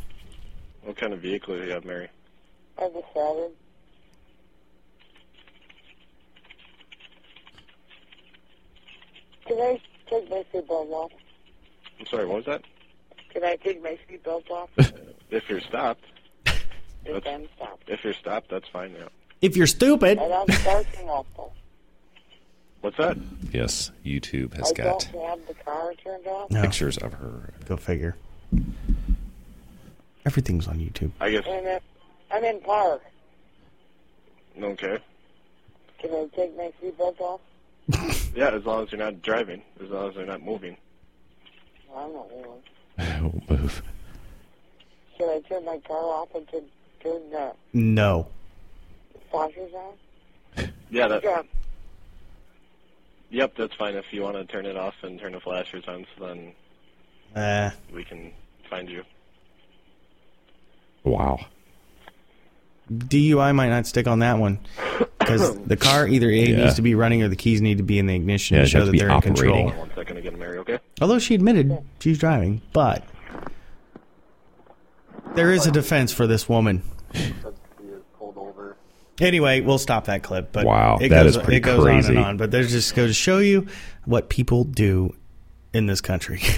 Speaker 14: What kind of vehicle do you have, Mary?
Speaker 12: I decided. Can I take my seatbelt off?
Speaker 14: I'm sorry, what was that?
Speaker 12: Can I take my seatbelt off?
Speaker 14: If you're stopped,
Speaker 12: if I'm stopped.
Speaker 14: if you're stopped, that's fine. Yeah.
Speaker 3: If you're stupid,
Speaker 12: And I'm starting awful.
Speaker 14: What's that?
Speaker 1: Yes, YouTube has
Speaker 12: I
Speaker 1: got
Speaker 12: don't have the car turned off.
Speaker 1: pictures of her.
Speaker 3: Go figure. Everything's on YouTube.
Speaker 14: I guess.
Speaker 12: And if I'm in park,
Speaker 14: Okay.
Speaker 12: can I take my seatbelt off?
Speaker 14: Yeah, as long as you're not driving, as long as you're not moving.
Speaker 12: I'm not really.
Speaker 3: Oh,
Speaker 1: Don't move.
Speaker 12: Should I turn my car off and turn, turn the
Speaker 3: No.
Speaker 12: washers on?
Speaker 14: Yeah, that.
Speaker 12: Yeah.
Speaker 14: Yep, that's fine. If you want to turn it off and turn the flashers on, so then
Speaker 3: Uh,
Speaker 14: we can find you.
Speaker 1: Wow.
Speaker 3: DUI might not stick on that one because the car either a
Speaker 1: Yeah.
Speaker 3: needs to be running or the keys need to be in the ignition
Speaker 1: Yeah,
Speaker 3: to
Speaker 1: it has
Speaker 3: show
Speaker 1: to
Speaker 3: that
Speaker 1: be
Speaker 3: they're in
Speaker 1: operating.
Speaker 3: control.
Speaker 14: One second again, Mary. Okay.
Speaker 3: Although she admitted she's driving, but there is a defense for this woman. Anyway, we'll stop that clip. But
Speaker 1: Wow,
Speaker 3: it
Speaker 1: that
Speaker 3: goes,
Speaker 1: is pretty
Speaker 3: it goes on
Speaker 1: crazy.
Speaker 3: and on. But there's just go to show you what people do in this country.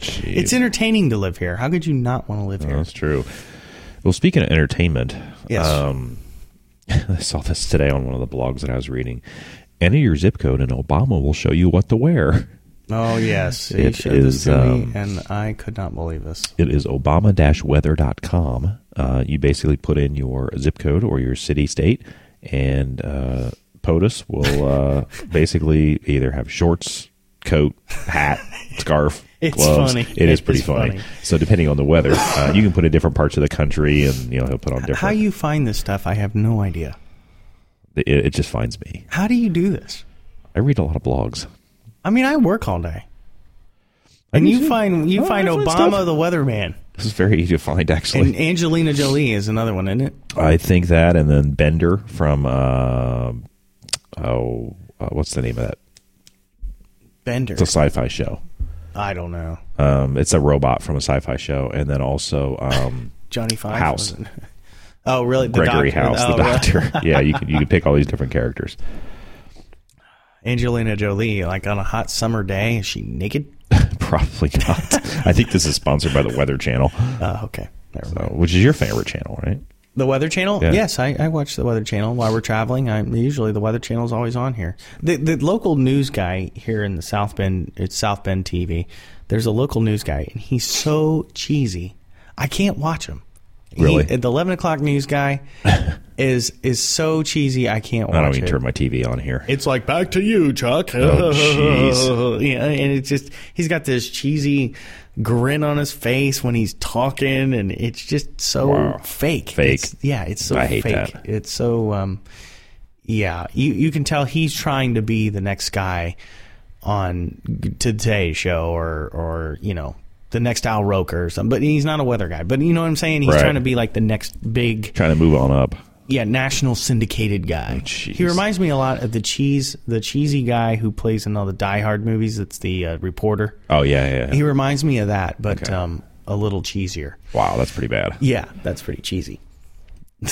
Speaker 1: Jeez.
Speaker 3: it's entertaining to live here. How could you not want to live
Speaker 1: No,
Speaker 3: here?
Speaker 1: that's true. Well, speaking of entertainment,
Speaker 3: Yes.
Speaker 1: um, I saw this today on one of the blogs that I was reading. Enter your zip code, and Obama will show you what to wear.
Speaker 3: Oh yes, he
Speaker 1: It
Speaker 3: showed this
Speaker 1: is,
Speaker 3: to me,
Speaker 1: um,
Speaker 3: and I could not believe this.
Speaker 1: It is obama-weather.com. Uh, you basically put in your zip code or your city state, and uh, POTUS will uh, basically either have shorts, coat, hat, scarf,
Speaker 3: It's
Speaker 1: gloves.
Speaker 3: funny.
Speaker 1: It is
Speaker 3: It
Speaker 1: pretty
Speaker 3: is
Speaker 1: funny.
Speaker 3: funny.
Speaker 1: So depending on the weather, uh, you can put in different parts of the country, and you know he'll put on different.
Speaker 3: How you find this stuff? I have no idea.
Speaker 1: it, it just finds me.
Speaker 3: How do you do this?
Speaker 1: I read a lot of blogs.
Speaker 3: I mean, I work all day,
Speaker 1: I
Speaker 3: and
Speaker 1: do
Speaker 3: you
Speaker 1: too.
Speaker 3: find you
Speaker 1: Oh,
Speaker 3: find
Speaker 1: I find
Speaker 3: Obama
Speaker 1: stuff.
Speaker 3: the weatherman,
Speaker 1: This is very easy to find, actually.
Speaker 3: and Angelina Jolie is another one, isn't it?
Speaker 1: I think that, and then Bender from uh, oh, uh, what's the name of that?
Speaker 3: Bender.
Speaker 1: It's a sci-fi show.
Speaker 3: I don't know.
Speaker 1: Um, it's a robot from a sci-fi show, and then also um,
Speaker 3: Johnny Five.
Speaker 1: House.
Speaker 3: was it? Oh, really? The
Speaker 1: Gregory
Speaker 3: doctor-
Speaker 1: House, the
Speaker 3: oh, really?
Speaker 1: doctor. yeah, you can you can pick all these different characters.
Speaker 3: Angelina Jolie, like on a hot summer day, is she naked?
Speaker 1: Probably not. I think this is sponsored by the Weather Channel,
Speaker 3: Uh, okay. Never mind.
Speaker 1: so, which is your favorite channel, right?
Speaker 3: The Weather Channel?
Speaker 1: Yeah.
Speaker 3: Yes, I, I watch the Weather Channel while we're traveling. I usually the Weather Channel is always on here. The the local news guy here in the South Bend, it's South Bend TV. There's a local news guy, and he's so cheesy. I can't watch him. He-
Speaker 1: Really?
Speaker 3: the eleven o'clock news guy is is so cheesy. I can't watch
Speaker 1: I don't even
Speaker 3: it.
Speaker 1: turn my TV on here.
Speaker 3: It's like back to you, Chuck.
Speaker 1: Oh, jeez.
Speaker 3: yeah, and it's just he's got this cheesy grin on his face when he's talking, and it's just so
Speaker 1: Wow.
Speaker 3: fake.
Speaker 1: Fake.
Speaker 3: It's- yeah, it's so
Speaker 1: I hate
Speaker 3: fake.
Speaker 1: that.
Speaker 3: It's so um, yeah. You you can tell he's trying to be the next guy on today's show, or or you know the next Al Roker or something. But he's not a weather guy. But you know what I'm saying? He's
Speaker 1: Right.
Speaker 3: trying to be like the next big,
Speaker 1: Trying to move on up.
Speaker 3: yeah, national syndicated guy. he reminds me a lot of the cheese, the cheesy guy who plays in all the Die Hard movies. It's the uh, reporter.
Speaker 1: Oh yeah, yeah. yeah.
Speaker 3: He reminds me of that, but um, a little cheesier.
Speaker 1: wow, that's pretty bad.
Speaker 3: Yeah, that's pretty cheesy.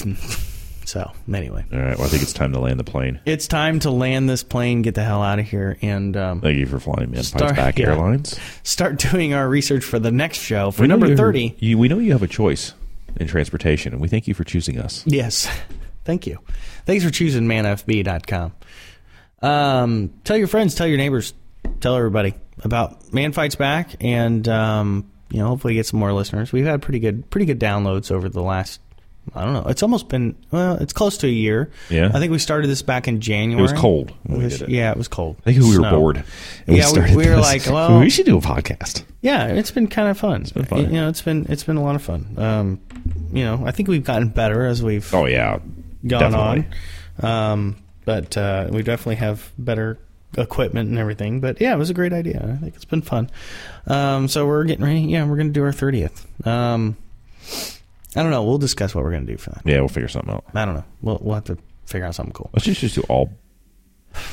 Speaker 3: so anyway,
Speaker 1: All right. Well, I think it's time to land the plane.
Speaker 3: it's time to land this plane, get the hell out of here, and um,
Speaker 1: Thank you for flying Manpies
Speaker 3: Star-
Speaker 1: Back
Speaker 3: yeah.
Speaker 1: Airlines.
Speaker 3: start doing our research for the next show for
Speaker 1: We know
Speaker 3: number
Speaker 1: you're-
Speaker 3: thirty.
Speaker 1: You, we know you have a choice in transportation, and we thank you for choosing us.
Speaker 3: Yes. Thank you. Thanks for choosing manfb.com. Um, tell your friends, tell your neighbors, tell everybody about Man Fights Back and um, you know, hopefully get some more listeners. We've had pretty good pretty good downloads over the last I don't know. It's almost been well, it's close to a year.
Speaker 1: Yeah.
Speaker 3: I think we started this back in January.
Speaker 1: cold when we
Speaker 3: This-
Speaker 1: did it.
Speaker 3: Yeah, it was cold.
Speaker 1: I think we were
Speaker 3: Snow.
Speaker 1: bored. And
Speaker 3: yeah,
Speaker 1: we
Speaker 3: we-
Speaker 1: started
Speaker 3: we, were
Speaker 1: this.
Speaker 3: like, well,
Speaker 1: we should do a podcast.
Speaker 3: yeah, it's been kind of fun. It's been
Speaker 1: fun.
Speaker 3: You know, it's been it's been a lot of fun. Um, you know, I think we've gotten better as we've
Speaker 1: oh yeah
Speaker 3: gone
Speaker 1: definitely.
Speaker 3: on. Um, but uh, we definitely have better equipment and everything. But yeah, it was a great idea. I think it's been fun. Um, so we're getting ready. Yeah, we're going to do our thirtieth. Um, I don't know. We'll discuss what we're going to do for that.
Speaker 1: Yeah, we'll figure something out.
Speaker 3: I don't know. We'll we'll have to figure out something cool.
Speaker 1: Let's just, just do all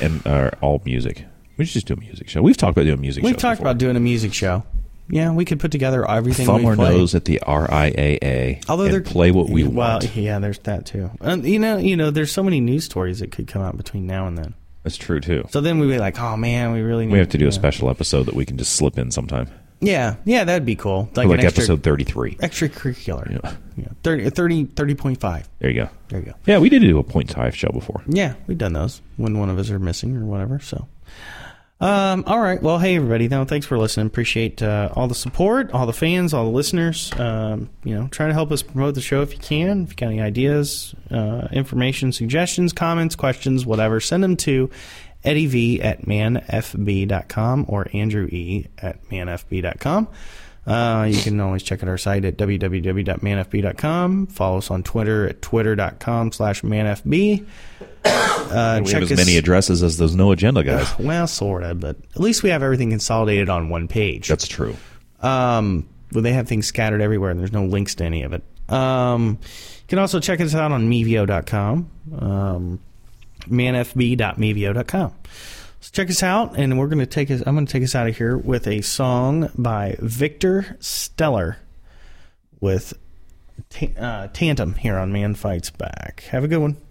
Speaker 1: and uh, all music. We should just do a music show. We've talked about doing music.
Speaker 3: We've
Speaker 1: shows
Speaker 3: talked about doing a music show. Yeah, we could put together everything.
Speaker 1: Thumb
Speaker 3: we
Speaker 1: our
Speaker 3: play.
Speaker 1: nose at the RIAA.
Speaker 3: Although
Speaker 1: and
Speaker 3: they're-
Speaker 1: play what we
Speaker 3: Well,
Speaker 1: want.
Speaker 3: yeah, there's that too. And you know, you know, there's so many news stories that could come out between now and then.
Speaker 1: That's true too.
Speaker 3: So then we'd be like, oh man, we really need.
Speaker 1: We have to do
Speaker 3: you
Speaker 1: a
Speaker 3: know.
Speaker 1: special episode that we can just slip in sometime,
Speaker 3: Yeah, yeah, that'd be cool.
Speaker 1: like,
Speaker 3: an extra-
Speaker 1: episode thirty-three.
Speaker 3: extracurricular. Yeah. 30, 30, 30.5.
Speaker 1: There you go.
Speaker 3: There you go.
Speaker 1: Yeah, we did do a point five show before.
Speaker 3: Yeah, we've done those when one of us are missing or whatever. So, um, all right. Well, hey everybody. No, thanks for listening. Appreciate uh, all the support, all the fans, all the listeners. Um, you know, try to help us promote the show if you can. If you got any ideas, uh, information, suggestions, comments, questions, whatever, send them to Eddie V at manfb.com or Andrew E at manfb.com. Uh, you can always check out our site at www.manfb.com. Follow us on Twitter at twitter.com slash manfb. Uh,
Speaker 1: we
Speaker 3: check
Speaker 1: have as
Speaker 3: us-
Speaker 1: many addresses as those no agenda guys.
Speaker 3: well, sort of, but at least we have everything consolidated on one page.
Speaker 1: That's true.
Speaker 3: Um, well, they have things scattered everywhere, and there's no links to any of it. Um, you can also check us out on Mevio.com, um, manfb.mevio.com. So check us out, and we're going to take us. I'm going to take us out of here with a song by Victor Stellar with Ta- uh, Tantum here on Man Fights Back. Have a good one.